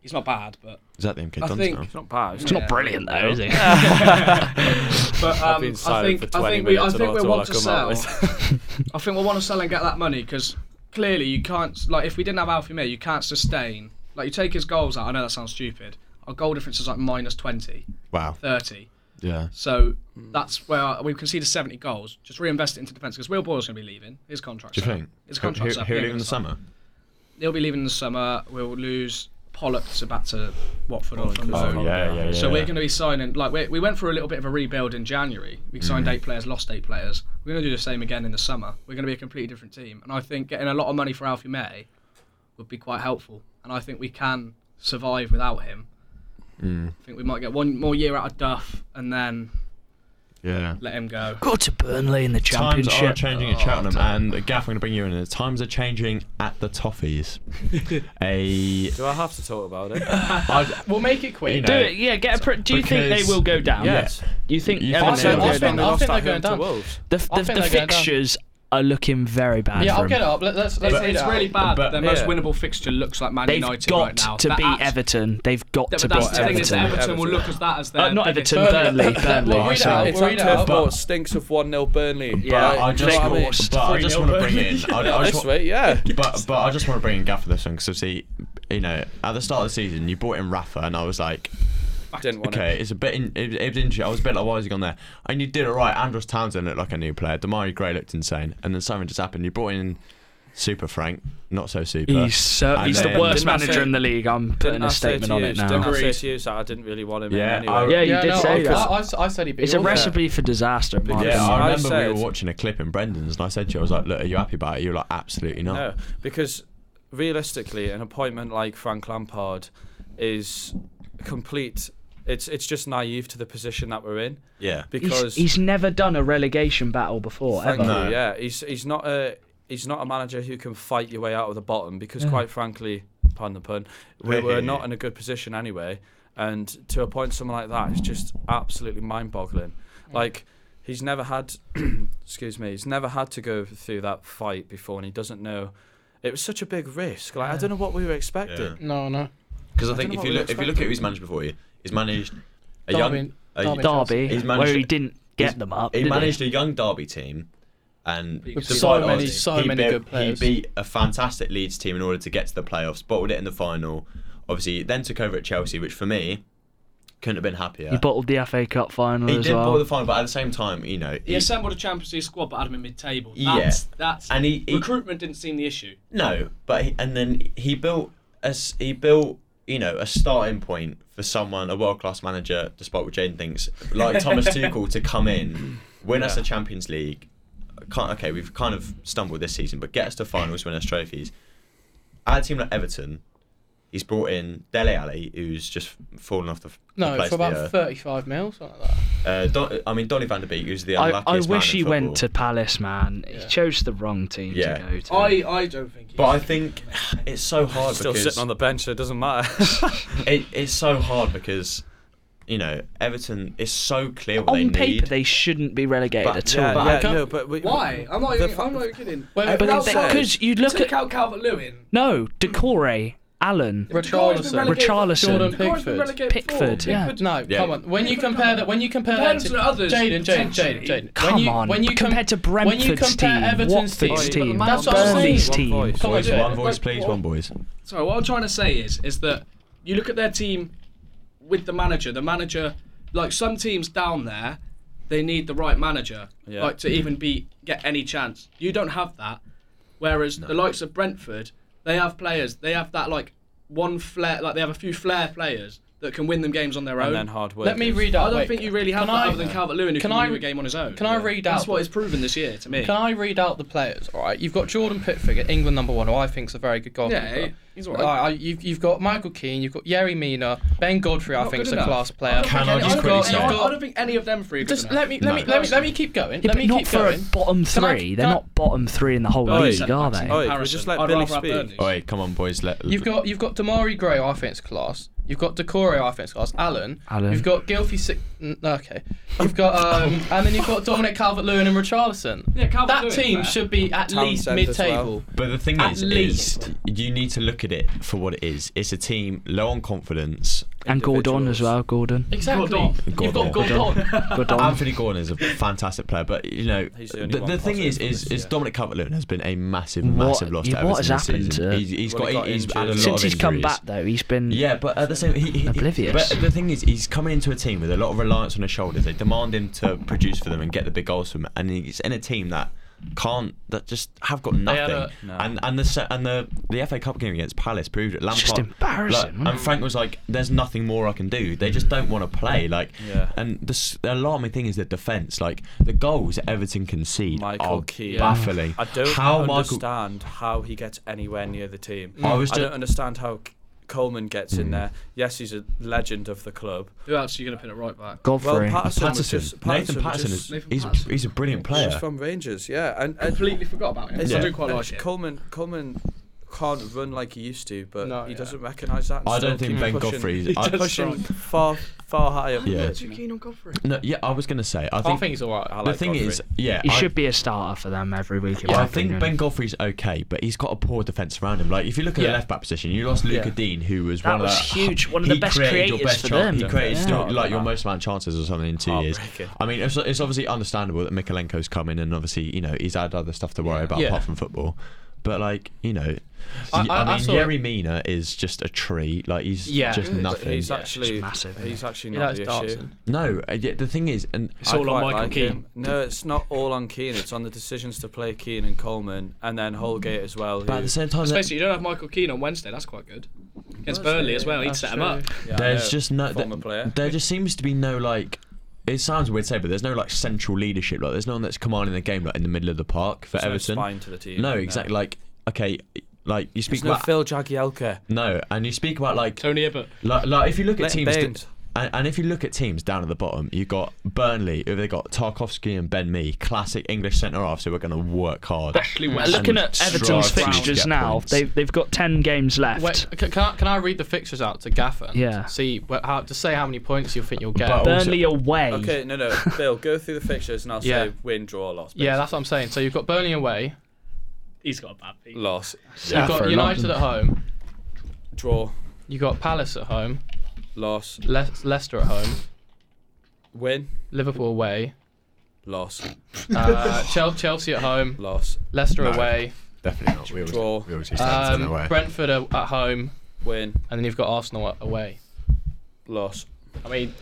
Speaker 6: he's not bad. But
Speaker 2: Is that the MK
Speaker 6: I
Speaker 2: Dons
Speaker 6: think-
Speaker 2: now?
Speaker 1: It's not bad.
Speaker 3: Um,
Speaker 6: not Yeah.
Speaker 8: Brilliant though, is it?
Speaker 6: but
Speaker 1: I've
Speaker 6: um,
Speaker 1: been
Speaker 6: I
Speaker 1: silent
Speaker 6: think
Speaker 1: for 20
Speaker 6: I think we
Speaker 1: minutes.
Speaker 6: I
Speaker 1: and
Speaker 6: think
Speaker 1: that's
Speaker 6: we
Speaker 1: all
Speaker 6: want to
Speaker 1: I come up
Speaker 6: sell.
Speaker 1: with.
Speaker 6: I think we want to sell and get that money because clearly you can't like if we didn't have Alfie May, you can't sustain like you take his goals out. I know that sounds stupid. Our goal difference is like minus 20,
Speaker 2: Wow.
Speaker 6: 30.
Speaker 2: Yeah.
Speaker 6: So
Speaker 1: Hmm.
Speaker 6: that's where we conceded 70 goals. Just reinvest it into defence because Will Boyle's going to be leaving. His contract's
Speaker 2: Do you
Speaker 6: up.
Speaker 2: think?
Speaker 6: His
Speaker 2: Who,
Speaker 6: contract's
Speaker 2: who,
Speaker 6: up.
Speaker 2: who
Speaker 6: yeah,
Speaker 2: leave in the
Speaker 6: contract's up.
Speaker 2: summer?
Speaker 6: He'll be leaving in the summer. We'll lose Pollock to back to Watford or from
Speaker 1: Oh,
Speaker 6: loan.
Speaker 1: yeah, yeah,
Speaker 6: So we're going to be signing like we we went for a little bit of a rebuild in January. We signed
Speaker 1: Mm.
Speaker 6: eight players, lost eight players. We're going to do the same again in the summer. We're going to be a completely different team, and I think getting a lot of money for Alfie May would be quite helpful. And I think we can survive without him.
Speaker 1: Mm.
Speaker 6: I think we might get one more year out of Duff and then
Speaker 2: yeah.
Speaker 6: let him go.
Speaker 8: Go to Burnley in the
Speaker 2: Times are
Speaker 8: championship.
Speaker 2: changing at Cheltenham, and Gaff, I'm going to bring you in. The times are changing at the Toffees. a,
Speaker 1: Do I have to talk about it?
Speaker 2: I,
Speaker 4: we'll make it quick.
Speaker 2: you know,
Speaker 8: Do it, yeah. Get a. Pr- do you think they
Speaker 2: Because-
Speaker 8: will go down?
Speaker 1: yes.
Speaker 8: You think?
Speaker 2: You
Speaker 8: Everton
Speaker 2: think
Speaker 1: So
Speaker 2: they'll
Speaker 8: will
Speaker 2: go
Speaker 8: go
Speaker 1: last time
Speaker 8: down?
Speaker 1: they
Speaker 4: I
Speaker 1: lost
Speaker 4: think
Speaker 1: at
Speaker 4: they're going
Speaker 1: home to
Speaker 4: down.
Speaker 1: Wolves.
Speaker 8: The, the,
Speaker 4: I think
Speaker 8: the
Speaker 4: they'll go down.
Speaker 8: fixtures are looking very bad.
Speaker 4: Yeah,
Speaker 8: for
Speaker 4: I'll
Speaker 8: them.
Speaker 4: get it up. Let, let's let's
Speaker 6: It's,
Speaker 4: read it
Speaker 6: it's
Speaker 4: out.
Speaker 6: really bad.
Speaker 2: But-
Speaker 6: that their most
Speaker 1: Yeah.
Speaker 6: winnable fixture looks like Man
Speaker 8: They've
Speaker 6: United
Speaker 8: got
Speaker 6: right now.
Speaker 8: to
Speaker 6: That
Speaker 8: beat
Speaker 6: abs-
Speaker 8: Everton. They've got
Speaker 6: Yeah,
Speaker 8: to
Speaker 6: but that's
Speaker 8: beat
Speaker 6: the thing is that
Speaker 8: Everton.
Speaker 6: Everton, will look at that as their
Speaker 8: Uh, not
Speaker 6: biggest-
Speaker 8: Everton, Burnley. Burnley.
Speaker 4: We'll read it out.
Speaker 1: It's
Speaker 4: We'll read
Speaker 1: like
Speaker 4: it out.
Speaker 1: turf ball stinks of 1 0 Burnley.
Speaker 8: Yeah,
Speaker 2: I just,
Speaker 1: you know what I mean?
Speaker 2: but I just want to bring in. I, I
Speaker 1: This
Speaker 2: just, wa-
Speaker 1: way, yeah.
Speaker 2: but, but I just want to bring in Gaff for this one because obviously you know, at the start of the season, you brought in Rafa, and I was like,
Speaker 1: Didn't want
Speaker 2: okay,
Speaker 1: it.
Speaker 2: it's a bit. In, it, it was interesting. I was a bit like, why has he gone there? And you did all right. Andros Townsend looked like a new player. Damari Gray looked insane, and then something just happened. You brought in Super Frank, not so super.
Speaker 9: He's so,
Speaker 2: And
Speaker 9: he's the
Speaker 2: then-
Speaker 9: worst
Speaker 1: Didn't I say-
Speaker 9: manager in the league. I'm
Speaker 1: Didn't
Speaker 9: putting
Speaker 1: I
Speaker 9: a
Speaker 1: say
Speaker 9: statement
Speaker 1: to
Speaker 9: on
Speaker 1: you-
Speaker 9: it
Speaker 1: Didn't I
Speaker 9: now.
Speaker 1: say to you that I didn't really want him
Speaker 2: Yeah,
Speaker 1: in anyway?
Speaker 2: I-
Speaker 3: Yeah, you did
Speaker 5: no,
Speaker 3: say
Speaker 5: I,
Speaker 3: that.
Speaker 5: I, I, said he'd be
Speaker 3: It's a
Speaker 5: all there.
Speaker 3: recipe for disaster. in my
Speaker 1: Because-
Speaker 2: yeah,
Speaker 3: opinion.
Speaker 2: I
Speaker 1: I
Speaker 2: remember we
Speaker 1: said-
Speaker 2: were watching a clip in Brendan's, and I said to you, I was like, "Look, are you happy about it?" You were like, "Absolutely not."
Speaker 1: No, because realistically, an appointment like Frank Lampard is complete. It's it's just naive to the position that we're in
Speaker 2: Yeah,
Speaker 1: because
Speaker 3: he's, he's never done a relegation battle before
Speaker 1: Thank
Speaker 3: ever.
Speaker 1: you,
Speaker 2: No.
Speaker 1: Yeah, he's he's not a he's not a manager who can fight your way out of the bottom because, quite frankly, pardon the pun, we were not in a good position anyway. And to appoint someone like that is just absolutely mind-boggling. Like he's never had, excuse me, he's never had to go through that fight before, and he doesn't know. It was such a big risk. Like I don't know what we were expecting.
Speaker 5: No, no.
Speaker 2: because I,
Speaker 1: I don't know
Speaker 2: think if
Speaker 1: what
Speaker 2: you
Speaker 1: we
Speaker 2: look, if you look at who he's managed before you, he's managed a young,
Speaker 5: Derby,
Speaker 2: a,
Speaker 5: Derby.
Speaker 3: Derby,
Speaker 2: He's managed-
Speaker 3: where he didn't
Speaker 2: he's-
Speaker 3: get them up.
Speaker 2: he
Speaker 3: did
Speaker 2: managed a young Derby team, and
Speaker 6: With
Speaker 2: despite
Speaker 5: so
Speaker 2: odds,
Speaker 5: many- so
Speaker 2: he
Speaker 5: many
Speaker 2: beat-
Speaker 5: good players.
Speaker 2: He beat a fantastic Leeds team in order to get to the playoffs, bottled it in the final. Obviously, then took over at Chelsea, which for me couldn't have been happier.
Speaker 3: He bottled the FA Cup final
Speaker 2: He
Speaker 3: as
Speaker 2: did
Speaker 3: well.
Speaker 2: bottle the final, but at the same time, you know,
Speaker 6: He
Speaker 2: he-
Speaker 6: assembled a Champions League squad, but had him in mid-table.
Speaker 2: Yeah.
Speaker 6: That's, that's
Speaker 2: And he- he-
Speaker 6: recruitment didn't seem the issue.
Speaker 2: No, but he, and then he built as he built you know a starting point for someone a world class manager, despite what Jane thinks, like Thomas Tuchel to come in, win us the Champions League. Can't, okay, we've kind of stumbled this season, but get us to finals, win us trophies. At a team like Everton, he's brought in Dele Alli, who's just fallen off the f- the
Speaker 5: No,
Speaker 2: place
Speaker 5: for
Speaker 2: of the
Speaker 5: about
Speaker 2: earth.
Speaker 5: 35 mil, something like that.
Speaker 2: Uh, Don, I mean, Donny van de Beek, who's the
Speaker 9: I,
Speaker 2: unluckiest
Speaker 9: I
Speaker 2: man
Speaker 9: wish
Speaker 2: in
Speaker 9: he went
Speaker 2: football.
Speaker 9: to Palace, man. He
Speaker 5: Yeah.
Speaker 9: chose the wrong team
Speaker 2: Yeah.
Speaker 9: to go to.
Speaker 6: I, I don't think. He
Speaker 2: But I think it's so hard
Speaker 1: Still
Speaker 2: because
Speaker 1: sitting on the bench, so it doesn't matter.
Speaker 2: it, it's so hard because you know Everton is so clear what
Speaker 3: on
Speaker 2: they
Speaker 3: paper,
Speaker 2: need.
Speaker 3: they shouldn't be relegated
Speaker 2: But-
Speaker 3: at all.
Speaker 1: yeah,
Speaker 2: But I
Speaker 1: yeah,
Speaker 2: can't-
Speaker 1: no, but we,
Speaker 6: Why? I'm not
Speaker 1: the
Speaker 6: even.
Speaker 1: fa-
Speaker 6: I'm not even kidding.
Speaker 5: Well,
Speaker 6: But
Speaker 3: Because
Speaker 6: that's why-
Speaker 3: you look at
Speaker 6: Take out Calvert Lewin.
Speaker 3: no Decore, Allen,
Speaker 5: Richarlison. Jordan
Speaker 3: Richarlison.
Speaker 5: Pickford.
Speaker 3: Pickford, yeah.
Speaker 5: No,
Speaker 2: Yeah.
Speaker 5: come on. When you compare that, when you compare
Speaker 6: Compared
Speaker 5: that to,
Speaker 6: to others,
Speaker 5: Jaden, Jaden, Jaden,
Speaker 6: potentially.
Speaker 5: Jaden.
Speaker 3: Come
Speaker 5: when you,
Speaker 3: on,
Speaker 5: When you com-
Speaker 3: compared to
Speaker 5: when you
Speaker 3: Brentford's
Speaker 5: compare
Speaker 3: team,
Speaker 5: Everton's team-
Speaker 3: Watford's
Speaker 1: Oh,
Speaker 3: team,
Speaker 5: That's what I'm
Speaker 3: Burnley's
Speaker 5: saying.
Speaker 3: team.
Speaker 1: One voice.
Speaker 5: Come on,
Speaker 2: Boys,
Speaker 5: do it.
Speaker 2: one voice, please, one boys.
Speaker 6: Sorry, what I'm trying to say is, is that you look at their team with the manager. The manager, like some teams down there, they need the right manager,
Speaker 1: Yeah.
Speaker 6: like to even be get any chance. You don't have that. Whereas the likes of Brentford, they have players. They have that like one flair. Like they have a few flair players that can win them games on their own.
Speaker 1: and then hard work.
Speaker 5: Let me read out.
Speaker 6: I don't
Speaker 5: wait,
Speaker 6: think you really have
Speaker 5: can
Speaker 6: that
Speaker 5: I-
Speaker 6: other than Calvert Lewin who
Speaker 5: can
Speaker 6: can,
Speaker 5: I
Speaker 6: win
Speaker 5: re-
Speaker 6: a game on his own.
Speaker 5: can I read
Speaker 6: That's
Speaker 5: out-
Speaker 6: what it's proven this year to me.
Speaker 5: Can I read out the players? All right, you've got Jordan Pickford, England number one, who I think is a very good goalkeeper.
Speaker 6: yeah, he's alright.
Speaker 5: All right, you've, you've got Michael Keane, you've got Yerry Mina, Ben Godfrey. I
Speaker 6: Not
Speaker 5: think is a
Speaker 6: good enough.
Speaker 5: class player.
Speaker 2: Can I
Speaker 6: You've
Speaker 2: just
Speaker 6: got-
Speaker 2: quickly
Speaker 6: you've
Speaker 2: say-
Speaker 6: got- I don't think any of them three. are good
Speaker 5: Just
Speaker 6: enough.
Speaker 5: let me let me
Speaker 2: No.
Speaker 5: let me let me keep going.
Speaker 3: Yeah, but
Speaker 5: let me
Speaker 3: not
Speaker 5: keep
Speaker 3: for
Speaker 5: going.
Speaker 3: a bottom
Speaker 5: Can I-
Speaker 3: three. They're
Speaker 5: can I-
Speaker 3: not bottom three in the whole
Speaker 1: Oi,
Speaker 3: league, are they?
Speaker 6: Oh,
Speaker 1: Oi, would you just let
Speaker 6: I'd
Speaker 1: Billy
Speaker 6: rather have
Speaker 1: speak?
Speaker 6: Burnley.
Speaker 2: Oi, come on, boys. Let
Speaker 5: You've got you've got Damari Gray, I think it's class. You've got Decore, I think it's class. Allen.
Speaker 3: Allen.
Speaker 5: You've got Gilfy. Si- n- okay. You've got um, and then you've got Dominic Calvert-Lewin and Richarlison.
Speaker 6: Yeah, Calvert
Speaker 5: That
Speaker 6: Lewin,
Speaker 5: team
Speaker 6: man.
Speaker 5: should be at least
Speaker 1: Townsend as well.
Speaker 5: mid-table.
Speaker 2: But the thing
Speaker 5: At
Speaker 2: is,
Speaker 5: least.
Speaker 2: is you need to look at it for what it is. It's a team low on confidence.
Speaker 3: And Gordon
Speaker 1: Individuals.
Speaker 3: as well. Gordon.
Speaker 5: Exactly.
Speaker 6: Gordon.
Speaker 5: You've got
Speaker 2: Gordon.
Speaker 5: Gordon.
Speaker 3: Gordon.
Speaker 2: Anthony Gordon is a fantastic player, but you know
Speaker 1: He's the
Speaker 2: the,
Speaker 1: only
Speaker 2: the,
Speaker 1: one
Speaker 2: thing
Speaker 1: positive
Speaker 2: is,
Speaker 1: from
Speaker 2: is,
Speaker 1: this
Speaker 2: is
Speaker 1: year.
Speaker 2: Dominic Calvert-Lewin has been a massive,
Speaker 3: What-
Speaker 2: massive loss.
Speaker 3: yeah,
Speaker 2: to
Speaker 3: what
Speaker 2: Everton this
Speaker 3: has happened
Speaker 2: season.
Speaker 3: to-
Speaker 2: He's, he's
Speaker 1: Well,
Speaker 2: got,
Speaker 1: he got
Speaker 2: he's had a lot
Speaker 1: injured.
Speaker 3: Since
Speaker 2: of
Speaker 3: he's come
Speaker 2: injuries.
Speaker 3: back though, he's been
Speaker 2: Yeah, but at the same, he, he,
Speaker 3: Mm. Oblivious.
Speaker 2: But the thing is, he's coming into a team with a lot of reliance on his shoulders. They demand him to produce for them and get the big goals from, him, and he's in a team that can't, that just have got
Speaker 5: had
Speaker 2: nothing.
Speaker 5: a-
Speaker 1: No.
Speaker 2: And and the se- and the the FA Cup game against Palace proved it. Lampard,
Speaker 3: just embarrassing,
Speaker 2: like,
Speaker 3: wasn't
Speaker 2: and
Speaker 3: it?
Speaker 2: Frank was like, "There's nothing more I can do. They just don't want to play." Like,
Speaker 1: Yeah.
Speaker 2: and the, s- the alarming thing is the defense. Like the goals that Everton concede
Speaker 1: Michael
Speaker 2: are
Speaker 1: Keane.
Speaker 2: baffling.
Speaker 1: I don't
Speaker 2: how Michael Mm.
Speaker 1: understand how he gets anywhere near the team.
Speaker 2: I was
Speaker 1: I
Speaker 2: ju- Mm.
Speaker 1: don't understand how C- Coleman gets in there. Yes, he's a legend of the club.
Speaker 6: Who else are you going to put it right back?
Speaker 1: Well,
Speaker 3: Godfrey.
Speaker 1: Patterson, was
Speaker 2: Patterson,
Speaker 1: just
Speaker 2: Nathan
Speaker 1: was
Speaker 2: Patterson
Speaker 1: just-
Speaker 2: is
Speaker 6: Nathan
Speaker 2: he's,
Speaker 6: Patterson.
Speaker 2: he's a brilliant
Speaker 1: he
Speaker 2: player.
Speaker 1: was from Rangers. Yeah, and, and
Speaker 6: Completely forgot about him.
Speaker 1: it's-
Speaker 6: I
Speaker 2: Yeah.
Speaker 6: do quite
Speaker 1: and
Speaker 6: like it.
Speaker 1: Coleman, Coleman can't run like he used to, but
Speaker 5: No,
Speaker 1: he
Speaker 5: yeah.
Speaker 1: doesn't recognise that. and
Speaker 2: I
Speaker 1: still
Speaker 2: don't think
Speaker 1: keep
Speaker 2: Ben
Speaker 1: pushing,
Speaker 2: Godfrey. I,
Speaker 1: pushing far far high up.
Speaker 2: Yeah.
Speaker 6: Too keen on Godfrey.
Speaker 2: No, yeah, I was gonna say. I
Speaker 5: I
Speaker 2: think,
Speaker 5: think he's alright.
Speaker 1: I
Speaker 2: the
Speaker 1: like
Speaker 2: thing
Speaker 1: Godfrey.
Speaker 2: is, yeah,
Speaker 3: He
Speaker 2: I,
Speaker 3: should be a starter for them every week. in
Speaker 2: yeah,
Speaker 3: my
Speaker 2: I think
Speaker 3: opinion.
Speaker 2: Ben Godfrey's okay, but he's got a poor defense around him. Like if you look at
Speaker 5: Yeah.
Speaker 2: the left back position, you lost Luca
Speaker 5: Yeah.
Speaker 2: Dean, who was
Speaker 3: That
Speaker 2: one
Speaker 3: was
Speaker 2: of the,
Speaker 3: huge. One of
Speaker 2: he
Speaker 3: the best
Speaker 2: created your
Speaker 3: creators
Speaker 2: best
Speaker 3: for
Speaker 2: chance-
Speaker 3: them.
Speaker 2: He created
Speaker 3: Yeah.
Speaker 2: your- like your most amount of chances or something in two years.
Speaker 1: Heartbreaking.
Speaker 2: I mean, it's, it's obviously understandable that Mikalenko's come in, and obviously you know he's had other stuff to worry about
Speaker 5: Yeah.
Speaker 2: apart from football. But like you know,
Speaker 4: I-
Speaker 2: I,
Speaker 4: I- I
Speaker 2: mean,
Speaker 4: saw it.
Speaker 2: Yerry Mina is just a tree. Like he's
Speaker 4: Yeah.
Speaker 2: just
Speaker 4: He's-
Speaker 2: nothing.
Speaker 1: He's actually
Speaker 8: It's massive, isn't
Speaker 1: He's actually
Speaker 4: He
Speaker 1: not
Speaker 4: likes
Speaker 1: the issue.
Speaker 4: dancing.
Speaker 2: no, uh, yeah, the thing is, and
Speaker 6: It's
Speaker 1: I
Speaker 6: all
Speaker 1: quite
Speaker 6: on Michael
Speaker 1: like
Speaker 6: Keane.
Speaker 1: him. No, it's not all on Keane. It's on the decisions to play Keane and Coleman, and then Holgate as well.
Speaker 2: but at
Speaker 1: who-
Speaker 2: the same time, that-
Speaker 6: Especially you don't have Michael Keane on Wednesday. That's quite good. Against Burnley as well. He'd
Speaker 4: That's
Speaker 6: set him
Speaker 4: true.
Speaker 6: up.
Speaker 1: Yeah, I
Speaker 2: there's
Speaker 1: know,
Speaker 2: just no.
Speaker 1: former
Speaker 2: There,
Speaker 1: player.
Speaker 2: there just seems to be no like. It sounds weird to say, but there's no like central leadership. Like there's no one that's commanding the game like in the middle of the park for
Speaker 1: There's no
Speaker 2: Everton.
Speaker 1: spine to the team.
Speaker 2: no, exactly. Like okay, like you speak
Speaker 1: There's no
Speaker 2: about
Speaker 1: Phil Jagielka.
Speaker 2: no, and you speak about like
Speaker 6: Tony Ibbett.
Speaker 2: Like, like if you look at
Speaker 1: Let
Speaker 2: teams, that-
Speaker 1: Baines.
Speaker 2: and, and if you look at teams down at the bottom, you've got Burnley, who they got Tarkovsky and Ben Mee, classic English centre half, so we're going to work hard.
Speaker 3: Actually,
Speaker 8: Uh,
Speaker 2: and
Speaker 3: looking
Speaker 2: strive
Speaker 3: at
Speaker 2: to
Speaker 3: Everton's
Speaker 2: get
Speaker 3: fixtures now,
Speaker 2: points.
Speaker 8: They've, they've got 10 games left.
Speaker 5: Wait, c- can I, can I read the fixtures out to Gaffer? And
Speaker 8: Yeah.
Speaker 5: See wh- how to say how many points you think you'll get.
Speaker 2: But-
Speaker 8: Burnley away.
Speaker 1: Okay, no, no. Bill, go through the fixtures and I'll
Speaker 5: Yeah.
Speaker 1: say win, draw, loss.
Speaker 5: yeah, that's what I'm saying. So you've got Burnley away,
Speaker 6: He's got a bad
Speaker 1: basically.
Speaker 6: beat.
Speaker 1: loss,
Speaker 5: you've got United at home,
Speaker 1: draw,
Speaker 5: you've got Palace at home,
Speaker 1: loss,
Speaker 5: Le- Leicester at home,
Speaker 1: win,
Speaker 5: Liverpool away,
Speaker 1: loss,
Speaker 5: uh, Chel- Chelsea at home,
Speaker 1: loss,
Speaker 5: Leicester
Speaker 2: No.
Speaker 5: away,
Speaker 2: Definitely not. We
Speaker 1: Draw.
Speaker 2: always, we always used to have
Speaker 5: um, Brentford are at home,
Speaker 1: win,
Speaker 5: and then you've got Arsenal a- away.
Speaker 1: loss.
Speaker 5: I mean,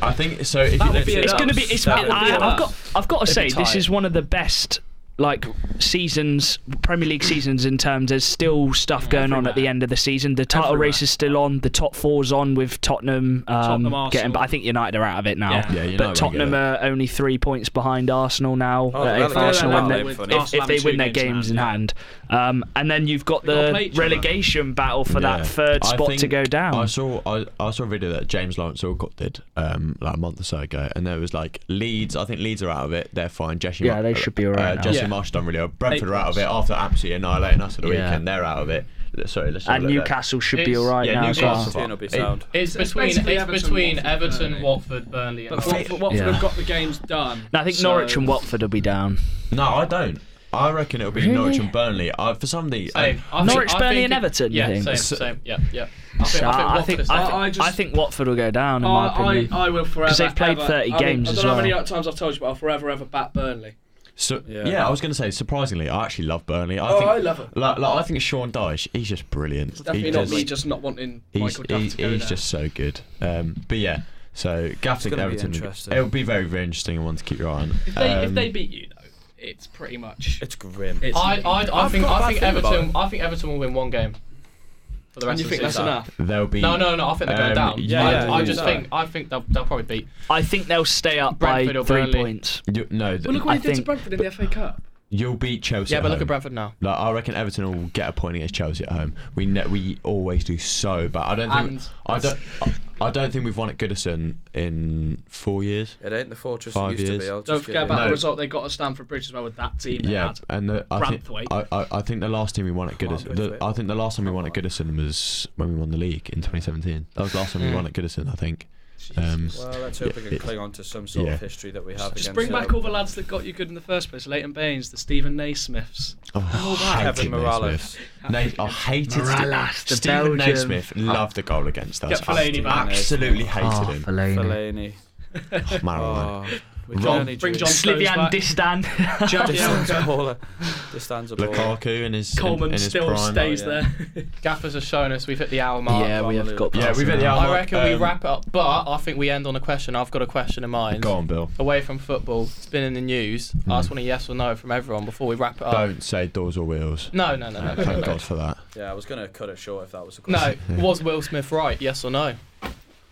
Speaker 2: I think so. If you
Speaker 6: would
Speaker 2: look
Speaker 6: be
Speaker 2: at-
Speaker 6: enough.
Speaker 8: It's going to be. It's,
Speaker 1: That would be
Speaker 8: I,
Speaker 6: enough.
Speaker 8: have got. I've got to
Speaker 5: It'd
Speaker 8: say,
Speaker 5: be
Speaker 8: this
Speaker 5: tight.
Speaker 8: is one of the best like seasons, Premier League seasons in terms. There's still stuff going on at the end of the season. The title
Speaker 6: Everywhere.
Speaker 8: race is still on. The top four's on with Tottenham. Um,
Speaker 6: Tottenham,
Speaker 8: getting,
Speaker 6: Arsenal.
Speaker 8: but I think United are out of it now.
Speaker 6: Yeah.
Speaker 2: yeah, you know
Speaker 8: But Tottenham are only three points behind Arsenal now.
Speaker 1: Oh,
Speaker 8: uh,
Speaker 1: they're
Speaker 8: if
Speaker 1: not-
Speaker 8: Arsenal
Speaker 1: they're
Speaker 8: win
Speaker 1: not
Speaker 8: their-
Speaker 1: with-
Speaker 8: if-
Speaker 6: Arsenal
Speaker 8: if they
Speaker 6: having
Speaker 8: win
Speaker 6: two
Speaker 8: their games in hand, um, and then you've got
Speaker 6: They gotta play
Speaker 8: the
Speaker 6: each other.
Speaker 8: relegation battle for that third spot to go down.
Speaker 2: I saw I, I saw a video that James Lawrence Alcott did um, like a month or so ago, and there was like Leeds. I think Leeds are out of it; they're fine. Jesse,
Speaker 8: Yeah, they should be all right
Speaker 2: Uh,
Speaker 8: now.
Speaker 2: Jesse
Speaker 5: Yeah.
Speaker 2: Marsh done really well. Brentford
Speaker 6: Eight
Speaker 2: are out of it
Speaker 6: points.
Speaker 2: after absolutely annihilating us at the
Speaker 8: Yeah.
Speaker 2: weekend. They're out of it. L- Sorry, let's have a
Speaker 8: and
Speaker 2: look there.
Speaker 8: Newcastle should be
Speaker 5: It's-
Speaker 8: all right
Speaker 2: yeah,
Speaker 8: now. as well.
Speaker 2: Newcastle.
Speaker 1: Team will be
Speaker 2: It-
Speaker 1: sound.
Speaker 5: it's,
Speaker 6: It's
Speaker 5: between
Speaker 6: basically
Speaker 5: it's
Speaker 6: Everton,
Speaker 5: between
Speaker 6: Watford,
Speaker 5: Everton,
Speaker 6: Burnley.
Speaker 5: Watford, Burnley, and
Speaker 6: But Watford, Watford
Speaker 8: Yeah.
Speaker 6: have got the games done.
Speaker 8: No, I think
Speaker 6: so-
Speaker 8: Norwich and Watford will be down.
Speaker 2: No, I don't. I reckon it'll be Norwich and Burnley. I, for some um, reason,
Speaker 5: Same. I think-
Speaker 8: Norwich,
Speaker 5: I
Speaker 8: Burnley
Speaker 5: think
Speaker 8: and
Speaker 5: it-
Speaker 8: Everton, you
Speaker 5: Yeah,
Speaker 8: think?
Speaker 5: same,
Speaker 2: So-
Speaker 5: same. Yeah, yeah. I think,
Speaker 8: So
Speaker 5: I
Speaker 8: I think I,
Speaker 5: think, Watford is-
Speaker 8: think,
Speaker 6: I just-
Speaker 8: I think Watford will go down in
Speaker 6: I,
Speaker 8: my
Speaker 6: I,
Speaker 8: opinion.
Speaker 6: I will forever.
Speaker 8: 'Cause they've played
Speaker 6: ever-
Speaker 8: 30
Speaker 6: I mean,
Speaker 8: games
Speaker 6: I don't
Speaker 8: as
Speaker 6: know how
Speaker 8: well.
Speaker 6: many times I've told you, but I'll forever ever bat Burnley.
Speaker 2: So
Speaker 1: Yeah.
Speaker 2: yeah, I was going to say surprisingly, I actually love Burnley. I
Speaker 6: Oh,
Speaker 2: think,
Speaker 6: I love it.
Speaker 2: Like, like, I think Sean Dyche, he's just brilliant. He
Speaker 6: Definitely not
Speaker 2: just-
Speaker 6: me just not wanting
Speaker 2: He's
Speaker 6: Michael Duff
Speaker 2: he's,
Speaker 6: to go
Speaker 2: he's
Speaker 6: there.
Speaker 2: just so good. Um, but yeah, so Gaff
Speaker 1: gonna be
Speaker 2: Everton. would be-
Speaker 1: interesting.
Speaker 2: It'll be very very interesting one to keep your eye on.
Speaker 6: If they, if
Speaker 2: Um,
Speaker 6: they beat you though, it's pretty much.
Speaker 1: It's grim.
Speaker 6: It's
Speaker 5: I, I, I
Speaker 1: I've
Speaker 5: think,
Speaker 1: got a bad
Speaker 5: I think
Speaker 1: feeling about
Speaker 5: Everton. I think Everton will win one game. For the rest
Speaker 6: and you
Speaker 5: of
Speaker 6: think
Speaker 5: the
Speaker 6: that's
Speaker 5: season.
Speaker 6: enough?
Speaker 2: they'll be
Speaker 5: No, no, no. I think they're going
Speaker 2: Um,
Speaker 5: down.
Speaker 2: yeah,
Speaker 5: I,
Speaker 1: yeah,
Speaker 5: I
Speaker 1: yeah.
Speaker 5: just
Speaker 1: Yeah.
Speaker 5: think, I think they'll, they'll probably beat.
Speaker 8: I, think they'll stay up
Speaker 5: Brentford
Speaker 8: by
Speaker 5: or
Speaker 8: three
Speaker 5: Burnley.
Speaker 8: points.
Speaker 2: You, no, th-
Speaker 6: Well, look what he did to
Speaker 8: think-
Speaker 6: Brentford in the FA Cup.
Speaker 2: you'll beat Chelsea.
Speaker 5: Yeah, but look
Speaker 2: home.
Speaker 5: at Brentford now.
Speaker 2: Like, I reckon Everton will get a point against Chelsea at home. We ne- we always do so bad. I don't think
Speaker 6: And-
Speaker 2: I don't I, I don't think we've won at Goodison in four years.
Speaker 1: It ain't the fortress
Speaker 2: Five
Speaker 1: it used
Speaker 2: years.
Speaker 1: to be. I'll just
Speaker 6: Don't
Speaker 1: give
Speaker 6: forget
Speaker 1: you
Speaker 6: about
Speaker 1: that.
Speaker 6: the result they got at Stamford Bridge as well with that team. They
Speaker 2: Yeah,
Speaker 6: had.
Speaker 2: and the, I, think,
Speaker 6: Branthwaite.
Speaker 2: I, I I think the last time we won at
Speaker 1: Come on,
Speaker 2: Goodison, the,
Speaker 1: Branthwaite.
Speaker 2: I think the last time we won at Goodison was when we won the league in 2017. That was the last time we won at Goodison, I think. Um,
Speaker 1: Well, let's hope we
Speaker 2: Yeah,
Speaker 1: can
Speaker 2: it-
Speaker 1: cling on to some sort
Speaker 2: yeah.
Speaker 1: of history that we have against uh,
Speaker 6: Just bring back
Speaker 1: Liverpool.
Speaker 6: all the lads that got you good in the first place. Leighton Baines, the Stephen Naismiths.
Speaker 2: oh,
Speaker 1: Kevin Morales.
Speaker 2: Nate, I hated
Speaker 8: Morales, the
Speaker 2: Stephen
Speaker 8: Belgian.
Speaker 2: Naismith. Loved the goal against us.
Speaker 6: Get
Speaker 2: I
Speaker 6: Fellaini back.
Speaker 2: Absolutely hated
Speaker 8: Oh,
Speaker 2: him.
Speaker 8: Fellaini.
Speaker 1: Fellaini.
Speaker 2: Oh, man, oh, man.
Speaker 1: Oh, we can
Speaker 2: Rob-
Speaker 1: only
Speaker 6: Bring
Speaker 1: dream.
Speaker 6: John Stones
Speaker 8: Slivian
Speaker 6: back.
Speaker 8: Distan.
Speaker 1: Distan's a baller. Distan's a baller.
Speaker 2: Lukaku in his
Speaker 6: Coleman
Speaker 2: in, in his
Speaker 6: still
Speaker 2: prime.
Speaker 6: stays
Speaker 1: Oh, yeah.
Speaker 6: there.
Speaker 5: Gaffers have shown us we've hit the hour mark.
Speaker 8: yeah, we have got.
Speaker 2: Yeah,
Speaker 8: past
Speaker 2: we've hit the
Speaker 8: now.
Speaker 2: hour.
Speaker 5: I reckon we
Speaker 2: Um,
Speaker 5: wrap it up, but I think we end on a question. I've got a question in mind.
Speaker 2: Go on, Bill.
Speaker 5: Away from football, it's been in the news. I just want a yes or no from everyone before we wrap it up.
Speaker 2: Don't say doors or wheels.
Speaker 5: No, no, no, no.
Speaker 2: Uh,
Speaker 5: no,
Speaker 2: thank
Speaker 5: no.
Speaker 2: God for that.
Speaker 1: Yeah, I was going to cut it short if that was a
Speaker 5: No,
Speaker 1: question.
Speaker 5: was Will Smith right? Yes or no?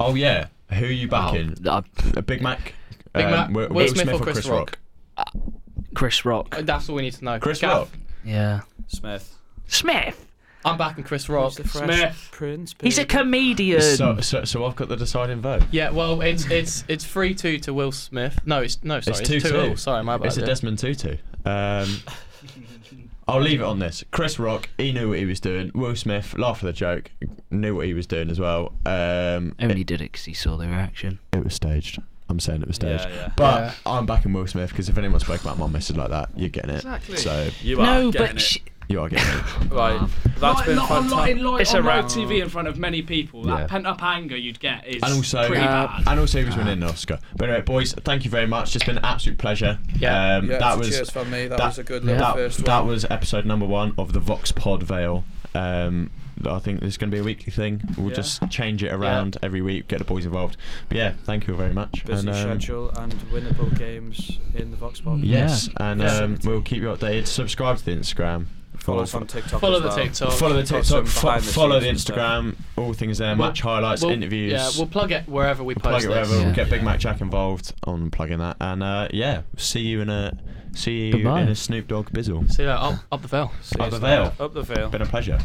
Speaker 2: Oh yeah, who are you backing?
Speaker 8: Oh, uh,
Speaker 2: A Big Mac.
Speaker 5: Big
Speaker 2: Um,
Speaker 5: Mac,
Speaker 2: Wi-
Speaker 5: Will Smith or Chris Rock?
Speaker 8: Chris Rock.
Speaker 5: Uh, That's all we need to know.
Speaker 2: Chris
Speaker 5: Gaff,
Speaker 2: Rock.
Speaker 8: Yeah.
Speaker 1: Smith.
Speaker 8: Smith.
Speaker 5: I'm backing Chris Rock.
Speaker 1: He's the fresh
Speaker 6: Smith.
Speaker 1: Prince.
Speaker 8: He's a
Speaker 1: baby.
Speaker 8: comedian.
Speaker 2: So,
Speaker 3: Um,
Speaker 2: so, so I've got the deciding vote.
Speaker 5: Yeah, well, it's it's it's three two to Will Smith. No, it's no, sorry, it's two
Speaker 2: 2-2.
Speaker 5: two. Sorry, my bad.
Speaker 2: It's a
Speaker 5: yeah.
Speaker 2: Desmond Tutu. Um, I'll leave it on this. Chris Rock, he knew what he was doing. Will Smith, laughed at the joke, knew what he was doing as well. Um,
Speaker 8: Only
Speaker 2: it,
Speaker 8: did it because he saw the reaction.
Speaker 2: it was staged. I'm saying it was staged.
Speaker 1: Yeah, yeah.
Speaker 2: But
Speaker 5: Yeah.
Speaker 2: I'm backing Will Smith because if anyone spoke about my message like that, you're getting it.
Speaker 6: Exactly.
Speaker 2: So
Speaker 1: You are
Speaker 8: No,
Speaker 1: getting
Speaker 8: but
Speaker 1: it.
Speaker 8: she,
Speaker 2: You are getting
Speaker 1: Right, that's
Speaker 6: That's
Speaker 1: been
Speaker 6: on, li- in
Speaker 1: fantastic.
Speaker 6: live,
Speaker 8: It's
Speaker 6: on
Speaker 8: a
Speaker 6: live
Speaker 8: wrap.
Speaker 6: TV in front of many people,
Speaker 2: Yeah.
Speaker 6: that pent up anger you'd get is
Speaker 2: And also,
Speaker 6: pretty
Speaker 2: uh,
Speaker 6: bad.
Speaker 2: and also he was winning an Oscar. But anyway, boys, thank you very much. It's been an absolute pleasure.
Speaker 4: Yeah.
Speaker 2: um,
Speaker 1: Yeah,
Speaker 2: that
Speaker 1: so
Speaker 2: was
Speaker 1: cheers from me. That, was a good
Speaker 2: that,
Speaker 1: little first
Speaker 2: that
Speaker 1: one.
Speaker 2: was episode number one of the Vox Pod Veil. Um, I think it's going to be a weekly thing. We'll
Speaker 1: Yeah.
Speaker 2: just change it around every week, get the boys involved. But yeah, thank you very much.
Speaker 1: Busy
Speaker 2: and, um,
Speaker 1: schedule and winnable games in the Vox Pop.
Speaker 2: Yes, and
Speaker 1: Yeah.
Speaker 2: um, we'll keep you updated. Subscribe to the Instagram.
Speaker 1: Follow
Speaker 2: Follow,
Speaker 1: us on TikTok.
Speaker 4: Follow
Speaker 1: as
Speaker 4: the
Speaker 1: well.
Speaker 4: TikTok.
Speaker 2: follow the
Speaker 1: Got
Speaker 2: TikTok.
Speaker 1: some
Speaker 2: Fo-
Speaker 1: behind the
Speaker 2: follow the
Speaker 1: scenes and stuff.
Speaker 2: Instagram. All things there.
Speaker 4: We'll-
Speaker 2: match highlights,
Speaker 4: we'll-
Speaker 2: interviews.
Speaker 4: Yeah, we'll plug it wherever we
Speaker 2: plug
Speaker 4: post
Speaker 2: it
Speaker 4: this.
Speaker 2: wherever. We'll
Speaker 8: Yeah.
Speaker 2: get Big Mac Jack involved on plugging that. And uh, yeah, see you in a see you
Speaker 8: Goodbye.
Speaker 2: in a Snoop Dogg bizzle.
Speaker 4: See you later. Up, up the veil.
Speaker 1: See
Speaker 2: Up
Speaker 1: you
Speaker 2: the veil.
Speaker 1: later. Up the veil.
Speaker 2: Been a pleasure.